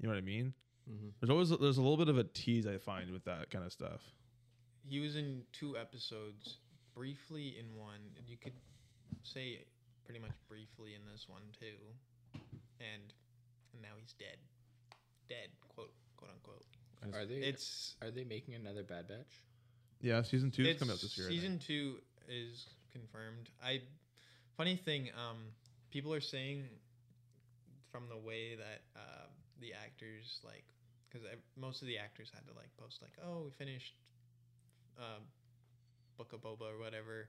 Speaker 5: you know what I mean?
Speaker 4: Mm-hmm.
Speaker 5: There's always there's a little bit of a tease I find with that kind of stuff.
Speaker 4: he was in two episodes, briefly in one. and You could say pretty much briefly in this one too, and and now he's dead, dead quote quote unquote.
Speaker 6: Are they?
Speaker 4: It's
Speaker 6: are they making another Bad Batch?
Speaker 5: Yeah, season two is
Speaker 4: it's
Speaker 5: coming out this year. I think.
Speaker 4: season two is confirmed. I funny thing, um, people are saying from the way that uh, the actors like, because most of the actors had to like post like, oh, we finished uh, Book of Boba or whatever,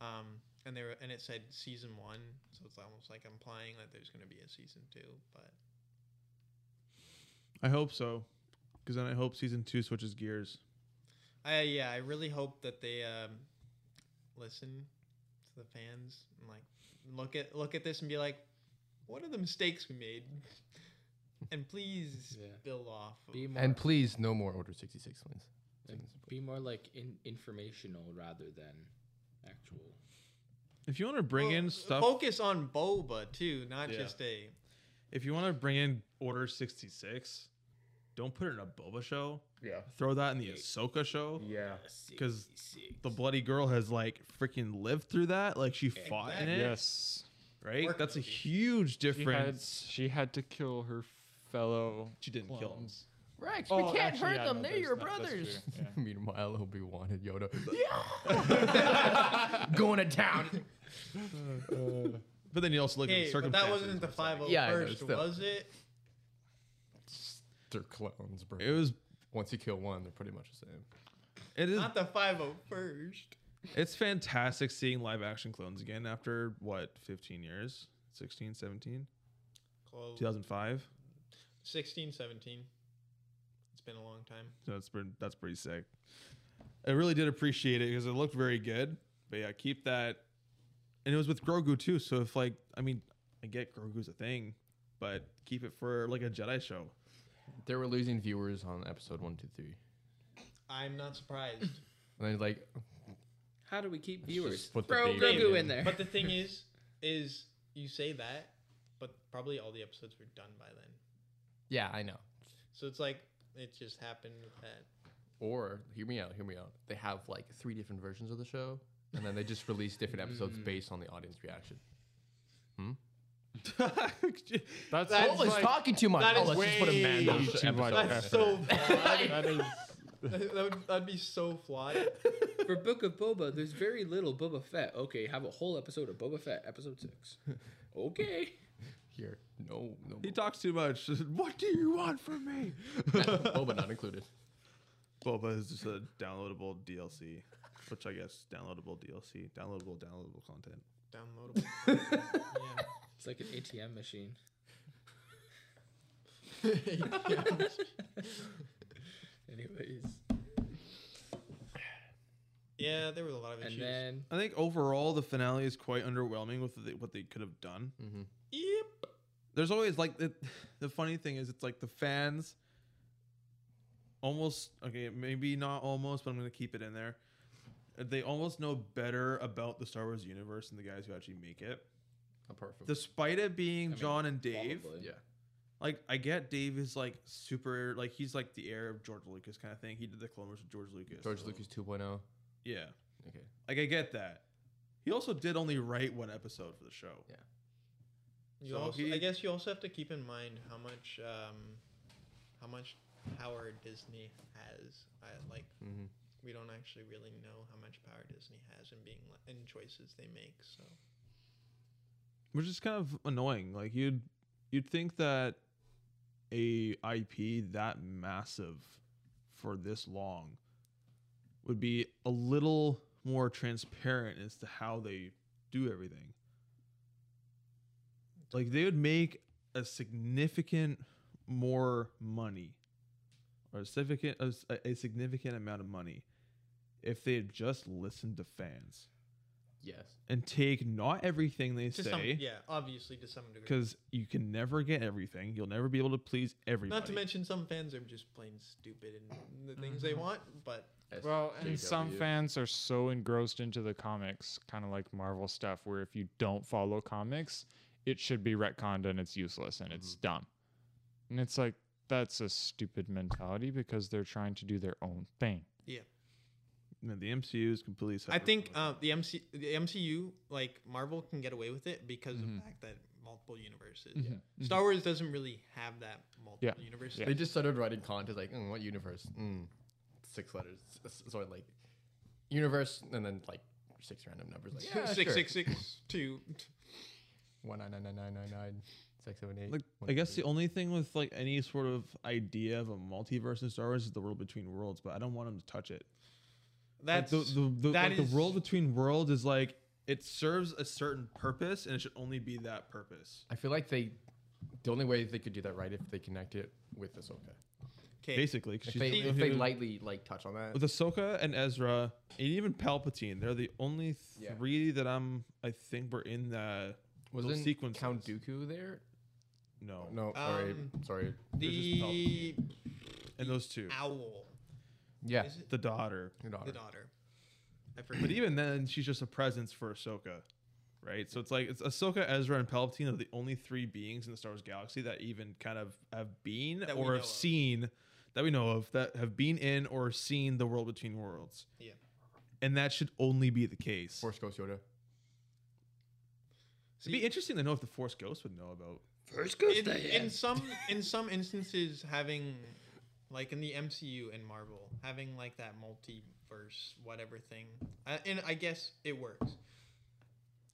Speaker 4: um, and they were and it said season one, so it's almost like implying that there's going to be a season two, but
Speaker 5: I hope so, because then I hope season two switches gears.
Speaker 4: I yeah, I really hope that they um, listen to the fans and like look at look at this and be like, what are the mistakes we made? [LAUGHS] and please
Speaker 6: Yeah.
Speaker 4: build off. of-
Speaker 6: Be more
Speaker 3: And please, no more Order sixty six wins.
Speaker 6: And be more like in, informational rather than actual.
Speaker 5: If you want to bring
Speaker 4: Well,
Speaker 5: in stuff,
Speaker 4: Focus on Boba too, not
Speaker 5: Yeah.
Speaker 4: just a.
Speaker 5: if you want to bring in Order 66, don't put it in a Boba show.
Speaker 3: Yeah.
Speaker 5: Throw that in the Ahsoka show.
Speaker 3: Yeah.
Speaker 5: Because the bloody girl has like freaking lived through that. Like she fought in it.
Speaker 2: Yes.
Speaker 5: Right?
Speaker 4: Work
Speaker 5: That's a
Speaker 4: movie.
Speaker 5: huge
Speaker 2: She had,
Speaker 5: difference.
Speaker 2: she had to kill her fellow.
Speaker 5: She, didn't kill him.
Speaker 2: clones.
Speaker 3: Rex,
Speaker 2: Oh, actually, yeah, no, there's not-
Speaker 4: [LAUGHS]
Speaker 2: that's true, yeah.
Speaker 3: [LAUGHS] Meanwhile, Obi Wan and Yoda, [LAUGHS] going to town.
Speaker 5: But then you also look at
Speaker 4: Hey,
Speaker 5: the
Speaker 4: but that
Speaker 5: circumstances.
Speaker 4: wasn't the five hundred first,
Speaker 3: Yeah, I know, still.
Speaker 4: was it?
Speaker 3: They're clones, bro.
Speaker 5: It was.
Speaker 3: Once you kill one, they're pretty much the same.
Speaker 5: It is.
Speaker 4: Not the five hundred first.
Speaker 5: It's fantastic seeing live action clones again after what 15 years, 16, 17,
Speaker 4: Close.
Speaker 5: 2005.
Speaker 4: 16, 17. It's been a long time.
Speaker 5: So that's pretty, that's pretty sick. I really did appreciate it because it looked very good. But yeah, keep that. And it was with Grogu too. So if like, I mean, I get Grogu's a thing, but keep it for like a Jedi show.
Speaker 3: They were losing viewers on episode one, two, three,
Speaker 4: I'm not surprised.
Speaker 3: and then like
Speaker 6: How do we keep viewers?
Speaker 3: just put the
Speaker 6: Throw
Speaker 3: baby
Speaker 6: [LAUGHS] Grogu
Speaker 3: in.
Speaker 6: in there.
Speaker 4: But the thing is, is you say that, but probably all the episodes were done by then.
Speaker 3: Yeah, I know.
Speaker 4: So it's like it just happened that
Speaker 3: Or hear me out, hear me out. They have like three different versions of the show, and then they just release different episodes
Speaker 2: Mm.
Speaker 3: based on the audience reaction.
Speaker 5: [LAUGHS]
Speaker 2: That's
Speaker 4: That was
Speaker 2: what was
Speaker 3: Always
Speaker 2: like,
Speaker 3: talking too much.
Speaker 4: that
Speaker 3: Oh,
Speaker 4: is
Speaker 3: let's just put a man
Speaker 2: way [LAUGHS]
Speaker 3: on the
Speaker 2: too much
Speaker 3: episode.
Speaker 2: effort.
Speaker 4: that's so flawed. [LAUGHS]
Speaker 2: that [LAUGHS] is
Speaker 4: that would that'd be so flawed.
Speaker 6: For Book of Boba, there's very little Boba Fett. Okay, have a whole episode of Boba Fett,
Speaker 3: [LAUGHS]
Speaker 6: episode six. Okay.
Speaker 3: Here, no, no. [LAUGHS]
Speaker 5: He talks too much. [LAUGHS] What do you want from me?
Speaker 3: Boba not included.
Speaker 5: Boba is just a downloadable DLC, which I guess downloadable DLC, downloadable downloadable content.
Speaker 4: Downloadable.
Speaker 6: [LAUGHS] It's like an
Speaker 3: [LAUGHS]
Speaker 6: ATM machine. [LAUGHS] Anyways.
Speaker 4: Yeah, there was a lot of
Speaker 6: And
Speaker 4: issues.
Speaker 6: then
Speaker 5: I think overall the finale is quite underwhelming with the, what they could have done.
Speaker 3: Mm-hmm.
Speaker 4: Yep.
Speaker 5: There's always like the, the funny thing is it's like the fans almost okay, maybe not almost, but I'm gonna keep it in there. They almost know better about the Star Wars universe than the guys who actually make it.
Speaker 3: Apart from
Speaker 5: Despite it being John and Dave,
Speaker 6: probably.
Speaker 3: yeah,
Speaker 5: like I get Dave is like super like he's like the heir of George Lucas kind of thing. He did the Clone Wars with George Lucas.
Speaker 3: George
Speaker 5: so-
Speaker 3: Lucas 2.0.
Speaker 5: Yeah.
Speaker 3: Okay.
Speaker 5: Like I get that. He also did only write one episode for the show.
Speaker 3: Yeah.
Speaker 4: You
Speaker 5: So
Speaker 4: also, I
Speaker 5: he-
Speaker 4: guess you also have to keep in mind how much, um, how much power Disney has. I, like
Speaker 3: Mm-hmm.
Speaker 4: we don't actually really know how much power Disney has in being in choices they make. So
Speaker 5: Which is kind of annoying. Like you'd you'd think that a IP that massive for this long would be a little more transparent as to how they do everything. Like they would make a significant more money or a significant a s- a significant amount of money if they had just listened to fans
Speaker 3: Yes.
Speaker 5: and take not everything they
Speaker 4: to
Speaker 5: say
Speaker 4: some, yeah, obviously to some degree.
Speaker 5: because you can never get everything. You'll never be able to please everybody.
Speaker 4: Not to mention some fans are just plain stupid and the things
Speaker 5: Mm-hmm.
Speaker 4: they want. But
Speaker 2: Well, and some
Speaker 3: SJW.
Speaker 2: fans are so engrossed into the comics, kind of like Marvel stuff, where if you don't follow comics, it should be retconned and it's useless and it's dumb. And it's like, that's a stupid mentality because they're trying to do their own thing.
Speaker 4: yeah,
Speaker 5: No, the MCU is completely. Separate
Speaker 4: I think
Speaker 5: from
Speaker 4: um, the MC, the MCU, like Marvel, can get away with it because of
Speaker 5: Mm-hmm.
Speaker 4: the fact that multiple universes. Star Wars doesn't really have that multiple
Speaker 2: Yeah.
Speaker 4: universe.
Speaker 2: Yeah.
Speaker 4: thing.
Speaker 3: They just started writing content like, mm, what universe? Mm, six letters. S- So like, universe, and then like six random numbers. Like yeah,
Speaker 4: Six,
Speaker 3: sure.
Speaker 4: six, six, two.
Speaker 3: One nine nine nine nine nine nine six seven eight.
Speaker 5: like, I guess the only thing with like any sort of idea of a multiverse in Star Wars is the world between worlds, but I don't want them to touch it. Like,
Speaker 4: That's
Speaker 5: the the, the,
Speaker 4: that
Speaker 5: like, the
Speaker 4: is-
Speaker 5: world between worlds is like it serves a certain purpose, and it should only be that purpose.
Speaker 3: I feel like they, the only way they could do that right if they connect it with Ahsoka.
Speaker 4: okay.
Speaker 5: Basically, 'cause
Speaker 3: If
Speaker 5: she's
Speaker 3: they,
Speaker 5: dealing
Speaker 3: if they
Speaker 5: with-
Speaker 3: lightly like touch on that.
Speaker 5: with Ahsoka and Ezra, and even Palpatine, they're the only
Speaker 3: Yeah.
Speaker 5: three that I'm. I think were in the
Speaker 3: Wasn't
Speaker 5: sequences.
Speaker 3: Count Dooku there?
Speaker 5: no, no,
Speaker 3: No, sorry,
Speaker 4: Um,
Speaker 3: sorry.
Speaker 4: The
Speaker 5: and those two,
Speaker 4: owl.
Speaker 3: Yeah,
Speaker 4: Is it
Speaker 5: the daughter.
Speaker 3: your daughter.
Speaker 4: the daughter? I forget.
Speaker 5: But even then, she's just a presence for Ahsoka, right? So it's like it's Ahsoka, Ezra, and Palpatine are the only three beings in the Star Wars galaxy that even kind of have been
Speaker 4: That we
Speaker 5: or
Speaker 4: know
Speaker 5: have
Speaker 4: of.
Speaker 5: seen that we know of that have been in or seen the world between worlds,
Speaker 4: yeah.
Speaker 5: and that should only be the case.
Speaker 3: Force Ghost Yoda.
Speaker 5: It'd be interesting to know if the Force Ghost would know about.
Speaker 4: in, in some in some instances having like in the MCU and Marvel having like that multiverse whatever thing I, and I guess it works.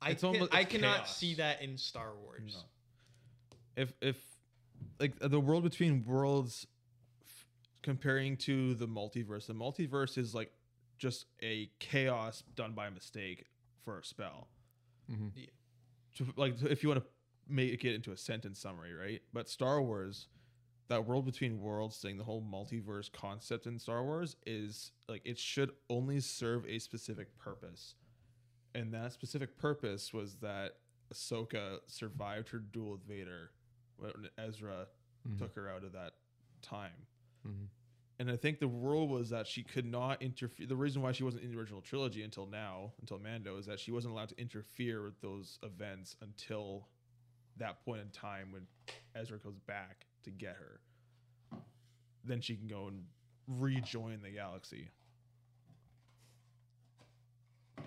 Speaker 4: I
Speaker 5: It's
Speaker 4: can,
Speaker 5: almost-
Speaker 4: I
Speaker 5: it's
Speaker 4: cannot
Speaker 5: chaos.
Speaker 4: see that in Star Wars.
Speaker 5: No. If if like uh, the world between worlds, f- comparing to the multiverse, the multiverse is like just a chaos done by mistake for a spell.
Speaker 4: Yeah.
Speaker 5: to, like if you want to make it into a sentence summary, right? But Star Wars, that world between worlds thing, the whole multiverse concept in Star Wars is like it should only serve a specific purpose, and that specific purpose was that Ahsoka survived her duel with Vader when Ezra took her out of that time.
Speaker 3: Mhm.
Speaker 5: And I think the rule was that she could not interfere. The reason why she wasn't in the original trilogy until now, until Mando, is that she wasn't allowed to interfere with those events until that point in time when Ezra goes back to get her, then she can go and rejoin the galaxy.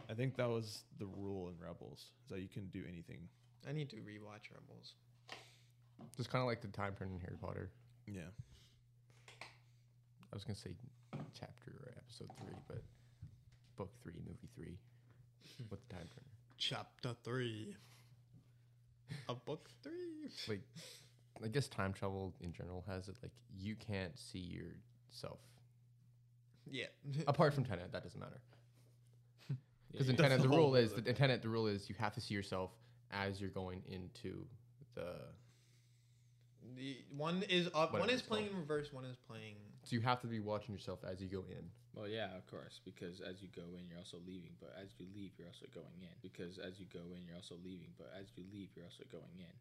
Speaker 5: I think that was the rule in Rebels is that you can do anything.
Speaker 4: I need to rewatch Rebels.
Speaker 3: Just kind of like the time turn in Harry Potter.
Speaker 5: Yeah.
Speaker 3: I was gonna say chapter or episode three, but book three, movie three, with the time turner.
Speaker 4: Chapter three. A book three.
Speaker 3: Like, I guess time travel in general has it like you can't see yourself
Speaker 4: Yeah.
Speaker 3: apart from Tenet. That doesn't matter because in
Speaker 5: That's
Speaker 3: Tenet
Speaker 5: the
Speaker 3: the rule
Speaker 5: whole
Speaker 3: is that in Tenet the rule is you have to see yourself as you're going into the.
Speaker 4: [LAUGHS] the one is up.
Speaker 3: Whatever
Speaker 4: One is
Speaker 3: it's called.
Speaker 4: playing in reverse. One is playing.
Speaker 3: So you have to be watching yourself as you go in.
Speaker 1: Well, yeah, of course, because as you go in, you're also leaving, but as you leave, you're also going in. Because as you go in, you're also leaving, but as you leave, you're also going in.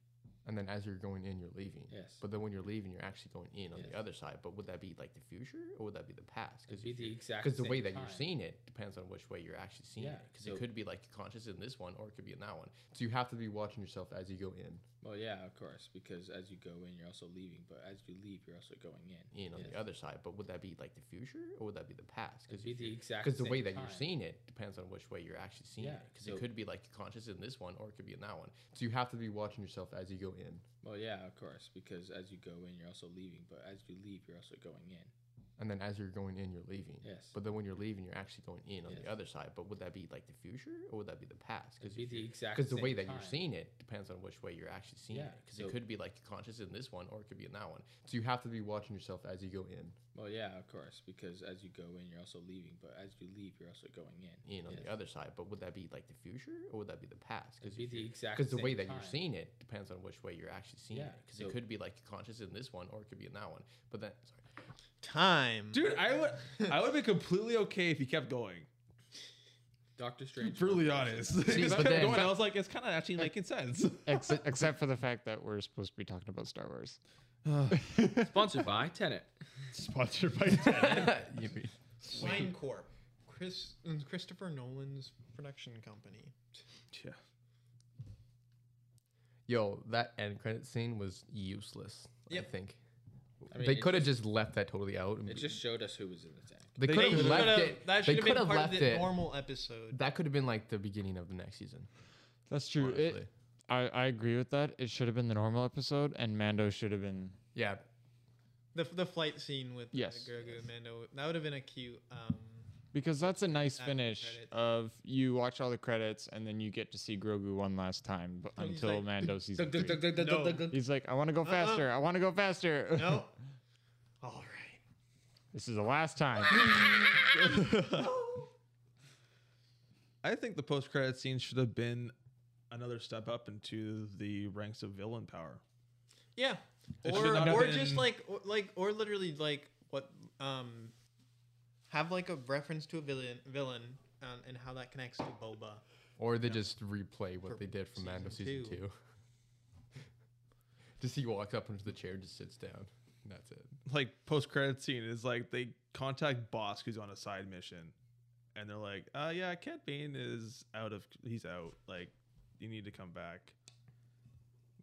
Speaker 3: And then as you're going in, you're leaving.
Speaker 1: Yes.
Speaker 3: But then when you're leaving, you're actually going in on
Speaker 1: Yes.
Speaker 3: the other side. But would that be like the future or would that be the past?
Speaker 1: It'd
Speaker 3: Because
Speaker 1: be the exact
Speaker 3: because the way
Speaker 1: same
Speaker 3: that you're
Speaker 1: time.
Speaker 3: seeing it depends on which way you're actually seeing
Speaker 1: Yeah,
Speaker 3: it. Because
Speaker 1: so-
Speaker 3: it could be like conscious in this one or it could be in that one. So you have to be watching yourself as you go in,
Speaker 1: Well, yeah, of course, because as you go in, you're also leaving, but as you leave, you're also going in.
Speaker 3: in on
Speaker 1: Yes.
Speaker 3: the other side. But would that be like the future or would that be the past?
Speaker 1: It'd
Speaker 3: Because
Speaker 1: be the exact
Speaker 3: because the way
Speaker 1: same
Speaker 3: that you're
Speaker 1: time.
Speaker 3: seeing it depends on which way you're actually seeing
Speaker 1: Yeah,
Speaker 3: it. Because
Speaker 1: so-
Speaker 3: it could be like conscious in this one or it could be in that one. So you have to be watching yourself as you go in.
Speaker 1: Well, yeah, of course, because as you go in, you're also leaving, but as you leave, you're also going in.
Speaker 3: And then as you're going in, you're leaving.
Speaker 1: Yes.
Speaker 3: But then when you're leaving, you're actually going in on
Speaker 1: Yes.
Speaker 3: the other side. But would that be like the future or would that be the past?
Speaker 1: It'd
Speaker 3: Because
Speaker 1: be the exact
Speaker 3: because the way
Speaker 1: same
Speaker 3: that you're
Speaker 1: time.
Speaker 3: seeing it depends on which way you're actually seeing
Speaker 1: Yeah,
Speaker 3: it. Because
Speaker 1: so-
Speaker 3: it could be like conscious in this one or it could be in that one. So you have to be watching yourself as you go in,
Speaker 1: Well, yeah, of course, because as you go in, you're also leaving, but as you leave, you're also going in.
Speaker 3: in on
Speaker 1: Yes.
Speaker 3: the other side. But would that be like the future or would that be the past?
Speaker 1: It'd be the exact
Speaker 3: because the way
Speaker 1: same
Speaker 3: that you're
Speaker 1: time.
Speaker 3: seeing it depends on which way you're actually seeing
Speaker 1: Yeah,
Speaker 3: it. Because
Speaker 1: so-
Speaker 3: it could be like conscious in this one or it could be in that one. But then sorry.
Speaker 4: Time.
Speaker 5: Dude, I would I would be completely okay if you kept going.
Speaker 1: Doctor Strange.
Speaker 5: Brutally
Speaker 1: Multiverse of
Speaker 5: honest.
Speaker 3: [LAUGHS] See,
Speaker 5: If I
Speaker 3: but
Speaker 5: kept
Speaker 3: then-
Speaker 5: going, I was like, it's kind of actually making sense.
Speaker 2: [LAUGHS] Ex- except for the fact that we're supposed to be talking about Star Wars.
Speaker 6: Madness. Sponsored by Tenet.
Speaker 5: Sponsored by Tenet.
Speaker 3: Yippee.
Speaker 4: Swine Corp. Chris Christopher Nolan's production company.
Speaker 5: [LAUGHS] yeah.
Speaker 3: Yo, that end credit scene was useless. I
Speaker 4: Yep.
Speaker 3: think
Speaker 1: mean,
Speaker 3: they
Speaker 1: it
Speaker 3: could have just left that totally out.
Speaker 1: It just showed us who was in the tank.
Speaker 3: they
Speaker 5: They
Speaker 3: could have
Speaker 5: should've-
Speaker 3: left it.
Speaker 4: That
Speaker 3: they
Speaker 4: should have
Speaker 3: could
Speaker 4: been
Speaker 3: have
Speaker 4: part
Speaker 3: left
Speaker 4: of the
Speaker 3: it.
Speaker 4: normal episode.
Speaker 3: that could have been like the beginning of the next season.
Speaker 2: That's true.
Speaker 3: Honestly.
Speaker 2: I, I agree with that. It should have been the normal episode, and Mando should have been.
Speaker 3: Yeah,
Speaker 4: The, the flight scene with
Speaker 2: Yes.
Speaker 4: uh, Grogu and Mando. That would have been a cute. Um,
Speaker 2: Because that's a nice
Speaker 4: After
Speaker 2: finish
Speaker 4: credits.
Speaker 2: of you watch all the credits and then you get to see Grogu one last time b-
Speaker 4: he's
Speaker 2: until
Speaker 4: like,
Speaker 2: Mando sees three.
Speaker 4: no,
Speaker 2: He's like, I want to go faster. I want to go faster. [LAUGHS]
Speaker 4: no. [LAUGHS] All
Speaker 2: this is the last
Speaker 4: [LAUGHS]
Speaker 2: time.
Speaker 5: [LAUGHS] I think the post credit scene should have been another step up into the ranks of villain power.
Speaker 4: Yeah.
Speaker 5: It should
Speaker 4: or
Speaker 5: not have
Speaker 4: or
Speaker 5: been-
Speaker 4: just like or, like or literally like what um have like a reference to a villain villain um, and how that connects to Boba.
Speaker 3: or they just replay what
Speaker 4: For
Speaker 3: they did from Mando
Speaker 4: season
Speaker 3: season two. [LAUGHS] just he walks up into the chair, just sits down. And that's it.
Speaker 5: Like post credit scene is like they contact Bosk who's on a side mission, and they're like, "Uh, yeah, Cat Bane is out of he's out. Like, you need to come back."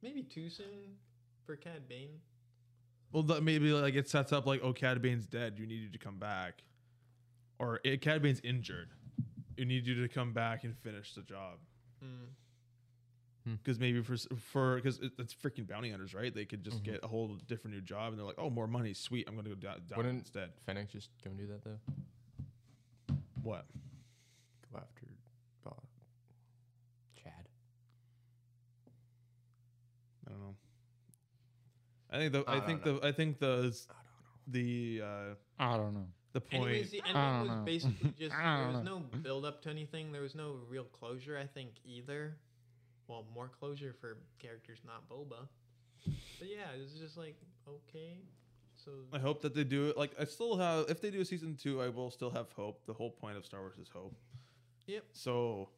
Speaker 4: Maybe too soon for Cad Bane.
Speaker 5: Well, that maybe like it sets up like, "Oh, Cad Bane's dead. You need to come back," or "Eh, "Cad Bane's injured. You need you to come back and finish the job."
Speaker 4: Mm.
Speaker 5: because maybe for s- for because it's freaking bounty hunters, right? They could
Speaker 3: Mm-hmm.
Speaker 5: just get a whole different new job, and they're like, "Oh, more money, sweet! I'm gonna go down do-
Speaker 3: Wouldn't-
Speaker 5: instead."
Speaker 3: Fennec just go and do that though.
Speaker 5: What?
Speaker 3: Go after Bob. Chad.
Speaker 5: I don't know. I think the
Speaker 3: I
Speaker 5: I,
Speaker 3: don't
Speaker 5: think the I think the s- the uh,
Speaker 2: I don't know.
Speaker 5: the point.
Speaker 4: Anyways, the ending
Speaker 2: I
Speaker 4: was
Speaker 2: don't know.
Speaker 4: basically
Speaker 2: [LAUGHS]
Speaker 4: just
Speaker 2: I
Speaker 4: there was
Speaker 2: don't
Speaker 4: no build up to anything. There was no real closure, I think, either. Well, more closure for characters not Boba. But yeah, it was just like okay. So
Speaker 5: I hope that they do it. Like I still have, if they do a season two, I will still have hope. The whole point of Star Wars is hope.
Speaker 4: Yep.
Speaker 5: So,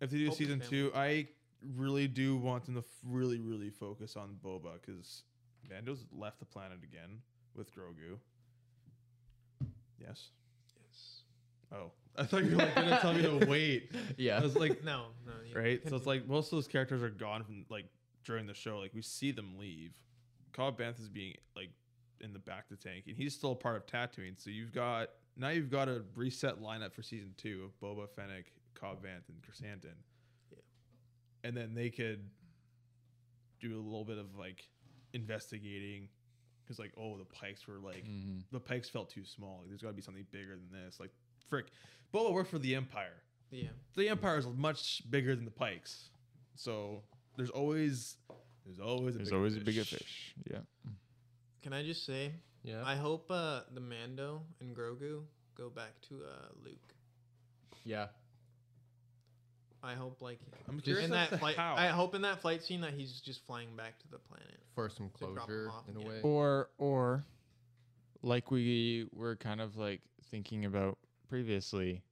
Speaker 5: if they do
Speaker 4: Hope is
Speaker 5: season
Speaker 4: family.
Speaker 5: two, I really do want them to f- really, really focus on Boba because Mando's left the planet again with Grogu. Yes.
Speaker 4: yes.
Speaker 5: Oh, I thought you were like, gonna
Speaker 4: [LAUGHS]
Speaker 5: tell me to wait. I
Speaker 3: Yeah.
Speaker 5: was like,
Speaker 4: No, no. you- [LAUGHS]
Speaker 5: right. So it's like most of those characters are gone from like during the show, like we see them leave. Cobb Banth is being like in the back of the tank, and he's still a part of Tatooine. So you've got now you've got a reset lineup for season two of Boba Fennec, Cobb Vanth, and Chrysanthemum. Yeah. And then they could do a little bit of like investigating because like oh the pikes were like
Speaker 2: Mhm.
Speaker 5: the pikes felt too small. Like, there's got to be something bigger than this. Like frick, Boba worked for the Empire
Speaker 4: Yeah.
Speaker 5: the empire is much bigger than the pikes so there's always there's always a
Speaker 2: There's
Speaker 5: bigger
Speaker 2: always a bigger
Speaker 5: fish.
Speaker 2: fish. Yeah.
Speaker 4: Can I just say,
Speaker 3: Yeah.
Speaker 4: I hope uh, the Mando and Grogu go back to uh, Luke.
Speaker 3: yeah.
Speaker 4: I hope like
Speaker 5: i'm curious
Speaker 4: in
Speaker 5: [LAUGHS]
Speaker 4: that flight.
Speaker 5: how
Speaker 4: I hope in that flight scene that he's just flying back to the planet.
Speaker 3: For some
Speaker 4: drop 'em
Speaker 3: closure
Speaker 4: off,
Speaker 3: in a
Speaker 4: yeah.
Speaker 3: way.
Speaker 2: Or or like we were kind of like thinking about previously,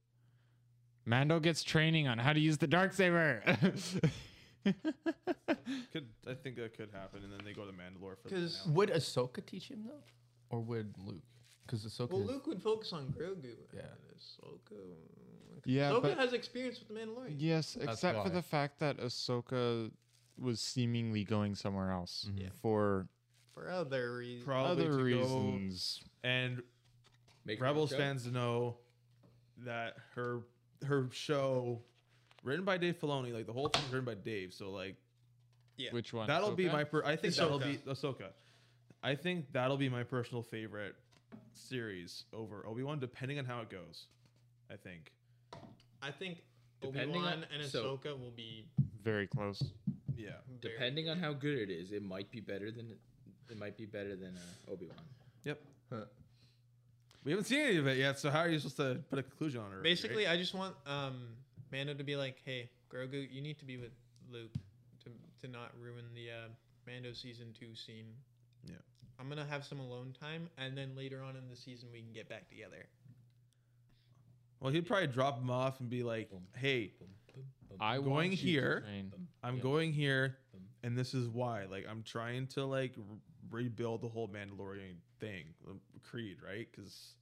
Speaker 2: Mando gets training on how to use the dark saber. [LAUGHS]
Speaker 5: could i think that could happen and then they go to mandalore for the
Speaker 4: 'Cause-
Speaker 5: finale.
Speaker 3: Would Ahsoka teach him though, or would Luke? Because Ahsoka.
Speaker 4: Well,
Speaker 3: is-
Speaker 4: Luke would focus on Grogu.
Speaker 3: Yeah.
Speaker 4: And oh, Ahsoka.
Speaker 2: yeah,
Speaker 4: Ahsoka
Speaker 2: but
Speaker 4: has experience with the Mandalorian.
Speaker 2: yes,
Speaker 3: That's
Speaker 2: except for
Speaker 3: why.
Speaker 2: the fact that Ahsoka was seemingly going somewhere else
Speaker 3: Mhm.
Speaker 4: Yeah.
Speaker 2: for
Speaker 4: For other reasons.
Speaker 5: Mm-hmm. probably
Speaker 2: other
Speaker 5: to go-
Speaker 2: reasons.
Speaker 5: and
Speaker 1: Make her own
Speaker 5: rebels
Speaker 1: show.
Speaker 5: fans know that her her show written by dave filoni like the whole thing's written by dave so like
Speaker 4: Yeah.
Speaker 2: Which one?
Speaker 5: that'll be
Speaker 2: Ahsoka?
Speaker 5: my per- i think
Speaker 4: Ahsoka.
Speaker 5: that'll be ahsoka i think that'll be my personal favorite series over obi-wan depending on how it goes i think
Speaker 4: I think
Speaker 1: Depending
Speaker 4: Obi-Wan
Speaker 1: on-
Speaker 4: and
Speaker 1: so-
Speaker 4: Ahsoka will be
Speaker 2: very close.
Speaker 5: yeah
Speaker 4: very
Speaker 1: Depending on how good it is, it might be better than it might be better than uh, Obi Wan.
Speaker 5: Yep.
Speaker 3: Huh.
Speaker 5: We haven't seen any of it yet, so how are you supposed to put a conclusion on it?
Speaker 4: Basically, I just want um, Mando to be like, "Hey, Grogu, you need to be with Luke to to not ruin the uh, Mando season two scene."
Speaker 5: Yeah.
Speaker 4: I'm gonna have some alone time, and then later on in the season we can get back together.
Speaker 5: well, he'd probably drop him off and be like, "Hey,
Speaker 2: I
Speaker 5: Going
Speaker 2: want you to
Speaker 5: here.
Speaker 2: train.
Speaker 5: I'm
Speaker 1: Yeah.
Speaker 5: going here, and this is why. Like, I'm trying to like re- rebuild the whole Mandalorian thing, um, Creed, right? Because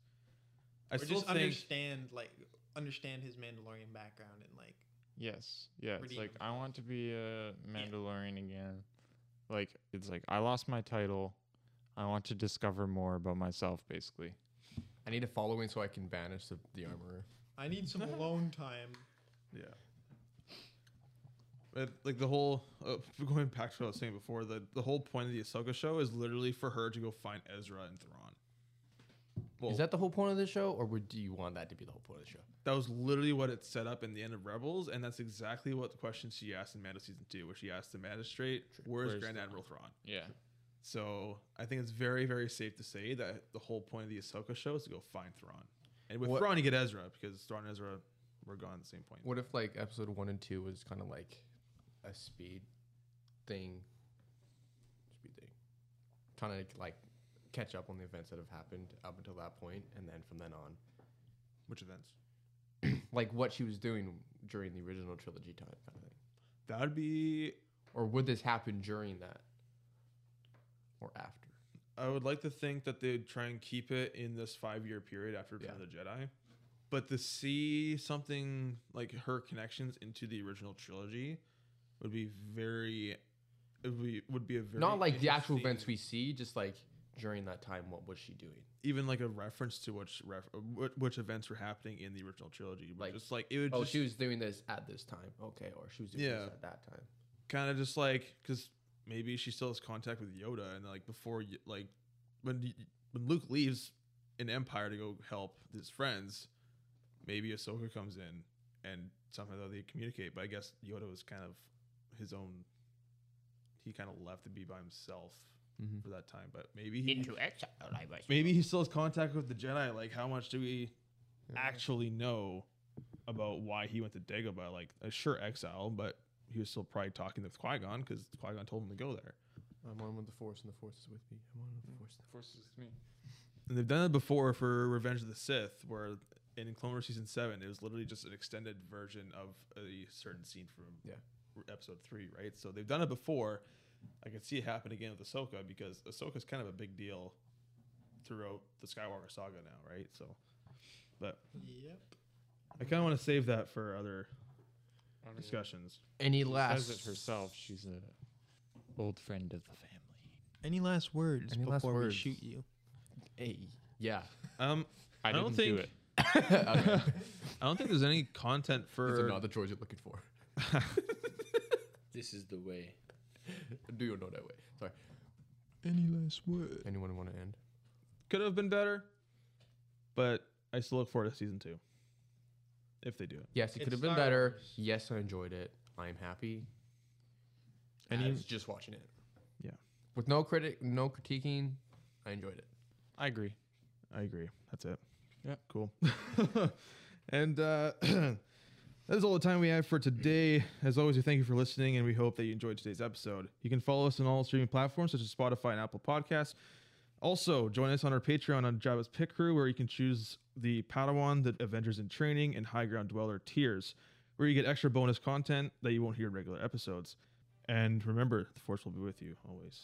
Speaker 5: I
Speaker 4: or
Speaker 5: still
Speaker 4: just
Speaker 5: think
Speaker 4: understand like understand his Mandalorian background and like
Speaker 2: Yes. Yeah. It's
Speaker 4: Redeem
Speaker 2: like I want to be a Mandalorian again. Like it's like I lost my title. I want to discover more about myself, basically.
Speaker 3: I need a following so I can banish the, the armorer.
Speaker 4: I need [LAUGHS] some alone time.
Speaker 5: Yeah. But, like the whole uh, [LAUGHS] going back to what I was saying before, the the whole point of the Ahsoka show is literally for her to go find Ezra and Thrawn. Well,
Speaker 3: Is that the whole point of the show, or would do you want that to be the whole point of the show?
Speaker 5: That was literally what it set up in the end of Rebels, and that's exactly what the question she asked in Mando season two, where she asked the magistrate, "Where's,
Speaker 2: Where's
Speaker 5: Grand
Speaker 2: Thrawn?"
Speaker 5: Admiral Thrawn?"
Speaker 2: Yeah.
Speaker 5: So I think it's very, very safe to say that the whole point of the Ahsoka show is to go find Thrawn, and with
Speaker 3: What-
Speaker 5: Thrawn you get Ezra because Thrawn and Ezra were gone at the same point.
Speaker 3: What if like episode one and two was kind of like a speed thing, speed thing, trying to like catch up on the events that have happened up until that point, and then from then on,
Speaker 5: Which events?
Speaker 3: like what she was doing during the original trilogy time kind of thing,
Speaker 5: That would be.
Speaker 3: or would this happen during that, or after?
Speaker 5: I would like to think that they'd try and keep it in this five-year period after Return of the Jedi, but to see something like her connections into the original trilogy would be very it would be, would be a very
Speaker 3: Not like the actual events
Speaker 5: interesting-
Speaker 3: we see, just like during that time, what was she doing?
Speaker 5: even like a reference to which ref, wh- which events were happening in the original trilogy but
Speaker 3: Like,
Speaker 5: just like it would
Speaker 3: Oh,
Speaker 5: just
Speaker 3: she was doing this at this time. Okay, or she was doing
Speaker 5: Yeah.
Speaker 3: this at that time.
Speaker 5: kind of just like because maybe she still has contact with Yoda and like before y- like when y- when Luke leaves an empire to go help his friends maybe Ahsoka comes in and somehow they communicate but I guess Yoda was kind of his own he kind of left to be by himself
Speaker 3: Mm. Mm-hmm.
Speaker 5: for that time but maybe he
Speaker 7: exile, I was.
Speaker 5: maybe he still has contact with the Jedi. Like, how much do we actually know about why he went to Dagobah? Like, uh, sure, exile, but he was still probably talking with Qui Gon because Qui Gon told him to go there.
Speaker 3: I'm on with the force, and the force is with me. I'm on with the force.
Speaker 5: And they've done it before for Revenge of the Sith, where in Clone Wars season seven, it was literally just an extended version of a certain scene from
Speaker 3: Yeah.
Speaker 5: r- episode three, right? So they've done it before. I could see it happen again with Ahsoka because Ahsoka's kind of a big deal throughout the Skywalker saga now, right? So, but
Speaker 4: Yep.
Speaker 5: I kind of want to save that for other discussions.
Speaker 3: Any
Speaker 2: She says
Speaker 3: last
Speaker 2: it herself. She's a old friend of the family.
Speaker 4: Any last words
Speaker 3: Any
Speaker 4: before
Speaker 3: last
Speaker 4: we
Speaker 3: words?
Speaker 4: shoot you?
Speaker 3: Hey. Yeah.
Speaker 5: Um,
Speaker 2: I,
Speaker 5: I
Speaker 2: didn't
Speaker 5: don't
Speaker 2: do
Speaker 5: think-
Speaker 2: it.
Speaker 5: I don't think there's any content
Speaker 3: These are
Speaker 5: for.
Speaker 3: not the chores you're looking for. [LAUGHS]
Speaker 1: This is the way.
Speaker 3: Do you know that way? Sorry.
Speaker 4: Any last words?
Speaker 3: Anyone want to end?
Speaker 5: Could have been better, but I still look forward to season two. If they do it,
Speaker 3: Yes, it
Speaker 4: It's
Speaker 3: could have been
Speaker 4: Star
Speaker 3: better.
Speaker 4: Wars.
Speaker 3: Yes, I enjoyed it. I'm happy.
Speaker 2: And
Speaker 3: I
Speaker 2: you-
Speaker 3: was just watching it.
Speaker 5: Yeah.
Speaker 3: With no critic, no critiquing, I enjoyed it.
Speaker 2: I agree.
Speaker 5: I agree. That's it.
Speaker 2: Yeah.
Speaker 5: cool. [LAUGHS] and uh, [CLEARS THROAT] that is all the time we have for today. As always, we thank you for listening, and we hope that you enjoyed today's episode. You can follow us on all streaming platforms such as Spotify and Apple Podcasts. Also, join us on our Patreon on Jabba's Pit Crew, where you can choose the Padawan, the Avengers in Training, and High Ground Dweller tiers, where you get extra bonus content that you won't hear in regular episodes. And remember, the Force will be with you always.